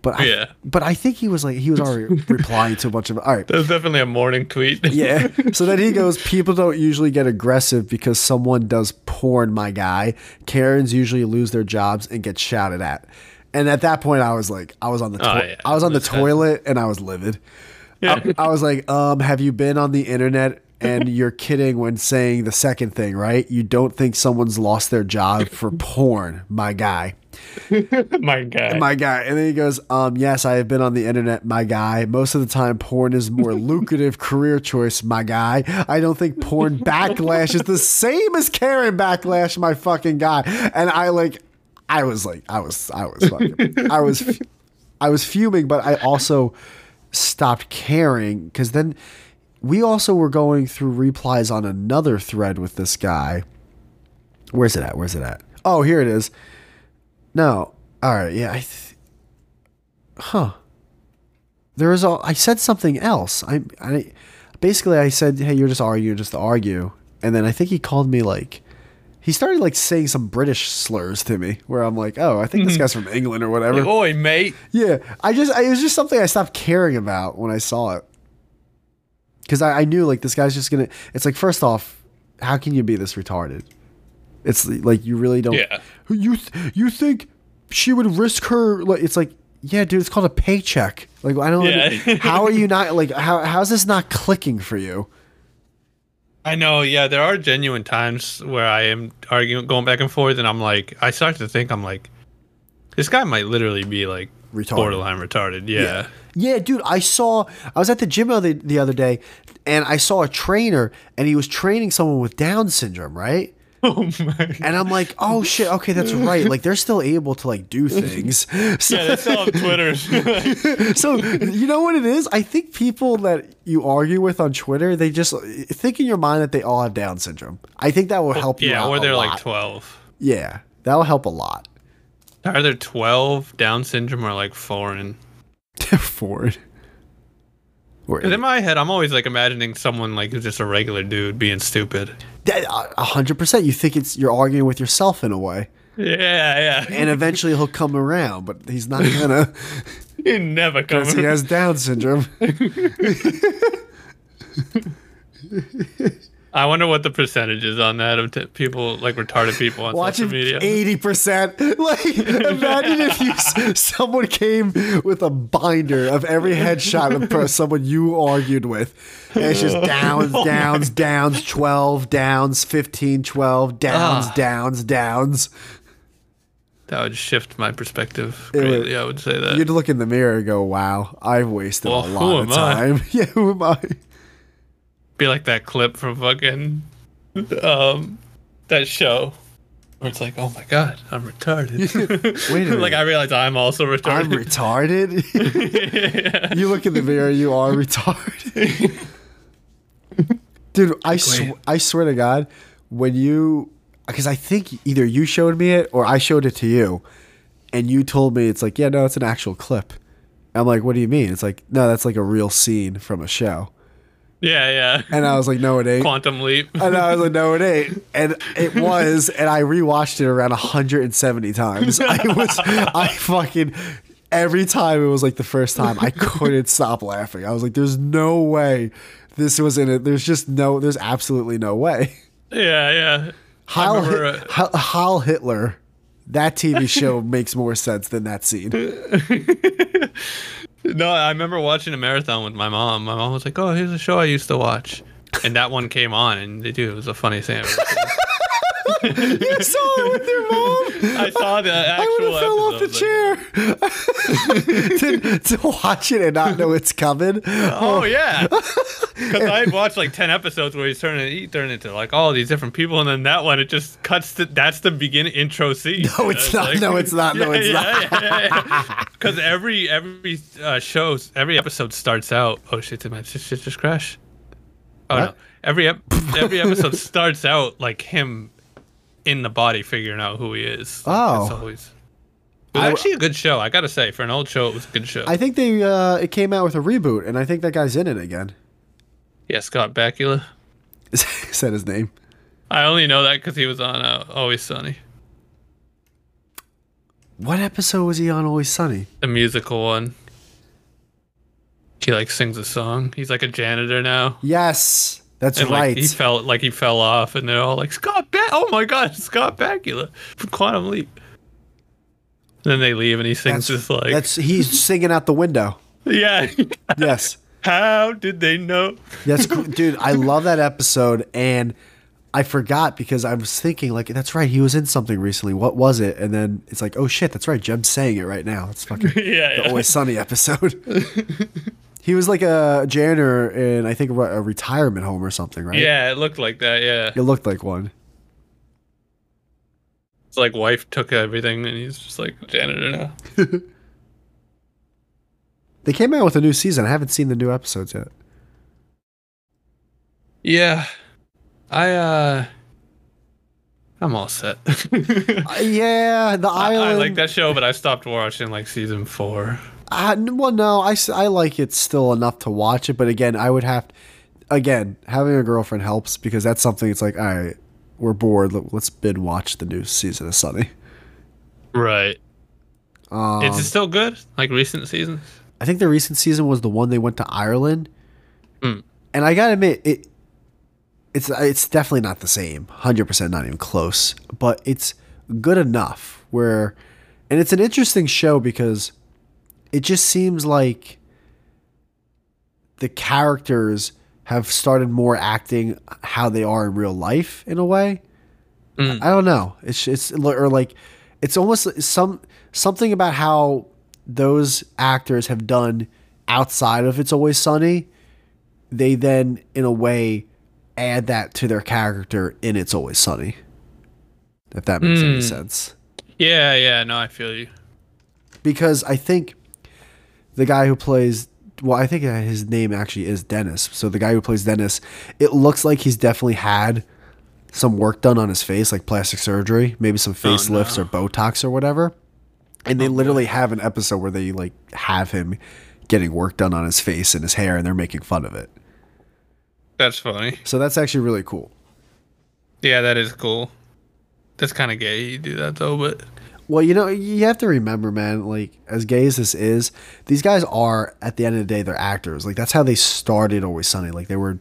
but I, Yeah. but I think he was like he was already replying to a bunch of all right. That was definitely a morning tweet. <laughs> Yeah. So then he goes, people don't usually get aggressive because someone does porn, my guy. Karens usually lose their jobs and get shouted at. And at that point, I was like, I was on the, to- Oh, yeah. I was on the That's- toilet and I was livid. I, I was like, um, have you been on the internet? <laughs> And you're kidding when saying the second thing, right? You don't think someone's lost their job for porn, my guy <laughs> My God. my guy. And then he goes, um, yes, I have been on the internet, my guy. Most of the time, porn is more lucrative career choice, my guy. I don't think porn backlash is the same as Karen backlash, my fucking guy. And I like, I was like, I was, I was, fucking, I was, f- I was fuming, but I also stopped caring because then we also were going through replies on another thread with this guy. Where's it at? Where's it at? Oh, here it is. No. All right. Yeah. I th- huh. There is all. I said something else. I, I basically I said, hey, you're just arguing, just to argue, and then I think he called me like. He started like saying some British slurs to me, where I'm like, "Oh, I think this guy's from England or whatever." Oi, mate. Yeah, I just I, it was just something I stopped caring about when I saw it because I, I knew like this guy's just gonna. It's like first off, how can you be this retarded? It's like you really don't. Yeah. You th- you think she would risk her? Like it's like yeah, dude. It's called a paycheck. Like I don't. Yeah. <laughs> under- how are you not like how how's this not clicking for you? I know, yeah, there are genuine times where I am arguing, going back and forth, and I'm like, I start to think, I'm like, this guy might literally be like Retarded. borderline retarded. Yeah. Yeah, dude, I saw. I was at the gym the other, the other day, and I saw a trainer, and he was training someone with Down syndrome, right? <laughs> Oh my. And I'm like, oh shit, okay, that's right. Like they're still able to like <laughs> do things. So, Yeah, that's all on Twitter. <laughs> so you know what it is? I think people that you argue with on Twitter, they just think in your mind that they all have Down syndrome. I think that will help you. yeah, out or a they're like lot. 12. yeah, that will help a lot. <laughs> Are there 12 Down syndrome or like foreign? Ford. Or But in my head, I'm always like imagining someone like who's just a regular dude being stupid. that- uh, a hundred percent. You think it's you're arguing with yourself in a way, Yeah, yeah. <laughs> and eventually he'll come around, but he's not gonna. You never come. He has Down syndrome. I wonder what the percentage is on that of t- people like retarded people on Watch social him media. eighty percent. <laughs> Like, imagine if you s- <laughs> someone came with a binder of every headshot of per- someone you argued with. And it's just <laughs> Oh downs, downs, downs, twelve, downs, 15, 12, downs, Ah. downs, downs. That would shift my perspective would. greatly. I would say that. You'd look in the mirror and go, "Wow, I've wasted Well, a who lot of am I?" time." <laughs> Yeah, who am I? be like that clip from fucking um that show where it's like, oh my god, I'm <laughs> retarded. <laughs> Wait a minute. like I realize I'm also <laughs> I'm retarded. retarded. you look in the mirror, you are retarded. <laughs> Dude, I, sw- wait. I swear to God, when you, because I think either you showed me it or I showed it to you, and you told me it's like, yeah, no, it's an actual clip. I'm like, what do you mean? It's like, no, that's like a real scene from a show. yeah, yeah. And I was like, no, it ain't. Quantum leap. And I was like, no, it ain't. And <laughs> it was. And I rewatched it around 170 times. I was, I fucking, every time it was like the first time, I couldn't stop laughing. I was like, there's no way this was in it. There's just no, there's absolutely no way. yeah, yeah. Heil, remember, uh, Hit- Hei- Heil <laughs> Hitler, that TV show makes more sense than that scene. No, I remember watching a marathon with my mom. My mom was like, "Oh, here's a show I used to watch," and that one came on, and they do. It was a funny sandwich. you saw it with your mom. <laughs> I saw the actual. I would have fell off the episode. chair. <laughs> to, to watch it and not know it's <laughs> coming. <laughs> Oh yeah, because I had watched like ten episodes where he's turning he turned into like all these different people, and then that one it just cuts to that's the beginning intro scene. <laughs> No, Oh, it's It's not. No, it's not. <laughs> No, it's not. <laughs> Because every every uh, show, every episode starts out. Oh shit! Did my shit, shit just crash? Oh no! What? Every <laughs> ep- every episode starts out like him in the body figuring out who he is. Oh. it's always. It was I- actually a good show. I gotta say, for an old show, it was a good show. I think they uh, it came out with a reboot, and I think that guy's in it again. <laughs> yeah, Scott Bakula. Is that his name? I only know that because he was on uh, Always Sunny, What episode was he on? Always Sunny. the musical one. He like sings a song. He's like a janitor now, Yes, that's and right. like he fell like he fell off, and they're all like Scott. Ba- oh my God, <laughs> Scott Bakula from Quantum Leap. And then they leave, and he sings that's, this like, that's he's singing out the window. <laughs> yeah. <laughs> Yes. How did they know? <laughs> That's cool. dude. I love that episode, and I forgot because I was thinking like, that's right. He was in something recently. What was it? And then it's like, oh shit, that's right. Jem's saying it right now. That's fucking yeah, yeah. Always Sunny episode. <laughs> he was like a janitor in I think a re- a retirement home or something, right? <laughs> yeah. It looked like that. Yeah, It looked like one. it's like wife took everything, and he's just like janitor now. They came out with a new season. I haven't seen the new episodes yet. Yeah. I uh I'm all set. <laughs> Uh, yeah, the I, island. I like that show, but I stopped watching like season four. Uh, n- well, no, I, s- I like it still enough to watch it, but again, I would have, again, having a girlfriend helps because that's something. It's like, all right, we're bored. let- Let's bid watch the new season of Sunny. Right. Um, Is it still good? Like recent seasons? I think the recent season was the one they went to Ireland, Mm. and I gotta admit it. It's it's definitely not the same, hundred percent, not even close. But it's good enough where, and it's an interesting show because it just seems like the characters have started more acting how they are in real life in a way. I don't know. It's it's or like it's almost some something about how those actors have done outside of It's Always Sunny. They then, in a way, add that to their character in It's Always Sunny. If that makes any sense Yeah, yeah, no, I feel you. because I think the guy who plays well, I think his name actually is Dennis. So the guy who plays Dennis, it looks like he's definitely had some work done on his face, like plastic surgery, maybe some facelifts or Botox or whatever. And they literally have an episode where they like have him getting work done on his face and his hair, and they're making fun of it. That's funny. So that's actually really cool. Yeah, that is cool. That's kinda gay you do that though, but Well, you know, you have to remember, man, like, as gay as this is, these guys are, at the end of the day, they're actors. Like, that's how they started Always Sunny. Like, they were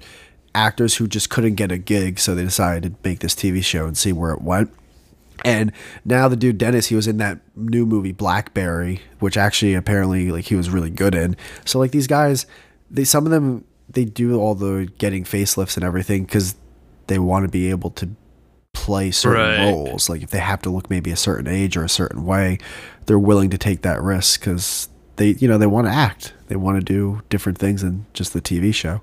actors who just couldn't get a gig, so they decided to make this TV show and see where it went. And now the dude Dennis, he was in that new movie Blackberry, which actually apparently like he was really good in. So like these guys, they some of them they do all the getting facelifts and everything because they want to be able to play certain Right. roles. Like if they have to look maybe a certain age or a certain way, they're willing to take that risk because they you know they want to act, they want to do different things than just the TV show.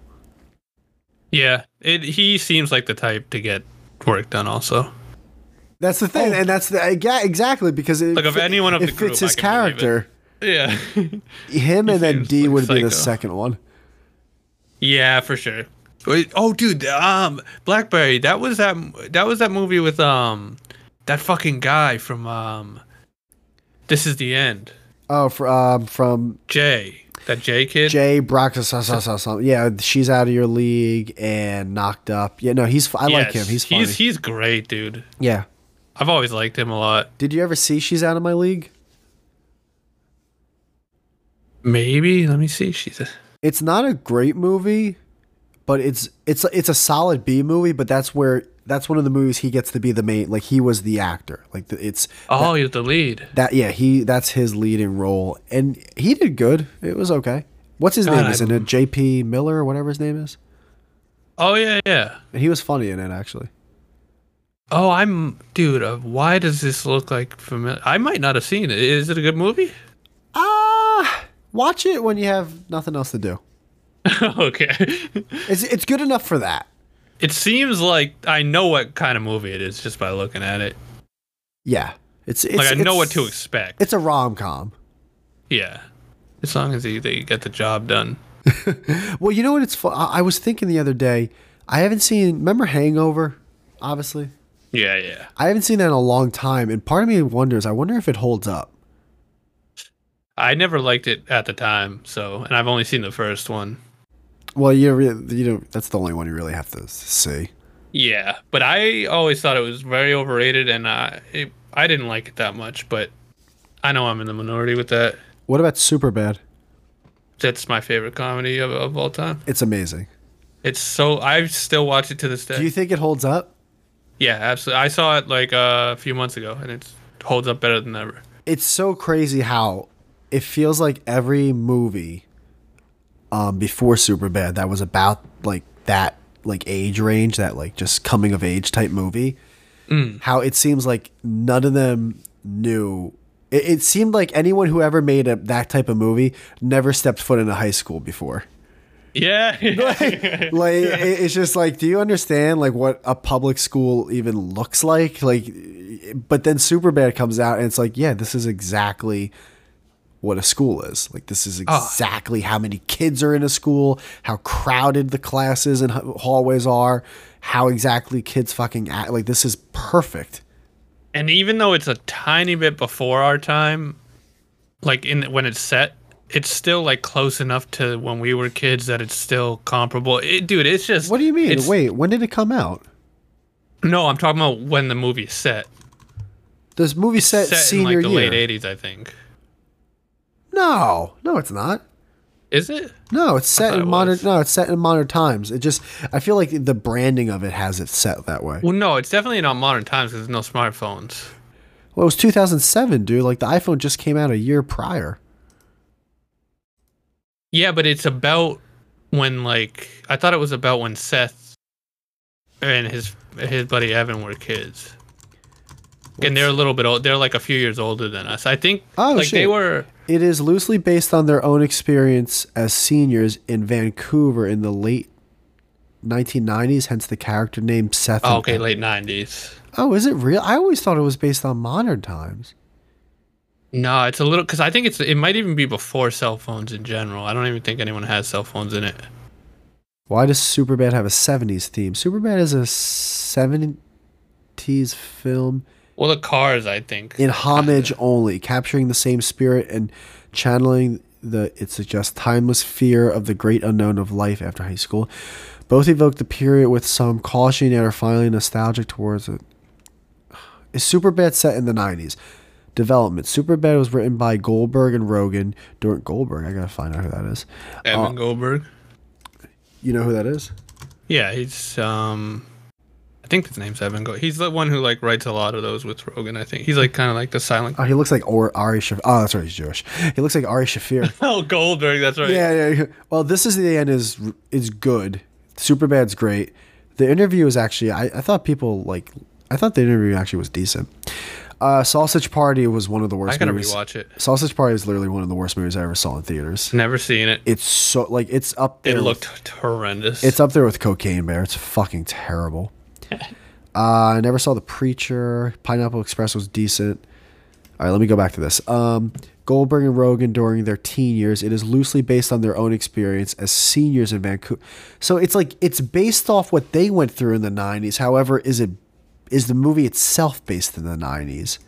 yeah. It he seems like the type to get work done also. That's the thing, and that's the yeah, exactly because it, Like, of fit- anyone of it the fits group, his I can believe it. character. Yeah. Him and then seems D like would be the psycho. second one. <laughs> Yeah, for sure. Wait, oh, dude, um, Blackberry. That was that. That was that movie with um, that fucking guy from um, This Is the End. Oh, fr- um, from Jay, that Jay kid. Jay Brock. so- so- so- so- Yeah, she's out of your league and knocked up. Yeah, no, he's. f- I like him. Yes. He's funny. he's he's great, dude. yeah. I've always liked him a lot. Did you ever see She's Out of My League? Maybe let me see. She's a, It's not a great movie, but it's it's it's a solid B movie. But that's where that's one of the movies he gets to be the main. Like he was the actor. Like the, it's Oh, you're the lead. that. Yeah, he that's his leading role, and he did good. It was okay. What's his God, name? I- Is it uh, J.P. Miller or whatever his name is? Oh yeah, yeah. And he was funny in it actually. Oh, I'm dude. Uh, why does this look like familiar? I might not have seen it. Is it a good movie? Ah, watch it when you have nothing else to do. <laughs> okay. It's it's good enough for that. It seems like I know what kind of movie it is just by looking at it. Yeah, it's, it's Like I know what it's- to expect. It's a rom com. yeah. As long as they, they get the job done. Well, you know what? It's fu- I I was thinking the other day. I haven't seen. Remember Hangover? Obviously, Yeah, yeah. I haven't seen that in a long time, and part of me wonders. I wonder if it holds up. I never liked it at the time, so and I've only seen the first one. Well, you re- you know that's the only one you really have to s- see. Yeah, but I always thought it was very overrated, and I it, I didn't like it that much. But I know I'm in the minority with that. What about Superbad? That's my favorite comedy of, of all time. It's amazing. It's so I still watch it to this day. Do you think it holds up? yeah, absolutely. I saw it like uh, a few months ago, and it holds up better than ever. It's so crazy how it feels like every movie um, before Superbad that was about like that like age range, that like just coming of age type movie. How it seems like none of them knew. It, it seemed like anyone who ever made a, that type of movie never stepped foot in a high school before. Yeah. <laughs> like it- it's just like do you understand like what a public school even looks like like but then superbad comes out and it's like yeah this is exactly what a school is like this is exactly how many kids are in a school how crowded the classes and h- hallways are how exactly kids fucking act like this is perfect and even though it's a tiny bit before our time, like in when it's set, it's still like close enough to when we were kids that it's still comparable. It, dude, it's just what do you mean it's- wait when did it come out No, I'm talking about when the movie is set. this movie set, Set senior in like the year late '80s, I think. no no it's not Is it? No, it's set thought in it modern. was. No, it's set in modern times. It just I feel like the branding of it has it set that way. Well, no, it's definitely not modern times because there's no smartphones. Well, it was 2007, dude. Like the iPhone just came out a year prior. Yeah, but it's about when like I thought it was about when Seth and his his buddy Evan were kids. And they're a little bit old. They're like a few years older than us. I think Oh, like they shit. were It is loosely based on their own experience as seniors in Vancouver in the late 1990s. Hence the character name Seth. oh, and okay, Evan. late 90s. Oh, is it real? I always thought it was based on modern times. No, it's a little cuz I think it's it might even be before cell phones in general. I don't even think anyone has cell phones in it. Why does Superbad have a 70s theme? Superbad is a 70s film. Well, the cars, I think. in homage only, capturing the same spirit and channeling the it suggests timeless fear of the great unknown of life after high school. Both evoke the period with some caution and are finally nostalgic towards it. Is Superbad set in the '90s? Development. Superbad was written by Goldberg and Rogan. During Goldberg, I gotta find out who that is. Evan Goldberg. You know who that is? Yeah, he's um I think his name's Evan Goldberg. He's the one who like writes a lot of those with Rogan, I think. He's like kind of like the silent Oh, he looks like or Ari Shafir. Oh, that's right, he's Jewish. He looks like Ari Shafir. Oh, Goldberg, that's right. Yeah, yeah, yeah. Well, this is the end is is good. Superbad's great. The interview is actually I, I thought people like I thought the interview actually was decent. Uh, Sausage Party was one of the worst. I gotta movies. rewatch it. Sausage Party is literally one of the worst movies I ever saw in theaters. Never seen it. It's so like it's up there. It with- looked horrendous. it's up there with Cocaine Bear. It's fucking terrible. uh, I never saw The Preacher. Pineapple Express was decent. All right, let me go back to this. Um, Goldberg and Rogan during their teen years. It is loosely based on their own experience as seniors in Vancouver. So it's like it's based off what they went through in the '90s. However, is it is the movie itself based in the '90s?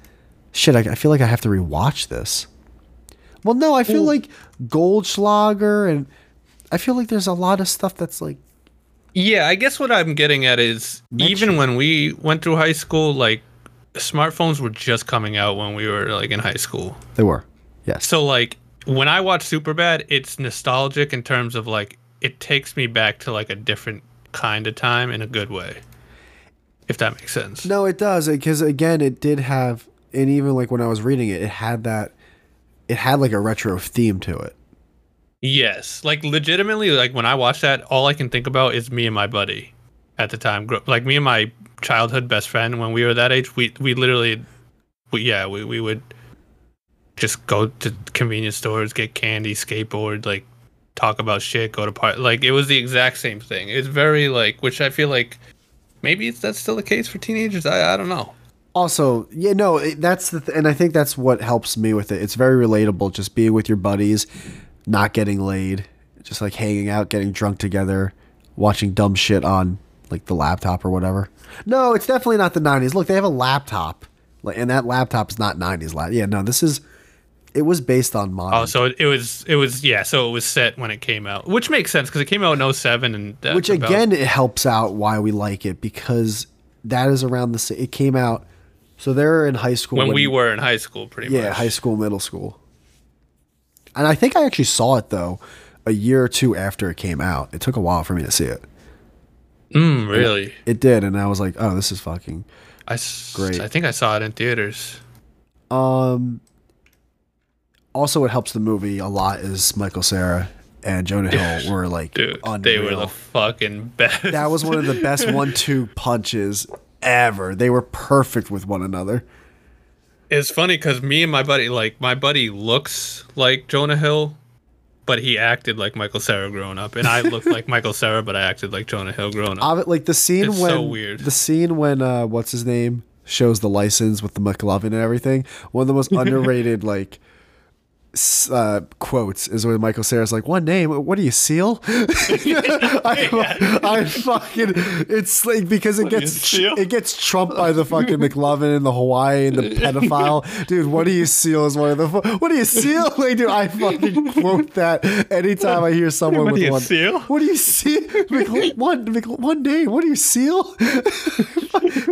Shit, I, I feel like I have to rewatch this. Well, no, I feel like Goldschlager and I feel like there's a lot of stuff that's like yeah, I guess what I'm getting at is even when we went through high school, like smartphones were just coming out when we were like in high school. They were. Yes. So like when I watch Superbad, it's nostalgic in terms of like it takes me back to like a different kind of time in a good way. if that makes sense. No, it does because again, it did have, and even like when I was reading it, it had that, it had like a retro theme to it. Yes, like legitimately, like when I watch that, all I can think about is me and my buddy at the time. Gro- Like me and my childhood best friend when we were that age, we we literally, we, yeah, we we would just go to convenience stores, get candy, skateboard, like talk about shit, go to part. Like it was the exact same thing. It's very like, which I feel like maybe it's, that's still the case for teenagers. I I don't know. Also, yeah, no, it, that's the, th- and I think that's what helps me with it. It's very relatable, just being with your buddies, not getting laid, just like hanging out, getting drunk together, watching dumb shit on like the laptop or whatever. No, it's definitely not the '90s. Look, they have a laptop, like, and that laptop is not '90s. Lap- yeah, no, this is. It was based on modern. Oh, so it, it was it was yeah, so it was set when it came out, which makes sense because it came out in 07 and that's which about- again it helps out why we like it because that is around the sa- it came out so they're in high school when we were in high school, pretty yeah much. high school middle school and i think i actually saw it though a year or two after it came out it took a while for me to see it Mm, really? it did and i was like oh this is fucking I s- Great. I think I saw it in theaters. um also what helps the movie a lot is michael sarah and jonah <laughs> hill were like Dude, unreal. they were the fucking best. that was one of the best one-two punches ever they were perfect with one another <laughs> it's funny because me and my buddy, like my buddy, looks like Jonah Hill, but he acted like Michael Sarah growing up, and I looked <laughs> like Michael Sarah, but I acted like Jonah Hill growing up. Ob- like the scene It's when so weird. the scene when uh what's his name shows the license with the McLovin and everything. One of the <laughs> most underrated like s- uh, quotes is when Michael Sarah's like, "One name? What do you seal?" <laughs> <laughs> I, I fucking it's like because it you gets seal? it gets trumped by the <laughs> fucking McLovin and the Hawaii and the pedophile dude. What do you seal is one of the fu- what do you seal? <laughs> Like, dude, I fucking quote that anytime I hear someone What with do you one. seal? What do you see? Mc- one Mc- one day. What do you seal? <laughs>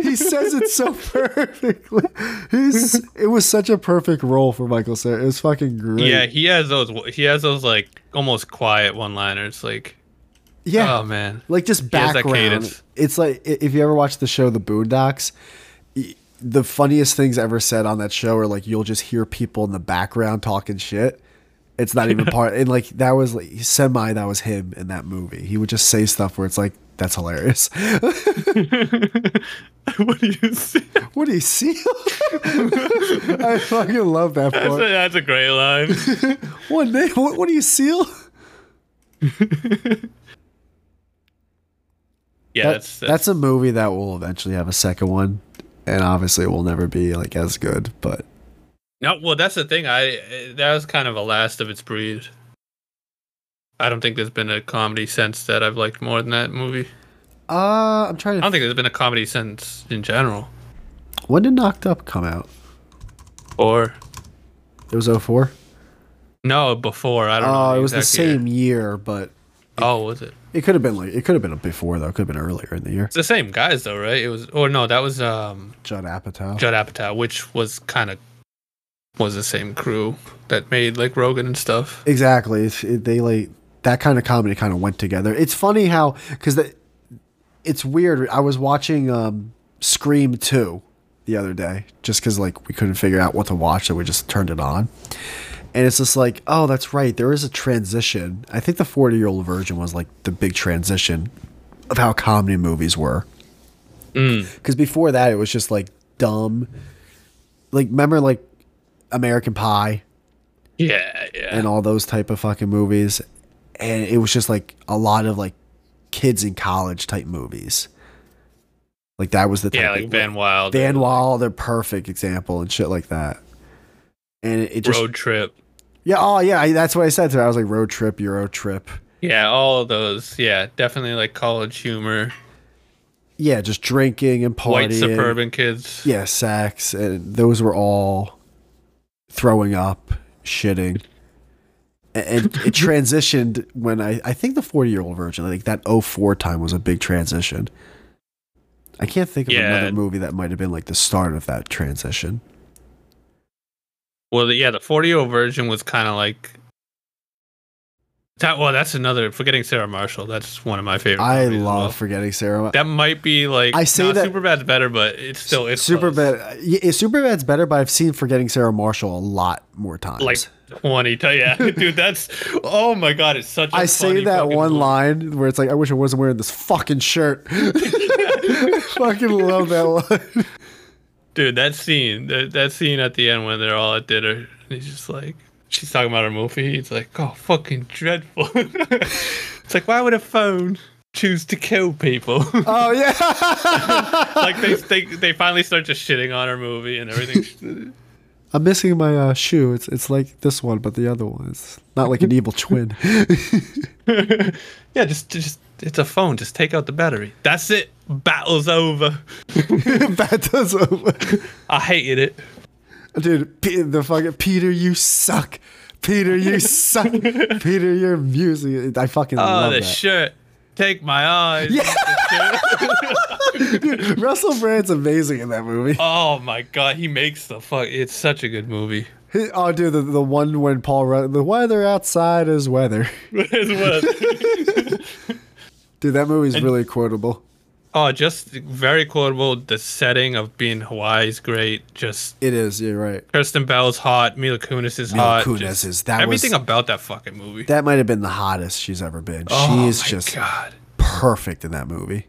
he says it so perfectly. He's it was such a perfect role for Michael Cera. It was fucking great. Yeah, he has those. He has those like almost quiet one-liners. Like, yeah. oh man, like just He has that background. cadence. It's like i- if you ever watch the show The Boondocks, y- the funniest things ever said on that show are like you'll just hear people in the background talking shit. It's not <laughs> even part. And like that was like semi that was him in that movie. He would just say stuff where it's like that's hilarious. <laughs> <laughs> what do you see? What do you see? <laughs> I fucking love that That's a, part. that's a great <laughs> line. One day, what, what do you seal? Yeah, That- that's, that's that's a movie that will eventually have a second one, and obviously it will never be like as good. But No, well, that's the thing. I uh, that was kind of a last of its breed. I don't think there's been a comedy since that I've liked more than that movie. uh, I'm trying I to. don't think there's been a comedy since in general. when did Knocked Up come out? Or It was 04? no, before I don't know. Oh, it was the exact year. same year, but Oh, was it? it could have been like it could have been before though. It could have been earlier in the year. It's the same guys though, right? It was or no, that was um Judd Apatow. Judd Apatow, which was kind of was the same crew that made like Rogan and stuff. Exactly. It's, it, they like that kind of comedy kind of went together. It's funny how because it's weird. I was watching um, Scream Two the other day just because like we couldn't figure out what to watch, so we just turned it on. And it's just like, oh, that's right. There is a transition. I think the forty-year-old version was like the big transition of how comedy movies were. Because before that, it was just like dumb. Like remember like American Pie Yeah, yeah. and all those type of fucking movies and it was just like a lot of like kids in college type movies like that was the type yeah, of- like Van Wilder, Van Wilder perfect example and shit like that and it, it just Road Trip. yeah oh yeah I, that's what I said to her I was like road trip Euro trip Yeah, all of those. Yeah, definitely like college humor. yeah just drinking and partying white suburban kids. yeah sex and those were all throwing up shitting A- and <laughs> it transitioned when I, I think the 40 year old version I think that 04 time was a big transition i can't think of Yeah. another movie that might have been like the start of that transition Well, the, yeah, the 40 year old version was kind of like That well, that's another forgetting Sarah Marshall. That's one of my favorite. I movies as love well. forgetting Sarah. That might be like I say nah, that- Superbad's better, but it's still it's Super close. bad. Yeah, super bad's better, but I've seen Forgetting Sarah Marshall a lot more times. like twenty. Tell yeah, <laughs> dude, that's oh my god, it's such. a I say funny that fucking one movie. line where it's like, I wish I wasn't wearing this fucking shirt. <laughs> fucking love that line. dude. That scene, that, that scene at the end when they're all at dinner, and he's just like, she's talking about her movie. He's like, oh, fucking dreadful. <laughs> it's like, why would a phone choose to kill people? <laughs> Oh yeah. like they, they they finally start just shitting on her movie and everything. <laughs> I'm missing my uh, shoe. It's it's like this one, but the other one. It's not like an evil twin. <laughs> <laughs> yeah, just just it's a phone. Just take out the battery. That's it. Battle's over. that does over. I hated it. <laughs> Dude, P- the fucking Peter, you suck. Peter, you suck. Peter, your music. I fucking Oh, love the that. shirt. Take my eyes. Yeah. Russell Brand's amazing in that movie. <laughs> Oh my god, he makes the fuck. It's such a good <laughs> movie. He- oh, dude, the, the one when Paul Rudd, the weather outside is weather. <laughs> It's what- Dude, that movie's really quotable. <laughs> oh, just very quotable. The setting of being Hawaii is great. Just It is. You're right. Kirsten Bell's hot. Mila Kunis is Mila hot. Kunis just is- that was- everything about that fucking movie. That might have been the hottest she's ever been. oh she is my just god. perfect in that movie.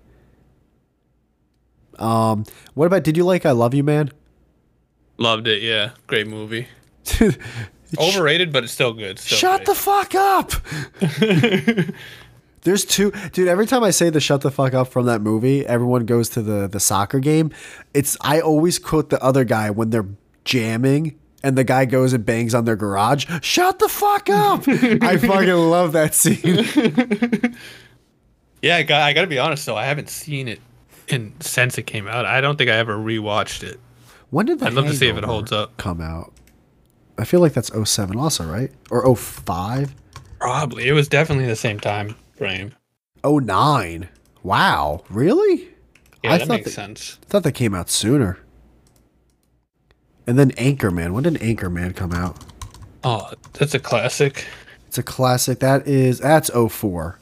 Um, what about? Did you like I Love You Man? <laughs> Loved it. Yeah, great movie. Dude, Overrated, but it's still good. Still shut great. the fuck up. <laughs> There's two, dude. Every time I say the "shut the fuck up" from that movie, everyone goes to the the soccer game. It's I always quote the other guy when they're jamming, and the guy goes and bangs on their garage. Shut the fuck <laughs> up! I fucking love that scene. Yeah, I got, I gotta be honest though. I haven't seen it in since it came out. I don't think I ever rewatched it. When did the I'd love to see if it Hangover holds up. Come out. I feel like that's 07 also, right? Or 05? Probably. It was definitely the same time frame. 09. Wow, really? Yeah, I that thought makes that- sense. I thought that came out sooner. And then Anchorman. When did Anchorman come out? Oh, that's a classic. It's a classic. That is that's 04.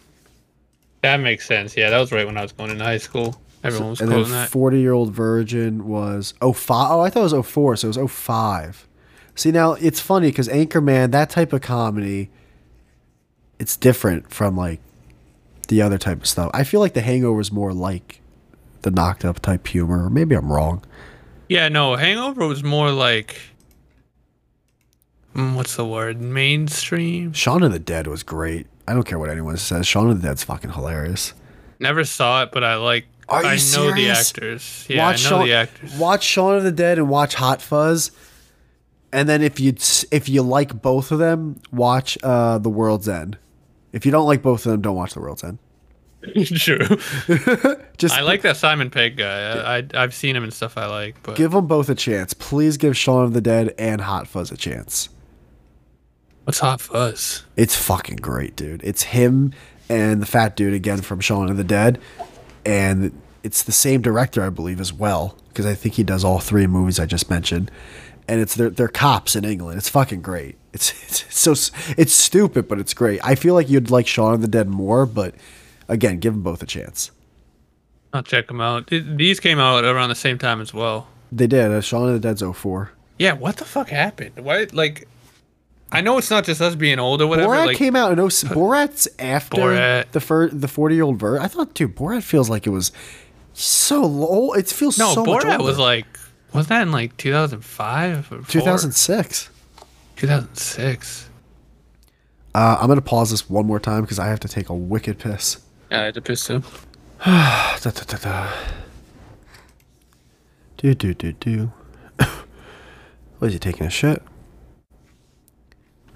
That makes sense. Yeah, that was right when I was going into high school. Everyone was And then quoting that. 40-year-old virgin was 05. Oh, I thought it was 04, so it was 05. See, now it's funny cuz Anchorman, that type of comedy it's different from like the other type of stuff. I feel like The Hangover is more like the knocked up type humor. Maybe I'm wrong. yeah, no, Hangover was more like. mm, what's the word? Mainstream? Shaun of the Dead was great. I don't care what anyone says. Shaun of the Dead's fucking hilarious. Never saw it, but I like. Are I you know the serious? actors. Yeah, I know Shaun, the actors. Watch Shaun of the Dead and watch Hot Fuzz, and then if you if you like both of them, watch uh, The World's End. If you don't like both of them, don't watch The World's End. <laughs> True. Just I like that Simon Pegg guy. I, I I've seen him and stuff I like, but give them both a chance. Please give Shaun of the Dead and Hot Fuzz a chance. what's Hot Fuzz? It's fucking great, dude. It's him and the fat dude again from Shaun of the Dead, and it's the same director, I believe, as well, because I think he does all three movies I just mentioned. And it's they're, they're cops in England. It's fucking great. It's, <laughs> it's it's so s- it's stupid, but it's great. I feel like you'd like Shaun of the Dead more, but again, give them both a chance. I'll check them out. Th- These came out around the same time as well. They did. Uh, Shaun of the Dead's 04. Yeah, what the fuck happened? Why like I know it's not just us being old or whatever. Borat like came out in <laughs> 06. Borat's after Borat. the fir- the forty year old version. I thought, dude, Borat feels like it was so low. It feels no, so much Borat was older. like was that in like 2005 or 2006. 2006? Uh, I'm gonna pause this one more time because I have to take a wicked piss. Yeah, I had to piss him. Da, da, da, da. Do do do <coughs> do. Was he taking a shit?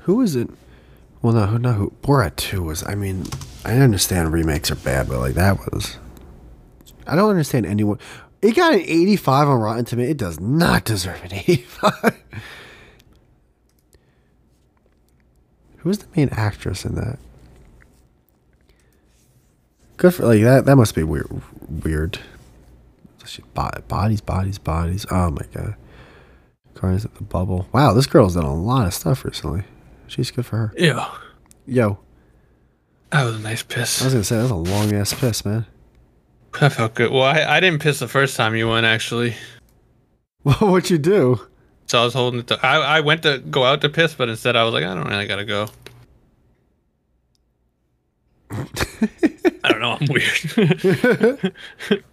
Who is it? Well, no, who not who? Borat Two was. I mean, I understand remakes are bad, but like that was. I don't understand anyone. It got an 85 on Rotten Tomatoes. It does not deserve an 85. <laughs> Who was the main actress in that? Good for like that. That must be weird. Weird. She, bo- bodies, bodies, bodies. Oh my god. Cars at the bubble. Wow, this girl's done a lot of stuff recently. She's good for her. Yeah. Yo, That was a nice piss. I was gonna say that's a long ass piss, man. <laughs> That felt good. Well, I, I didn't piss the first time you went actually. What'd you do? So I was holding it. To, I I went to go out to piss, but instead I was like, I don't really gotta go. I don't know. I'm weird. <laughs>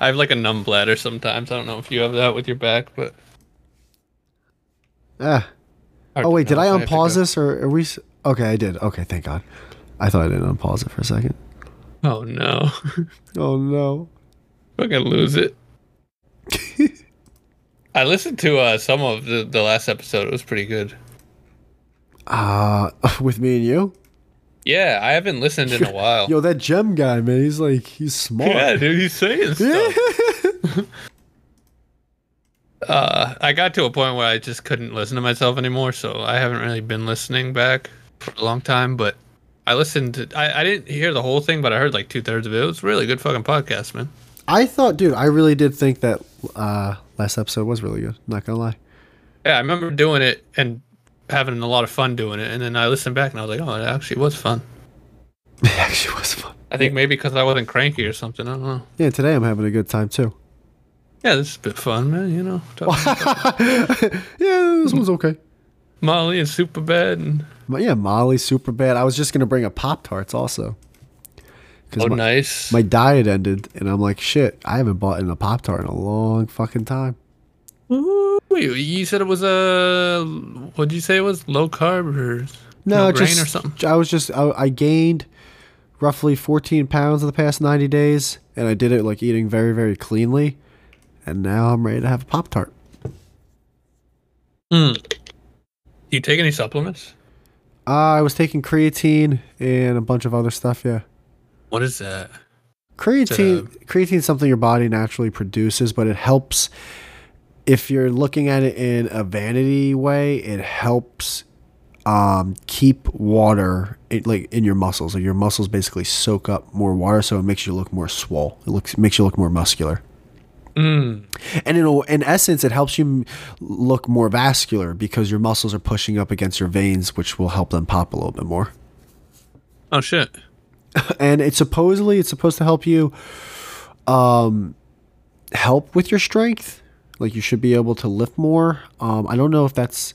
I have like a numb bladder sometimes. I don't know if you have that with your back, but Ah. Hard Oh to wait, did know I if have to unpause go. this or are we? s- Okay, I did. Okay, thank God. I thought I didn't unpause it for a second. Oh no, <laughs> Oh no. fucking lose it. I listened to uh, some of the, the last episode. It was pretty good. <laughs> Uh <laughs> with me and you. Yeah, I haven't listened in a <laughs> while. Yo, that gem guy, man. He's like he's smart. yeah, dude, he's <laughs> saying stuff. Uh, I got to a point where I just couldn't listen to myself anymore, so I haven't really been listening back for a long time. But I listened. To, I I didn't hear the whole thing, but I heard like two thirds of it. It was a really good fucking podcast, man. I thought, dude, I really did think that uh last episode was really good. Not gonna lie. Yeah, I remember doing it and having a lot of fun doing it, and then I listened back and I was like, oh, it actually was fun. <laughs> It actually was fun. I think maybe because I wasn't cranky or something. I don't know. Yeah, today I'm having a good time too. Yeah, this is a bit fun, man. You know, talking Yeah, this one's okay. Molly and <laughs> Superbad and But yeah, Molly, super bad. I was just gonna bring a Pop Tarts also. oh, Because my, nice. my diet ended, and I'm like, shit, I haven't bought in a Pop Tart in a long fucking time. Wait, you said it was a what did you say it was low carb or No, no grain just or something? I was just I, I gained roughly 14 pounds in the past 90 days, and I did it like eating very very cleanly, and now I'm ready to have a Pop Tart. You take any supplements? Uh, I was taking creatine and a bunch of other stuff. Yeah, What is that? creatine creatine is something your body naturally produces, but it helps. If you're looking at it in a vanity way, it helps um, keep water it, like in your muscles. Like your muscles basically soak up more water, so it makes you look more swole. It looks makes you look more muscular. And in, a- in essence, it helps you m- look more vascular because your muscles are pushing up against your veins, which will help them pop a little bit more. Oh shit. and it's supposedly it's supposed to help you um help with your strength like you should be able to lift more um i don't know if that's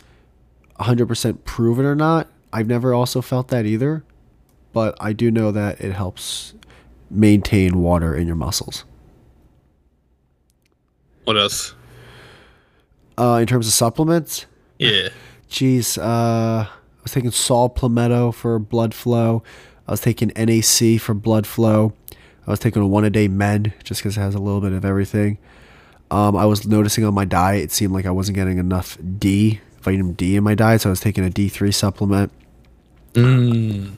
100% proven or not i've never also felt that either but i do know that it helps maintain water in your muscles What else? uh in terms of supplements Yeah. Jeez, uh, I was taking Sol Palmetto for blood flow. I was taking NAC for blood flow. I was taking a one a day med just because it has a little bit of everything. Um, I was noticing on my diet, it seemed like I wasn't getting enough D, vitamin D in my diet. So I was taking a D3 supplement. Um,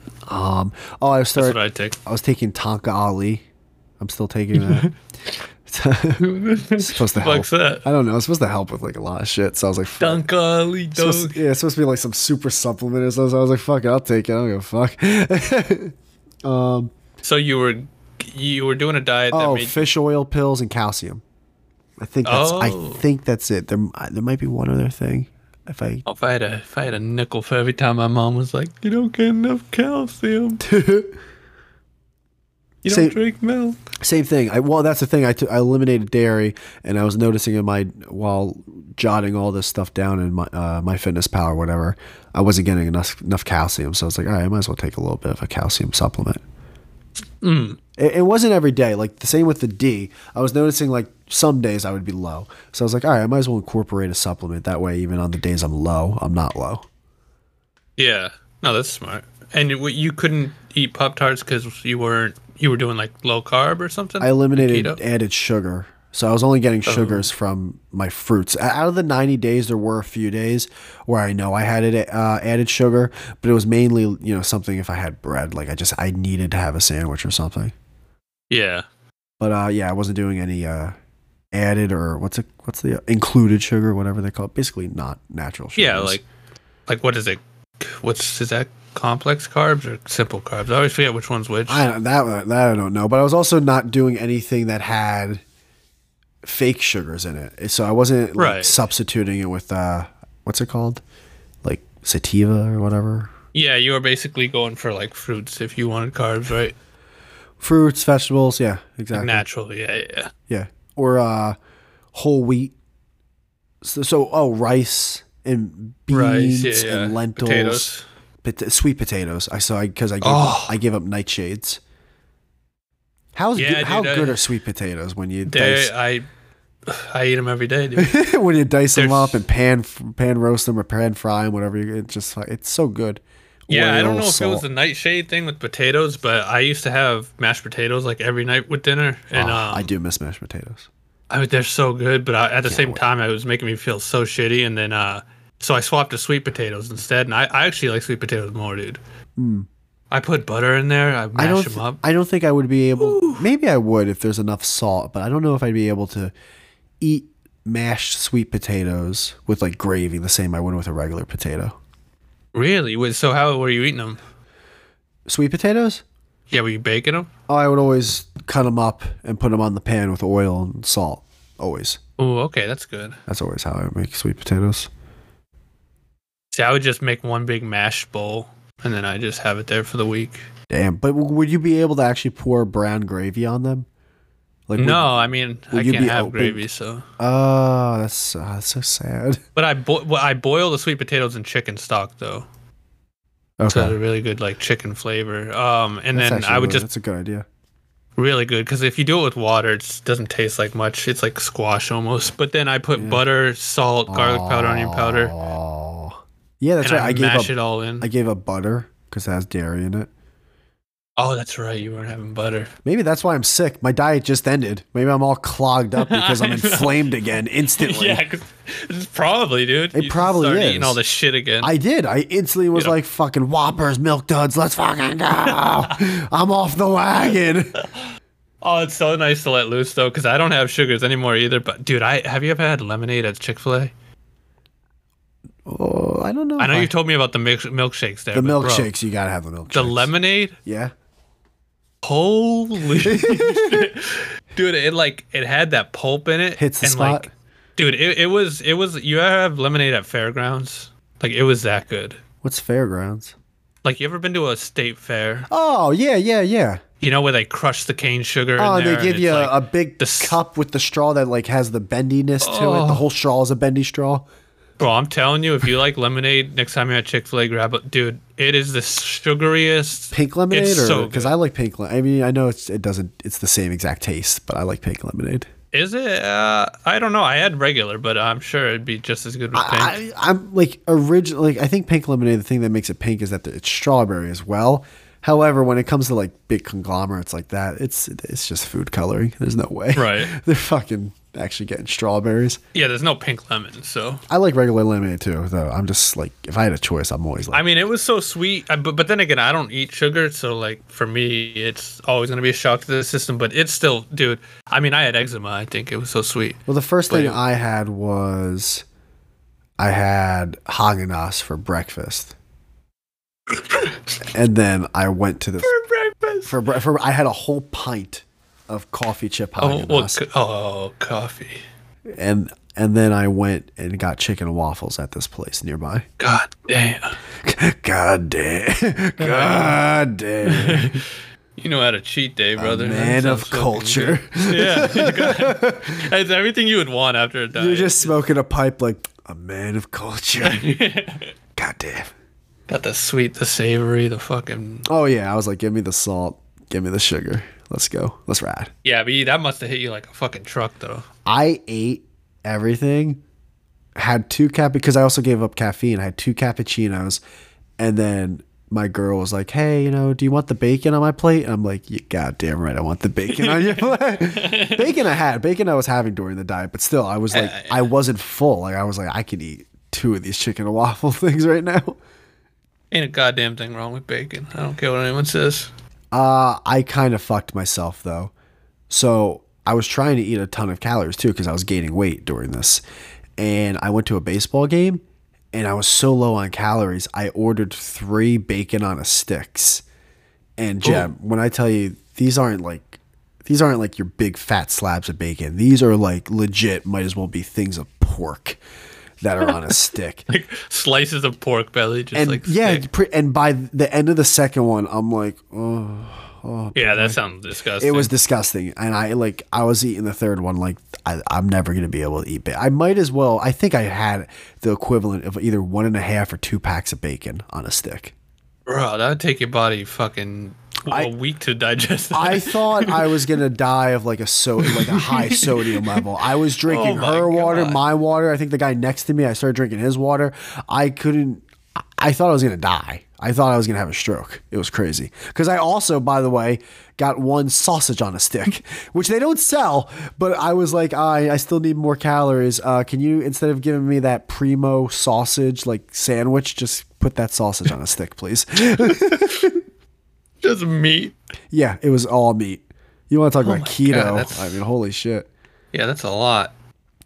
oh, I was That's what started, I take. I was taking Tonka Ali. I'm still taking that. <laughs> it's supposed to help. Fuck's that? I don't know. It's supposed to help with like a lot of shit. So I was like, fuck. Dunk Ali Supposed- dunk. yeah, it's supposed to be like some super supplement or something. I was like, fuck it, I'll take it. I don't give a fuck. <laughs> So you were you were doing a diet that oh, made fish oil pills and calcium. I think that's I Oh. think that's it. There uh, there might be one other thing. If <laughs> I Oh, if I had a if I had a nickel for every time my mom was like, You don't get enough calcium. You Say- don't drink milk. same thing. I well, that's the thing. I took- I eliminated dairy, and I was noticing in my while jotting all this stuff down in my uh, my fitness power, whatever. I wasn't getting enough enough calcium, so I was like, all right, I might as well take a little bit of a calcium supplement. It, it wasn't every day. Like the same with the D. I was noticing like some days I would be low, so I was like, all right, I might as well incorporate a supplement. That way, even on the days I'm low, I'm not low. Yeah. No, that's smart. And you- you couldn't eat Pop Tarts because you weren't you were doing like low carb or something. I eliminated Keto? Oh. added sugar. So I was only getting sugars from my fruits. O- Out of the 90 days, there were a few days where I know I had it uh, added sugar, but it was mainly, you know, something if I had bread, like I just, I needed to have a sandwich or something. Yeah. But uh, yeah, I wasn't doing any uh, added or what's it, what's the uh, included sugar, whatever they call it. Basically not natural sugar. Yeah, like like what is it? What's is that complex carbs or simple carbs? I always forget which one's which. I don't, that that I don't know, but I was also not doing anything that had fake sugars in it, so I wasn't like, Right. substituting it with uh, what's it called, like sativa or whatever. Yeah, you were basically going for like fruits if you wanted carbs, right? Fruits, vegetables, yeah, exactly. Natural, yeah, yeah. Yeah. Or uh whole wheat. So, so oh, rice and beans Rice, yeah, yeah. and lentils. Potatoes. Pot- sweet potatoes. I saw because I gave Oh. I give up nightshades. How's Yeah, good, dude, how I- good are sweet potatoes when you They, dice, I, I eat them every <laughs> day, dude. when you dice them they're up and pan f- pan roast them or pan fry them whatever you, it's just like- it's so good. Yeah, I don't Oil, know if it was salt. the nightshade thing with potatoes, but I used to have mashed potatoes like every night with dinner, and Ah, um, I do miss mashed potatoes. I mean, they're so good, but I, at the same time, it was making me feel so shitty. And then, uh, so I swapped to sweet potatoes instead. And I, I actually like sweet potatoes more, dude. I put butter in there. I Hmm. I mash don't. them th- up. I don't think I would be able. Maybe I would if there's enough salt, but I don't know if I'd be able to eat mashed sweet potatoes with like gravy the same I would with a regular potato. Really? Wait, So how were you eating them? Sweet potatoes? Yeah, were you baking them? Oh, I would always cut them up and put them on the pan with oil and salt. Always. Oh, okay, that's good. That's always how I make sweet potatoes. See, I would just make one big mash bowl, and then I just have it there for the week. Damn. But w- would you be able to actually pour brown gravy on them? Like would- No, I mean will I you can't be have open- gravy, so. Oh, that's, uh, that's so sad. But I bo- well, I boil the sweet potatoes in chicken stock though, so Okay. they're really good like chicken flavor. Um, and That's then actually I would really- just That's a good idea. really good because if you do it with water, it doesn't taste like much. It's like squash almost. But then I put butter, salt, garlic powder, onion powder, Oh. Yeah, that's and right. I, I gave mash up. it all in. I gave up butter because it has dairy in it. oh, that's right. You weren't having butter. Maybe that's why I'm sick. My diet just ended. Maybe I'm all clogged <laughs> up because I'm I know. inflamed again <laughs> instantly. yeah, 'cause- <laughs> it's probably, dude. It You probably started eating is. all this shit again. I did. I instantly was Yeah. like, fucking Whoppers, Milk Duds, let's fucking <laughs> go. I'm off the wagon. oh, it's so nice to let loose though, because I don't have sugars anymore either. But dude, I have you ever had lemonade at Chick Fil A? Oh, I don't know. I know if you told me about the milk- milkshakes there. The but, bro, milkshakes, you gotta have the milkshakes. the lemonade. Yeah. <laughs> Holy shit. dude! It like it had that pulp in it. Hits the and, spot. Like, dude, it, it was it was. You ever have lemonade at fairgrounds? Like it was that good. What's fairgrounds? Like you ever been to a state fair? Oh, yeah, yeah, yeah. You know where they crush the cane sugar? Oh, in there they and give it's you like- a, a big the s- cup with the straw that like has the bendiness to it. The Oh. whole straw is a bendy straw. Bro, I'm telling you, if you like lemonade, next time you're at Chick Fil A, grab it, dude. It is the sugariest. Pink lemonade, It's or so because good. I like pink. le- I mean, I know it's it doesn't. It's the same exact taste, but I like pink lemonade. Is it? Uh, I don't know. I had regular, but I'm sure it'd be just as good with pink. I, I'm like originally. Like, I think pink lemonade. The thing that makes it pink is that it's strawberry as well. However, when it comes to like big conglomerates like that, it's it's just food coloring. There's no way. Right. <laughs> They're fucking actually getting strawberries. yeah, there's no pink lemon, so I like regular lemonade too, though. I'm just like, if I had a choice, I'm always like, I mean, it was so sweet. I, but but then again, I don't eat sugar, so like for me, it's always gonna be a shock to the system. But it's still, dude. I mean, I had eczema. I think it was so sweet. well, the first thing I had was I had Haagen-Dazs for breakfast. and then I went to <laughs> this Breakfast. for, bre- for I had a whole pint of coffee chip Oh, well, Haagen-Dazs. co- oh, coffee. and and then I went and got chicken and waffles at this place nearby. <laughs> God damn. God damn. God damn. You know how to cheat day, brother. <laughs> That Man sounds of so culture. good. Yeah. <laughs> it's everything you would want after a diet. You're just smoking a pipe like a man of culture. <laughs> God damn. Got the sweet, the savory, the fucking. Oh yeah, I was like, give me the salt, give me the sugar. Let's go. Let's ride. Yeah, but you- that must have hit you like a fucking truck, though. I ate everything. Had two cap because I also gave up caffeine. I had two cappuccinos, and then my girl was like, "Hey, you know, do you want the bacon on my plate?" And I'm like, "You goddamn right, I want the bacon on your plate." bacon I had, bacon I was having during the diet, but still, I was like, I wasn't full. Like I was like, I could eat two of these chicken and waffle <laughs> things right now. Ain't a goddamn thing wrong with bacon. I don't care what anyone says. Uh, I kind of fucked myself though. So I was trying to eat a ton of calories too because I was gaining weight during this. And I went to a baseball game and I was so low on calories. I ordered three bacon on a sticks. And Jeb, when I tell you these aren't like these aren't like your big fat slabs of bacon. These are like legit might as well be things of pork. that are on a stick. Like slices of pork belly, just And like yeah, stick. pre- and by the end of the second one, I'm like, oh, yeah. That sounds disgusting. it was disgusting. And I like, I was eating the third one like I, I'm never gonna be able to eat. Ba- I might as well. I think I had the equivalent of either one and a half or two packs of bacon on a stick. bro. That would take your body fucking a week to digest. That. I thought I was gonna die of like a so like a <laughs> high sodium level. I was drinking Oh my her water, God. my water. I think the guy next to me, I started drinking his water. I couldn't. I- I thought I was gonna die. I thought I was gonna have a stroke. It was crazy. Because I also, by the way, got one sausage on a stick, <laughs> which they don't sell. But I was like, I, I still need more calories. Uh, can you instead of giving me that primo sausage like sandwich, just put that sausage on a stick, <laughs> please? <laughs> just meat. Yeah, it was all meat. You want to talk about keto? Oh God, that's- I mean, holy shit. Yeah, that's a lot.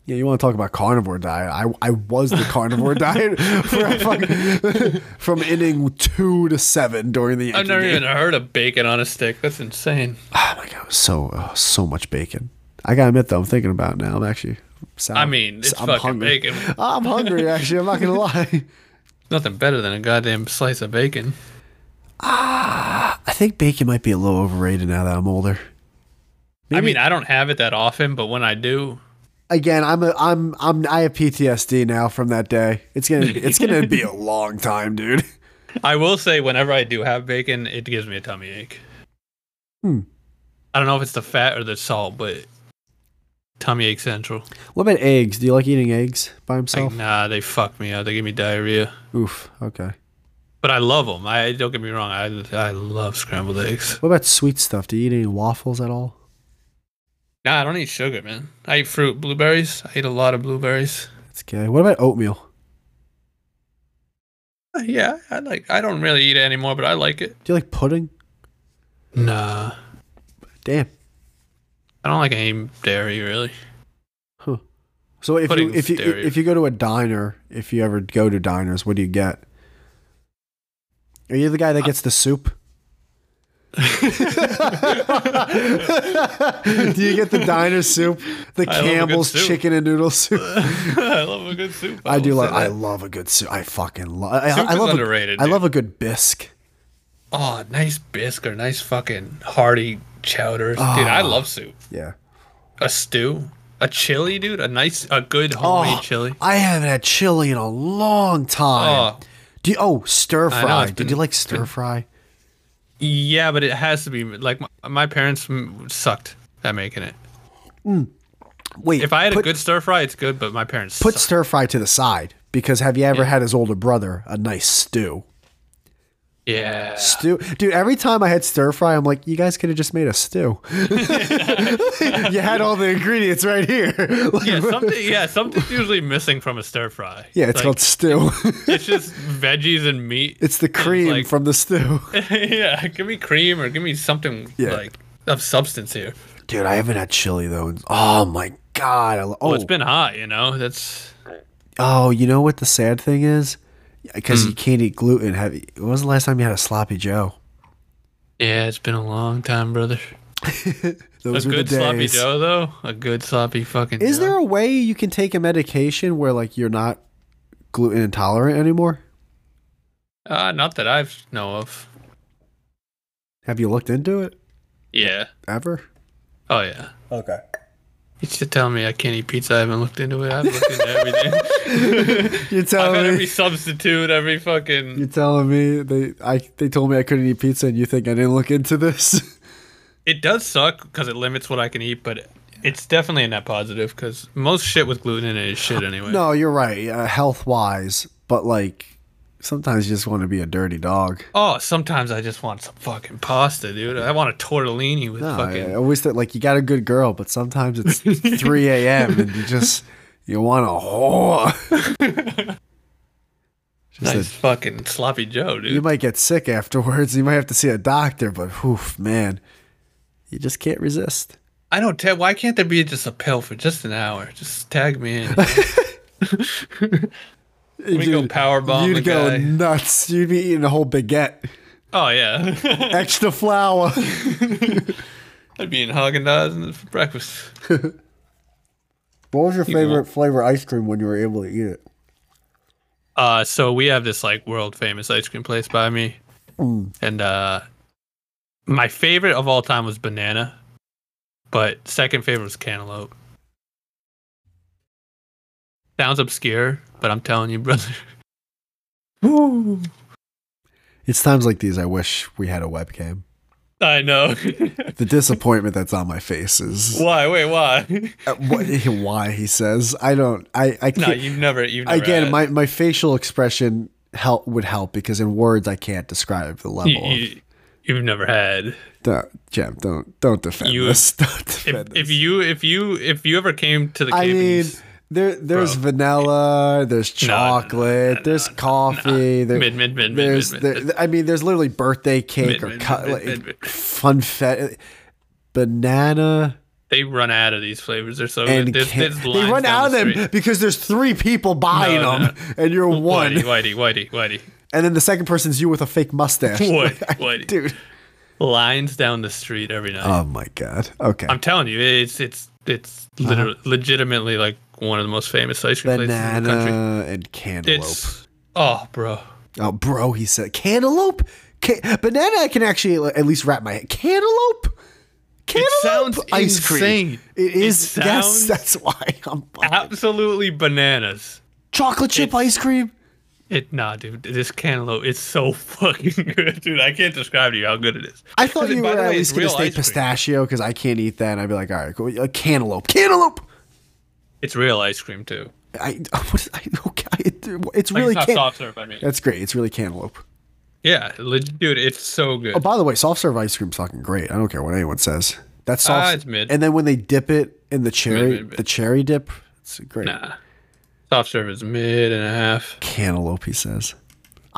Yeah, you want to talk about carnivore diet? I I was the <laughs> carnivore diet for a fucking, <laughs> from inning two to seven during the. I've Yankee never game. even heard of bacon on a stick. That's insane. Oh my god, it was so oh, so much bacon. I gotta admit though, I'm thinking about it now. I'm actually. Sound, I mean, it's fucking bacon. <laughs> I'm hungry. Actually, I'm not <laughs> gonna lie. Nothing better than a goddamn slice of bacon. Ah, I think bacon might be a little overrated now that I'm older. I mean, I don't have it that often, but when I do, again, I'm a, I'm I'm I have PTSD now from that day. It's <laughs> gonna it's gonna be a long time, dude. I will say whenever I do have bacon, it gives me a tummy ache. Hmm. I don't know if it's the fat or the salt, but tummy ache central. <laughs> What about eggs? Do you like eating eggs by Like, himself? nah, they fuck me up. They give me diarrhea. Oof. Okay. But I love them. I don't get me wrong. I I love scrambled eggs. What about sweet stuff? Do you eat any waffles at all? Nah, I don't eat sugar, man. I eat fruit, blueberries. I eat a lot of blueberries. That's okay. What about oatmeal? Uh, Yeah, I like. I don't really eat it anymore, but I like it. Do you like pudding? Nah, Damn. I don't like any dairy really. <laughs> So if you Pudding's if you dairy. if you go to a diner, if you ever go to diners, what do you get? Are you the guy that gets the <laughs> soup? do you get the diner soup? The I love a good Campbell's soup. chicken and noodle soup? I love a good soup. I do will like. say that. I love a good soup. I fucking love. I, Soup I is love. underrated, a, I dude. love a good bisque. Oh, nice bisque or nice fucking hearty chowder. Dude, Ah. I love soup. Yeah. A stew. A chili, dude. A nice, a good Ah. homemade chili. Oh, I haven't had chili in a long time. Oh. Do you, oh stir I know, fry? it's Did been- you like stir fry? Yeah, but it has to be like my, my parents mm, sucked at making it. Wait, If I had put, a good stir fry, it's good, but my parents put sucked. stir fry to the side because have you ever had his older brother a nice stew? Yeah. Stew, dude. Every time I had stir fry, I'm like, you guys could have just made a stew. <laughs> you had all the ingredients right here. <laughs> Like- Yeah, something. Yeah, something's usually missing from a stir fry. <laughs> yeah, it's Like, called stew. <laughs> It's just veggies and meat. it's the cream like- from the stew. <laughs> yeah, give me cream or give me something Yeah. like of substance here. Dude, I haven't had chili though. in- Oh my god! I lo- oh, Well, it's been hot, you know. That's oh, you know what the sad thing is? Because Hmm. you can't eat gluten. Have you, when was the last time you had a sloppy Joe? yeah. It's been a long time, brother. A Those were good the sloppy days. Joe, though. A good sloppy fucking. Is Joe. there a way you can take a medication where like you're not gluten intolerant anymore? Uh, not that I have know of. Have you looked into it Yeah. ever? Oh yeah. Okay. You should tell me I can't eat pizza. I haven't looked into it. I've looked into <laughs> everything. You're I've had telling every me. substitute, every fucking. You're telling me they I they told me I couldn't eat pizza and you think I didn't look into this? <laughs> It does suck because it limits what I can eat, but it's definitely a net positive because most shit with gluten in it is shit anyway. no, you're right. Uh, health wise, but like sometimes you just want to be a dirty dog. Oh, sometimes I just want some fucking pasta, dude. I want a tortellini with No, fucking. I always thought like you got a good girl, but sometimes it's 3 a.m. and you just you want a whore. Just Nice fucking sloppy Joe, a, you dude. might get sick afterwards. You might have to see a doctor, but whew, man, you just can't resist. I don't tell. Why can't there be just a pill for just an hour? Just tag me in. <laughs> We go power bomb the You'd go guy. nuts. You'd be eating a whole <laughs> baguette, oh yeah, <laughs> extra flour. I'd be in Haagen Dazs for breakfast. What was your go- favorite flavor ice cream when you were able to eat it? Uh, so we have this like world famous ice cream place by me, Mm. and uh, my favorite of all time was banana, but second favorite was cantaloupe. Sounds obscure, but I'm telling you, <laughs> brother. Woo. It's times like these I wish we had a webcam. <laughs> I know. The disappointment that's on my face is why? <laughs> Wait, why? Uh, what, why he says I don't. I I no, can't. you've never. You've never again, had- my my facial expression help would help because in words I can't describe the level. you, you, you've never had. of, don't, Jim, don't don't defend You- this. <laughs> Don't defend If, this. if you if you if you ever came to the I mean, Caymans there there's vanilla, there's No, no, no, no, chocolate, there's coffee, there- mid mid mid mid there's mid, there, mid I mean, there's literally birthday cake Mid, or mid, cut mid, like mid, mid. funfetti, banana, they run out of these flavors. They're so and good. There's, can- there's they lines run down out of the them street. because there's three people buying No, them, and you're <laughs> one, Whitey, whitey, whitey, whitey, and then the second person's you with a fake mustache, <laughs> whitey, whitey. dude. Lines down the street every night. Oh my god. Okay. I'm telling you, it's it's it's Uh-huh. liter- legitimately like one of the most famous ice cream places in the country. Banana and cantaloupe. It's oh, bro. Oh, bro, he said cantaloupe. Ca- banana, I can actually like, at least wrap my head. Cantaloupe. Cantaloupe sounds ice cream. insane. It It is. yes, sounds- that's why. I'm, Absolutely bananas. chocolate chip ice cream. It nah, dude. This cantaloupe is so <laughs> fucking good, dude. I can't describe to you how good it is. I thought Because it- you <laughs> by were the at way, least it's going to real say ice cream. pistachio because I can't eat that. And I'd be like, all right, cool. Uh, cantaloupe. Cantaloupe. It's real ice cream too. I, <laughs> what is, I, okay, it, it's Like really it's not can- soft serve. I mean, That's great. It's really cantaloupe. yeah, leg- dude. It's so good. Oh, by the way, soft serve ice cream's fucking great. I don't care what anyone says. That's soft. Ah, it's mid. And then when they dip it in the cherry, mid, mid. the cherry dip, it's great. Nah. Soft serve is mid and a half. Cantaloupe, he says.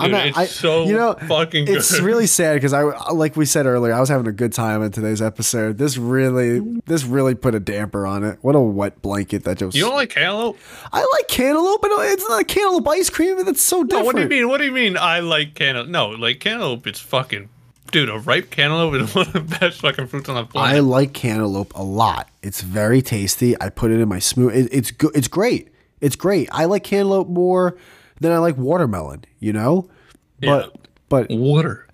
Dude, it's so fucking good. It's really sad because I, like we said earlier, I was having a good time in today's episode. This really, this really put a damper on it. What a wet blanket that just. You don't like cantaloupe? I like cantaloupe, but it's not cantaloupe ice cream. That's so different. No, what do you mean? What do you mean? I like cantaloupe. No, like cantaloupe is fucking. Dude, a ripe cantaloupe is <laughs> one of the best fucking fruits on the I planet. like cantaloupe a lot. It's very tasty. I put it in my smooth. It, it's good. It's great. It's great. I like cantaloupe more than I like watermelon. You know, but but Water.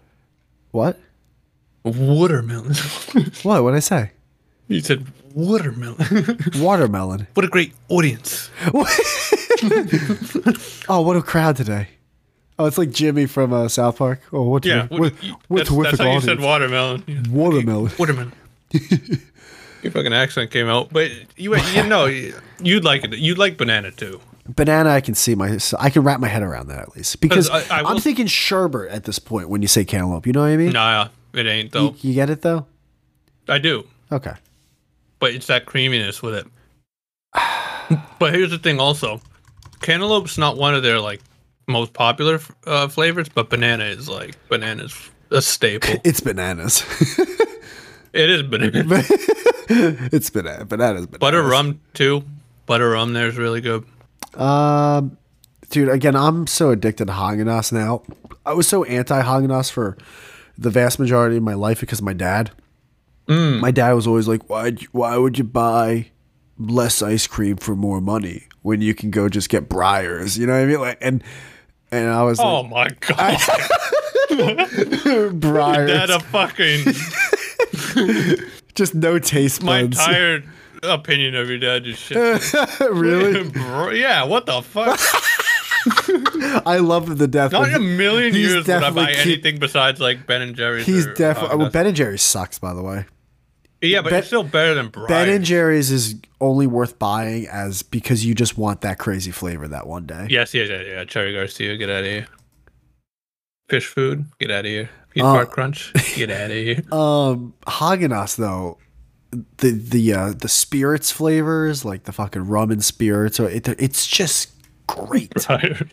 what? Watermelon. <laughs> What? What I say? you said watermelon. <laughs> Watermelon. what a great audience. <laughs> Oh, what a crowd today! Oh, it's like Jimmy from uh, South Park. Oh, what? Yeah. what, what, you- what that's, terrific that's how you audience! said watermelon. Yeah. <laughs> watermelon. Watermelon. Your fucking accent came out, but you you know you'd like it. You'd like banana too. Banana. I can see my. I can wrap my head around that at least because I, Because I- I am will- thinking sherbet at this point when you say cantaloupe. You know what I mean? Nah, it ain't though. You get it though. I do. Okay. but it's that creaminess with it. but here's the thing, also, cantaloupe's not one of their like most popular uh, flavors, but banana is like bananas <laughs> a staple. It's bananas. it is banana. <laughs> it's banana, bananas, bananas. Butter rum too. Butter rum there is really good. Um, dude, again, I'm so addicted to Häagen-Dazs now. I was so anti Häagen-Dazs for the vast majority of my life because of my dad. Mm. My dad was always like, "Why? Why would you buy less ice cream for more money when you can go just get Briars?" You know what I mean? Like, and and I was Oh my god, like, "Briars, <laughs> that a fucking just no taste my buds." entire opinion of your dad just shit. <laughs> <laughs> really, Bro, yeah, what the fuck? I love the death. Not of- in a million He's years would I definitely buy keep- anything besides like Ben and Jerry's. He's or definitely. Well, Häagen-Dazs. ben and Jerry's sucks, by the way. yeah, but Ben- it's still better than Brian. Ben and Jerry's is only worth buying as because you just want that crazy flavor that one day. Yes, yeah, yeah, yeah. Cherry Garcia, get out of here. Fish food, get out of here. Peanut Uh, Park Crunch, get out of <laughs> here. Um, Haagen-Dazs though, the the uh, the spirits flavors like the fucking rum and spirits, or it, it's just great. <laughs> Tired.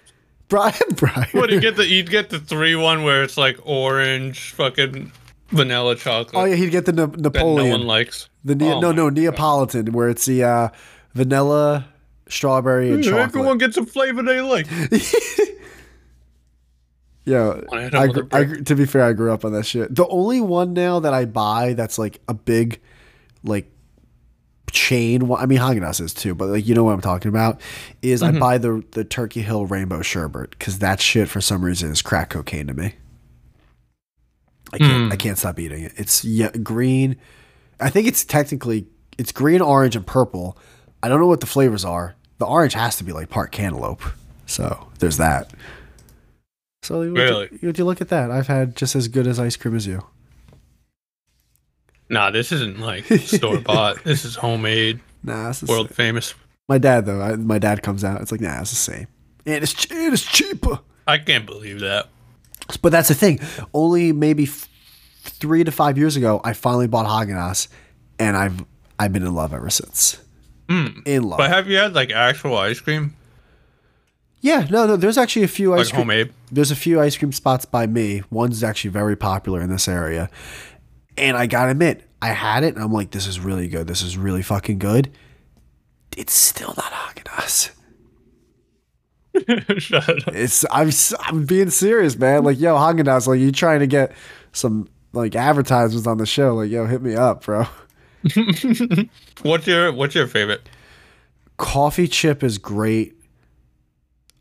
Brian, Brian, What do you get the you get the three one where it's like orange fucking vanilla <laughs> chocolate oh yeah, he'd get the Na- that Napoleon, no one likes. the ne- Oh no my no Neapolitan, where it's the uh, vanilla, strawberry, and chocolate. Everyone gets a flavor they like. Yeah, I don't I, know gr- the I, gr- to be fair, I grew up on that shit. The only one now that I buy that's like a big, like chain. one- I mean, Haagen Dazs is too, but like you know what I'm talking about. Is I buy the the Turkey Hill Rainbow Sherbet because that shit for some reason is crack cocaine to me. I can't. Hmm. I can't stop eating it. It's yeah, green. I think it's technically it's green, orange, and purple. I don't know what the flavors are. The orange has to be like part cantaloupe. So there's that. So would Really? you, would you look at that? I've had just as good as ice cream as you. <laughs> Nah, this isn't <laughs> like store bought. This is homemade, Nah, this is world famous. my dad though. I, my dad comes out. It's like nah, it's the same. And it's ch- it is cheaper. I can't believe that. But that's the thing. Only maybe f- three to five years ago, I finally bought Haagen Dazs, and I've I've been in love ever since. In love. Hmm. But have you had like actual ice cream, yeah, no, no. There's actually a few like ice cream. homemade? There's a few ice cream spots by me. One's actually very popular in this area. And I gotta admit, I had it and I'm like, this is really good. This is really fucking good. It's still not Haagen Dazs. <laughs> Shut up. It's I'm s- I'm being serious, man. Like, yo, Haagen Dazs, like you trying to get some like advertisements on the show? Like, yo, hit me up, bro. What's your What's your favorite? Coffee chip is great.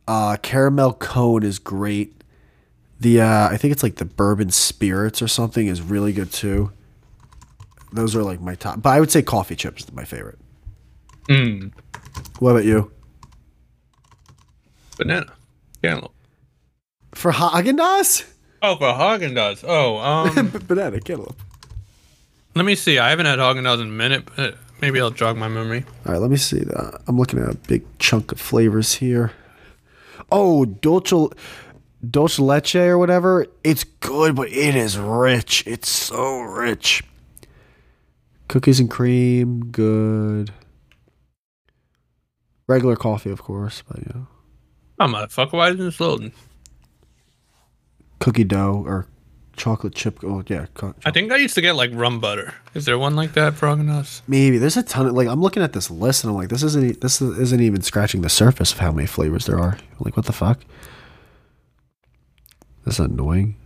Uh, caramel cone is great. The uh, I think it's like the bourbon spirits or something is really good too. Those are like my top, but I would say coffee chips is my favorite. Mm. What about you? Banana, cantaloupe. For Haagen Dazs, Oh, for Haagen Dazs. Oh, um, <laughs> banana cantaloupe. let me see. I haven't had Haagen Dazs in a minute, but maybe I'll jog my memory. All right, let me see. Uh, I'm looking at a big chunk of flavors here. Oh, dolce, dolce leche or whatever. It's good, but it is rich. It's so rich. Cookies and cream, good. Regular coffee, of course, but yeah. I'm a fuck. Oh, Why isn't this loading? Cookie dough or chocolate chip. Oh yeah, co- I think I used to get like rum butter. Is there one like that for Haagen Dazs? maybe there's a ton of like I'm looking at this list and I'm like this isn't e- this isn't even scratching the surface of how many flavors there are. Like what the fuck? That's annoying.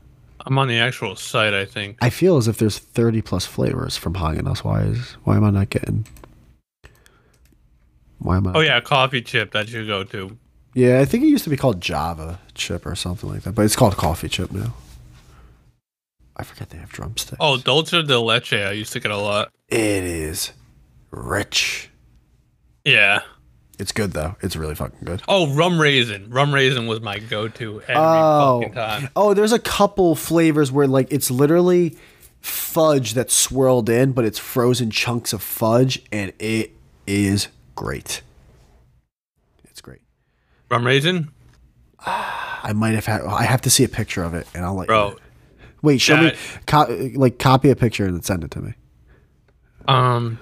I'm on the actual site. I think. I feel as if there's 30 plus flavors from Haagen Dazs. Why is why am I not getting? Why am I? Oh yeah, coffee chip. That's your go-to. yeah, I think it used to be called Java chip or something like that, but it's called coffee chip now. I forget they have drumsticks. Oh, Dolce de Leche. I used to get a lot. It is rich. Yeah. It's good though. It's really fucking good. Oh, rum raisin. Rum raisin was my go-to every Oh, fucking time. oh, there's a couple flavors where like it's literally fudge that's swirled in, but it's frozen chunks of fudge, and it is great. It's great. Rum raisin, I might have had. I have to see a picture of it, and I'll let you. bro. know. Wait, show that- me. Co- like, copy a picture and then send it to me. Um.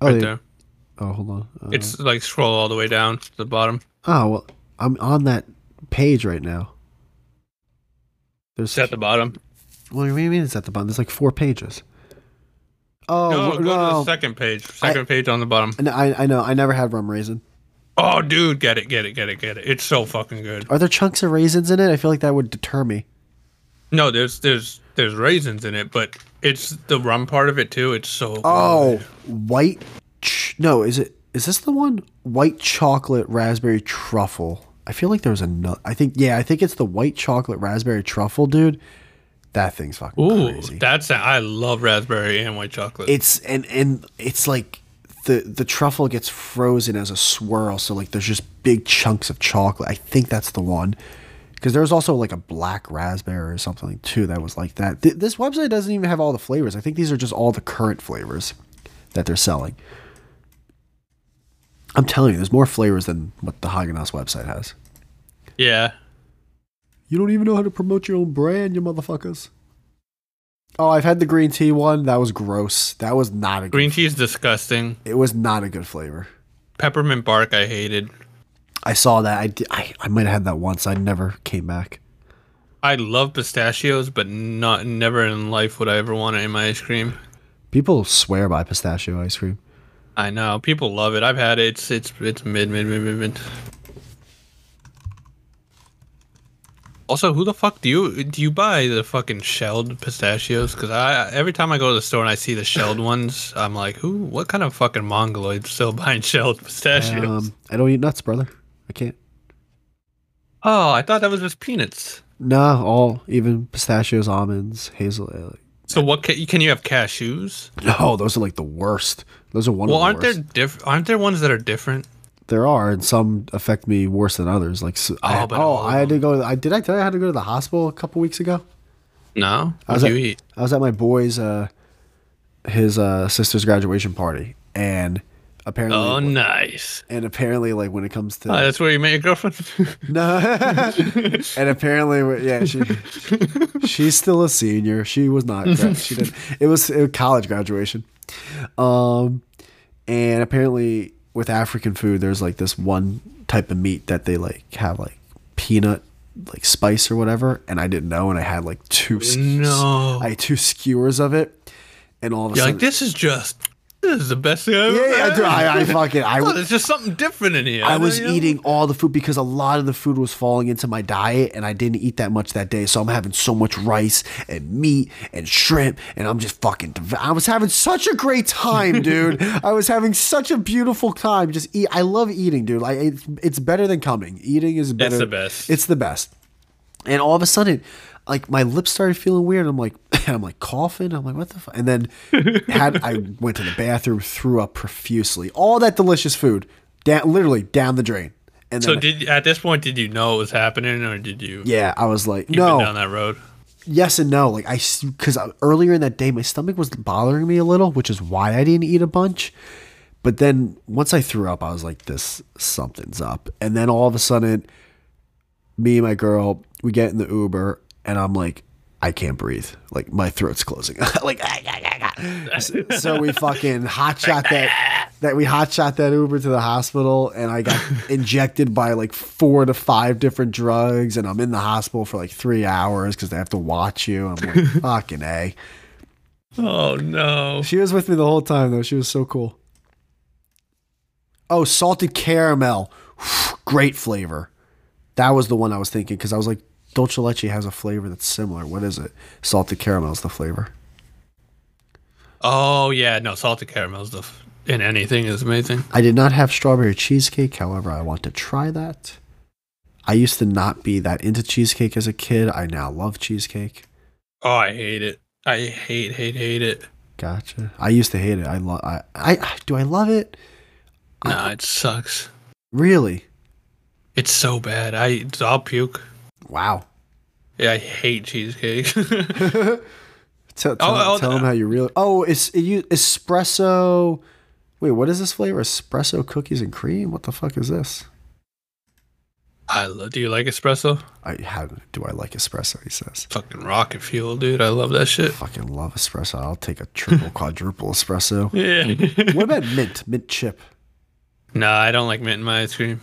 Oh, Right they- there. oh hold on. Uh, It's like scroll all the way down to the bottom. oh well, I'm on that page right now. There's. It's at the bottom. what do you mean? It's at the bottom. There's like four pages. Oh no, wh- go to the no. second page. Second page on the bottom. And I, I know. I never had rum raisin. Oh, dude, get it, get it, get it, get it. It's so fucking good. Are there chunks of raisins in it? I feel like that would deter me. No, there's there's there's raisins in it, but it's the rum part of it too. It's so. Oh, white. Ch- no, is it? Is this the one? White chocolate raspberry truffle. I feel like there was another. I think yeah. I think it's the white chocolate raspberry truffle, dude. That thing's fucking Ooh, crazy. that's I love raspberry and white chocolate. it's and and it's like the the truffle gets frozen as a swirl, so like there's just big chunks of chocolate. I think that's the one. Because there was also like a black raspberry or something too that was like that. Th- this website doesn't even have all the flavors. I think these are just all the current flavors that they're selling. I'm telling you, there's more flavors than what the Haagen Dazs website has. yeah. You don't even know how to promote your own brand, you motherfuckers. Oh, I've had the green tea one. That was gross. That was not a good Green tea's disgusting. it was not a good flavor. Peppermint bark, I hated. I saw that. I, did, I, I might have had that once. I never came back. I love pistachios, but not never in life would I ever want it in my ice cream. People swear by pistachio ice cream. I know people love it. I've had it. It's it's it's mid mid mid mid mid. Also, who the fuck do you do you buy the fucking shelled pistachios? Because I every time I go to the store and I see <laughs> the shelled ones, I'm like, who? What kind of fucking mongoloid still <laughs> buying shelled pistachios? Um, I don't eat nuts, brother. I can't. oh, I thought that was just peanuts. Nah, all even pistachios, almonds, hazel. uh, like- So what can, can you have cashews? No, those are like the worst. Those are one. Well, of the aren't there worst. diff- Aren't there ones that are different? There are, and some affect me worse than others. Like, s I but oh, all of I had to go. I did I tell you I had to go to the hospital a couple weeks ago. No. I What was do at, you eat? I was at my boy's, uh, his uh, sister's graduation party, and apparently, Oh, nice. and apparently, like when it comes to Oh, that's where you met your girlfriend. <laughs> no, <laughs> and apparently, yeah, she she's still a senior. She was not. <laughs> gra- She did. It was, it was college graduation, um, and apparently, with African food, there's like this one type of meat that they like have like peanut like spice or whatever, and I didn't know, and I had like two s- no. I had two skewers of it, and all of a You're sudden, like, this is just. This is the best thing I've ever yeah, yeah, had. dude, <laughs> I, I fucking, Oh, I, there's just something different in here. I was You know? eating all the food because a lot of the food was falling into my diet, and I didn't eat that much that day, so I'm having so much rice and meat and shrimp, and I'm just fucking. dev- I was having such a great time, <laughs> dude. I was having such a beautiful time. Just eat. I love eating, dude. Like it's, it's better than coming. Eating is better. the best. It's the best. And all of a sudden, like my lips started feeling weird. I'm like, <laughs> I'm like coughing. I'm like, what the fuck? And then had I went to the bathroom, threw up profusely. All that delicious food, down, literally down the drain. And then, So did at this point did you know it was happening or did you yeah, I was like, you've been no, down that road? yes and no. Like I, because earlier in that day, my stomach was bothering me a little, which is why I didn't eat a bunch. But then once I threw up, I was like, this something's up. And then all of a sudden, me and my girl, we get in the Uber, and I'm like, I can't breathe. Like my throat's closing. <laughs> like, ah, ah, ah, ah. So, so we fucking hot shot that that we hot shot that Uber to the hospital, and I got injected by like four to five different drugs, and I'm in the hospital for like three hours because they have to watch you. I'm like, fucking a. Oh no. She was with me the whole time though. She was so cool. Oh, salted caramel. Great flavor. That was the one I was thinking because I was like, Dolce Leche has a flavor that's similar. What is it? Salted caramel is the flavor. Oh yeah, no, salted caramel is the f- in anything is amazing. I did not have strawberry cheesecake. However, I want to try that. I used to not be that into cheesecake as a kid. I now love cheesecake. Oh, I hate it. I hate hate hate it. Gotcha. I used to hate it. I love. I, I do. I love it. Uh-uh. Nah, it sucks. Really? It's so bad. I I'll puke. Wow. Yeah, I hate cheesecake. <laughs> Tell, tell, oh, tell them how you really. Oh, it's it, you, espresso. Wait, what is this flavor? Espresso cookies and cream. What the fuck is this? I lo- do you like espresso? I how do I like espresso? He says. Fucking rocket fuel, dude. I love that shit. <laughs> Fucking love espresso. I'll take a triple, quadruple espresso. Yeah. What about mint? Mint chip. nah, I don't like mint in my ice cream.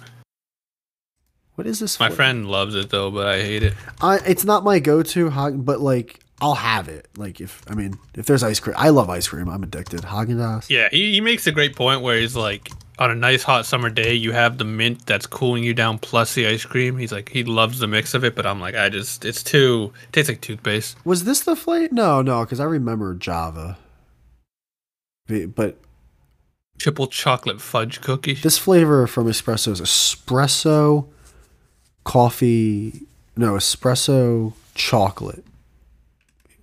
What is this? My fla- friend loves it though, but I hate it. I, it's not my go-to, Haagen- but like I'll have it. Like if I mean, if there's ice cream, I love ice cream. I'm addicted. Haagen Dazs. Yeah, he, he makes a great point where he's like, on a nice hot summer day, you have the mint that's cooling you down plus the ice cream. He's like, he loves the mix of it, but I'm like, I just, it's too, it tastes like toothpaste. Was this the flavor? No, no, because I remember Java. Be- But Triple chocolate fudge cookie. This flavor from espresso is espresso coffee. No, espresso chocolate.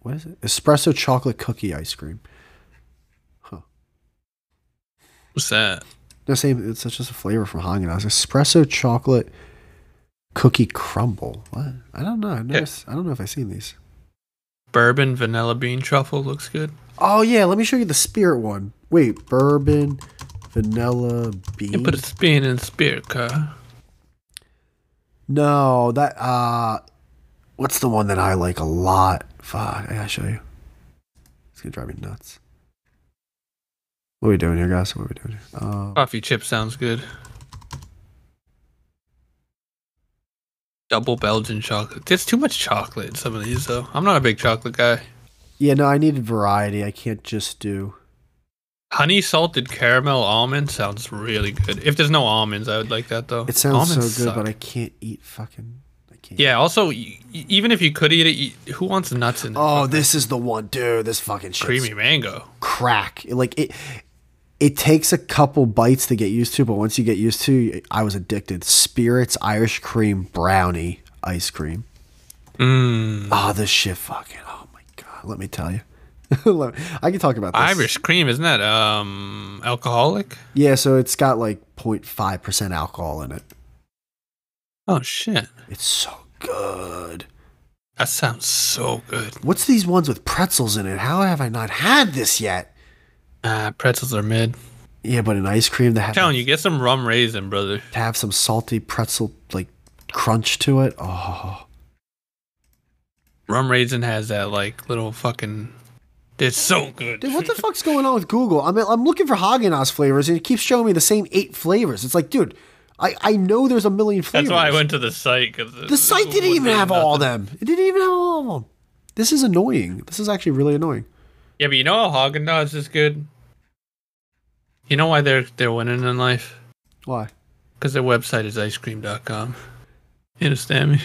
What is it? Espresso chocolate cookie ice cream. What's that? No, same. It's just a flavor from Haagen Dazs. Espresso chocolate cookie crumble. What? I don't know. I've never, Yeah. s- I don't know if I've seen these. Bourbon vanilla bean truffle looks good. Oh yeah, let me show you the spirit one. Wait, bourbon, vanilla bean. You put a spin in spirit car. No, that uh what's the one that I like a lot? Fuck, I gotta show you. It's gonna drive me nuts. What are we doing here, guys? What are we doing here? Uh, Coffee chip sounds good. Double Belgian chocolate. There's too much chocolate in some of these though. I'm not a big chocolate guy. yeah, no, I needed variety. I can't just do. Honey salted caramel almond sounds really good. If there's no almonds, I would like that though. It sounds almonds so good, suck. but I can't eat fucking. I can't. Yeah. Also, y- y- even if you could eat it, y who wants nuts in it? Oh, this is the one, dude. This fucking shit's creamy mango. crack. It, Like it, it takes a couple bites to get used to, but once you get used to, I was addicted. Spirits, Irish cream, brownie, ice cream. Mm. Ah, this shit, fucking. Oh my god, let me tell you. <laughs> Let- I can talk about this. Irish cream isn't that um alcoholic? Yeah, so it's got like 0.5 percent alcohol in it. Oh shit. It's so good. That sounds so good. What's these ones with pretzels in it? How have I not had this yet? Ah, pretzels are mid. Yeah, but an ice cream that telling have, you, get some rum raisin, brother. to have some salty pretzel like crunch to it. Oh, Rum raisin has that like little fucking. It's so good. dude, what the fuck's going on with Google? I mean, I'm looking for Haagen Dazs flavors, and it keeps showing me the same eight flavors. It's like, dude, I, I know there's a million flavors. That's why I went to the site because The site didn't even have all them. It didn't even have all of them. This is annoying. This is actually really annoying. Yeah, but you know how Haagen Dazs is good. You know why they're they're winning in life? Why? Because their website is icecream.com. You understand me?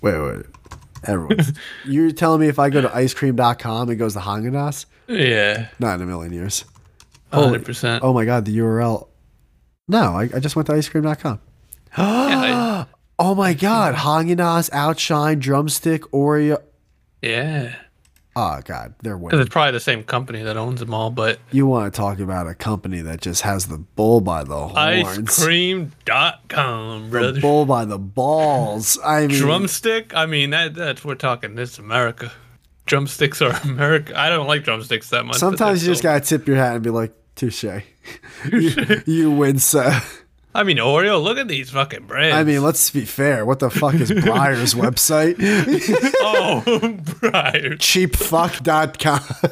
Wait, wait. <laughs> Everyone, you're telling me if I go to icecream.com, it goes to Haagen Dazs? Yeah, Not in a million years. hundred percent. Oh my god, the URL. No, I, I just went to <gasps> icecream.com. Yeah, Oh my god, Haagen-Dazs, Outshine, Drumstick, Oreo. yeah. Oh god, they're winning. Because it's probably the same company that owns them all, but You want to talk about a company that just has the bull by the horns. icecream.com, The brother. bull by the balls. I mean, Drumstick? I mean, that that's we're talking. This America. Drumsticks are <laughs> America. I don't like drumsticks that much. but sometimes they're you just so- gotta tip your hat and be like, touche. <laughs> you, you win, sir. I mean, Oreo. Look at these fucking brands. I mean, let's be fair. What the fuck is Briar's website? <laughs> oh, <laughs> Briar. Cheapfuck.com.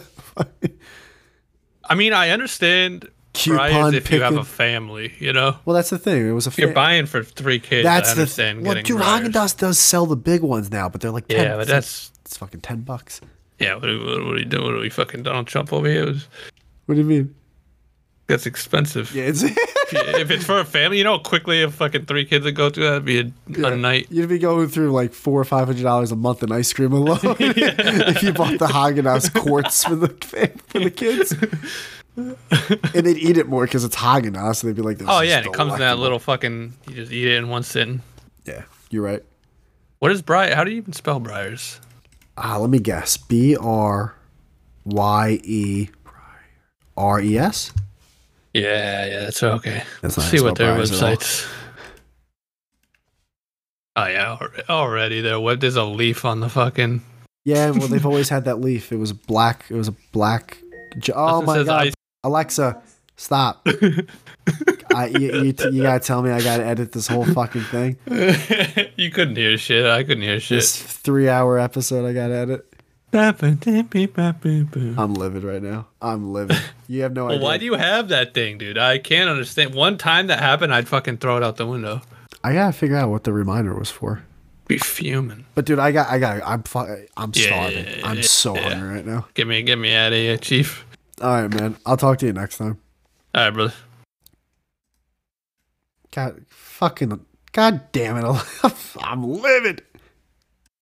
I mean, I understand Coupon Briar's if you have picking. a family. You know, <laughs> Well, that's the thing. It was a if you're fa- buying for three kids. That's I the understand Well, getting dude, Breyers. Haagen Dazs does sell the big ones now, but they're like 10, Yeah, but that's it's fucking ten bucks. yeah. What, what, what are you doing? What are we fucking Donald Trump over here? It was- What do you mean? that's expensive. Yeah, it's <laughs> if it's for a family, you know, how quickly if fucking three kids would go through that'd be a, a night. you'd be going through like four or five hundred dollars a month in ice cream <laughs> alone <laughs> if you bought the Haagen Dazs quarts for the fam- for the <laughs> kids. and they'd eat it more because it's Haagen Dazs, so they'd be like, this Oh is yeah, and it comes in that delectable. little fucking. You just eat it in one sitting. Yeah, you're right. What is Briar? How do you even spell Briars? Ah, let me guess. B R Y E R E S. Yeah, yeah, that's okay. That's Let's not how you see what spell their Briars at all. websites. Oh yeah, alre- already there. What? There's a leaf on the fucking. Yeah, well, they've always had that leaf. It was black. It was a black. j- Oh It my says god, ice- Alexa, <laughs> stop! I, you, you, t- you gotta tell me I gotta edit this whole fucking thing. <laughs> you couldn't hear shit. I couldn't hear shit. This three-hour episode I gotta edit. Well, I'm livid right now. I'm <laughs> livid. You have no idea. why do you have that thing, dude? I can't understand. One time that happened, I'd fucking throw it out the window. I gotta figure out what the reminder was for. Be fuming. But dude, I got, I got, I'm, fu- I'm Yeah, starving. I'm so hungry right now. Get me, get me out of here, chief. All right, man. I'll talk to you next time. All right, brother. God, fucking, god damn it! <laughs> I'm livid.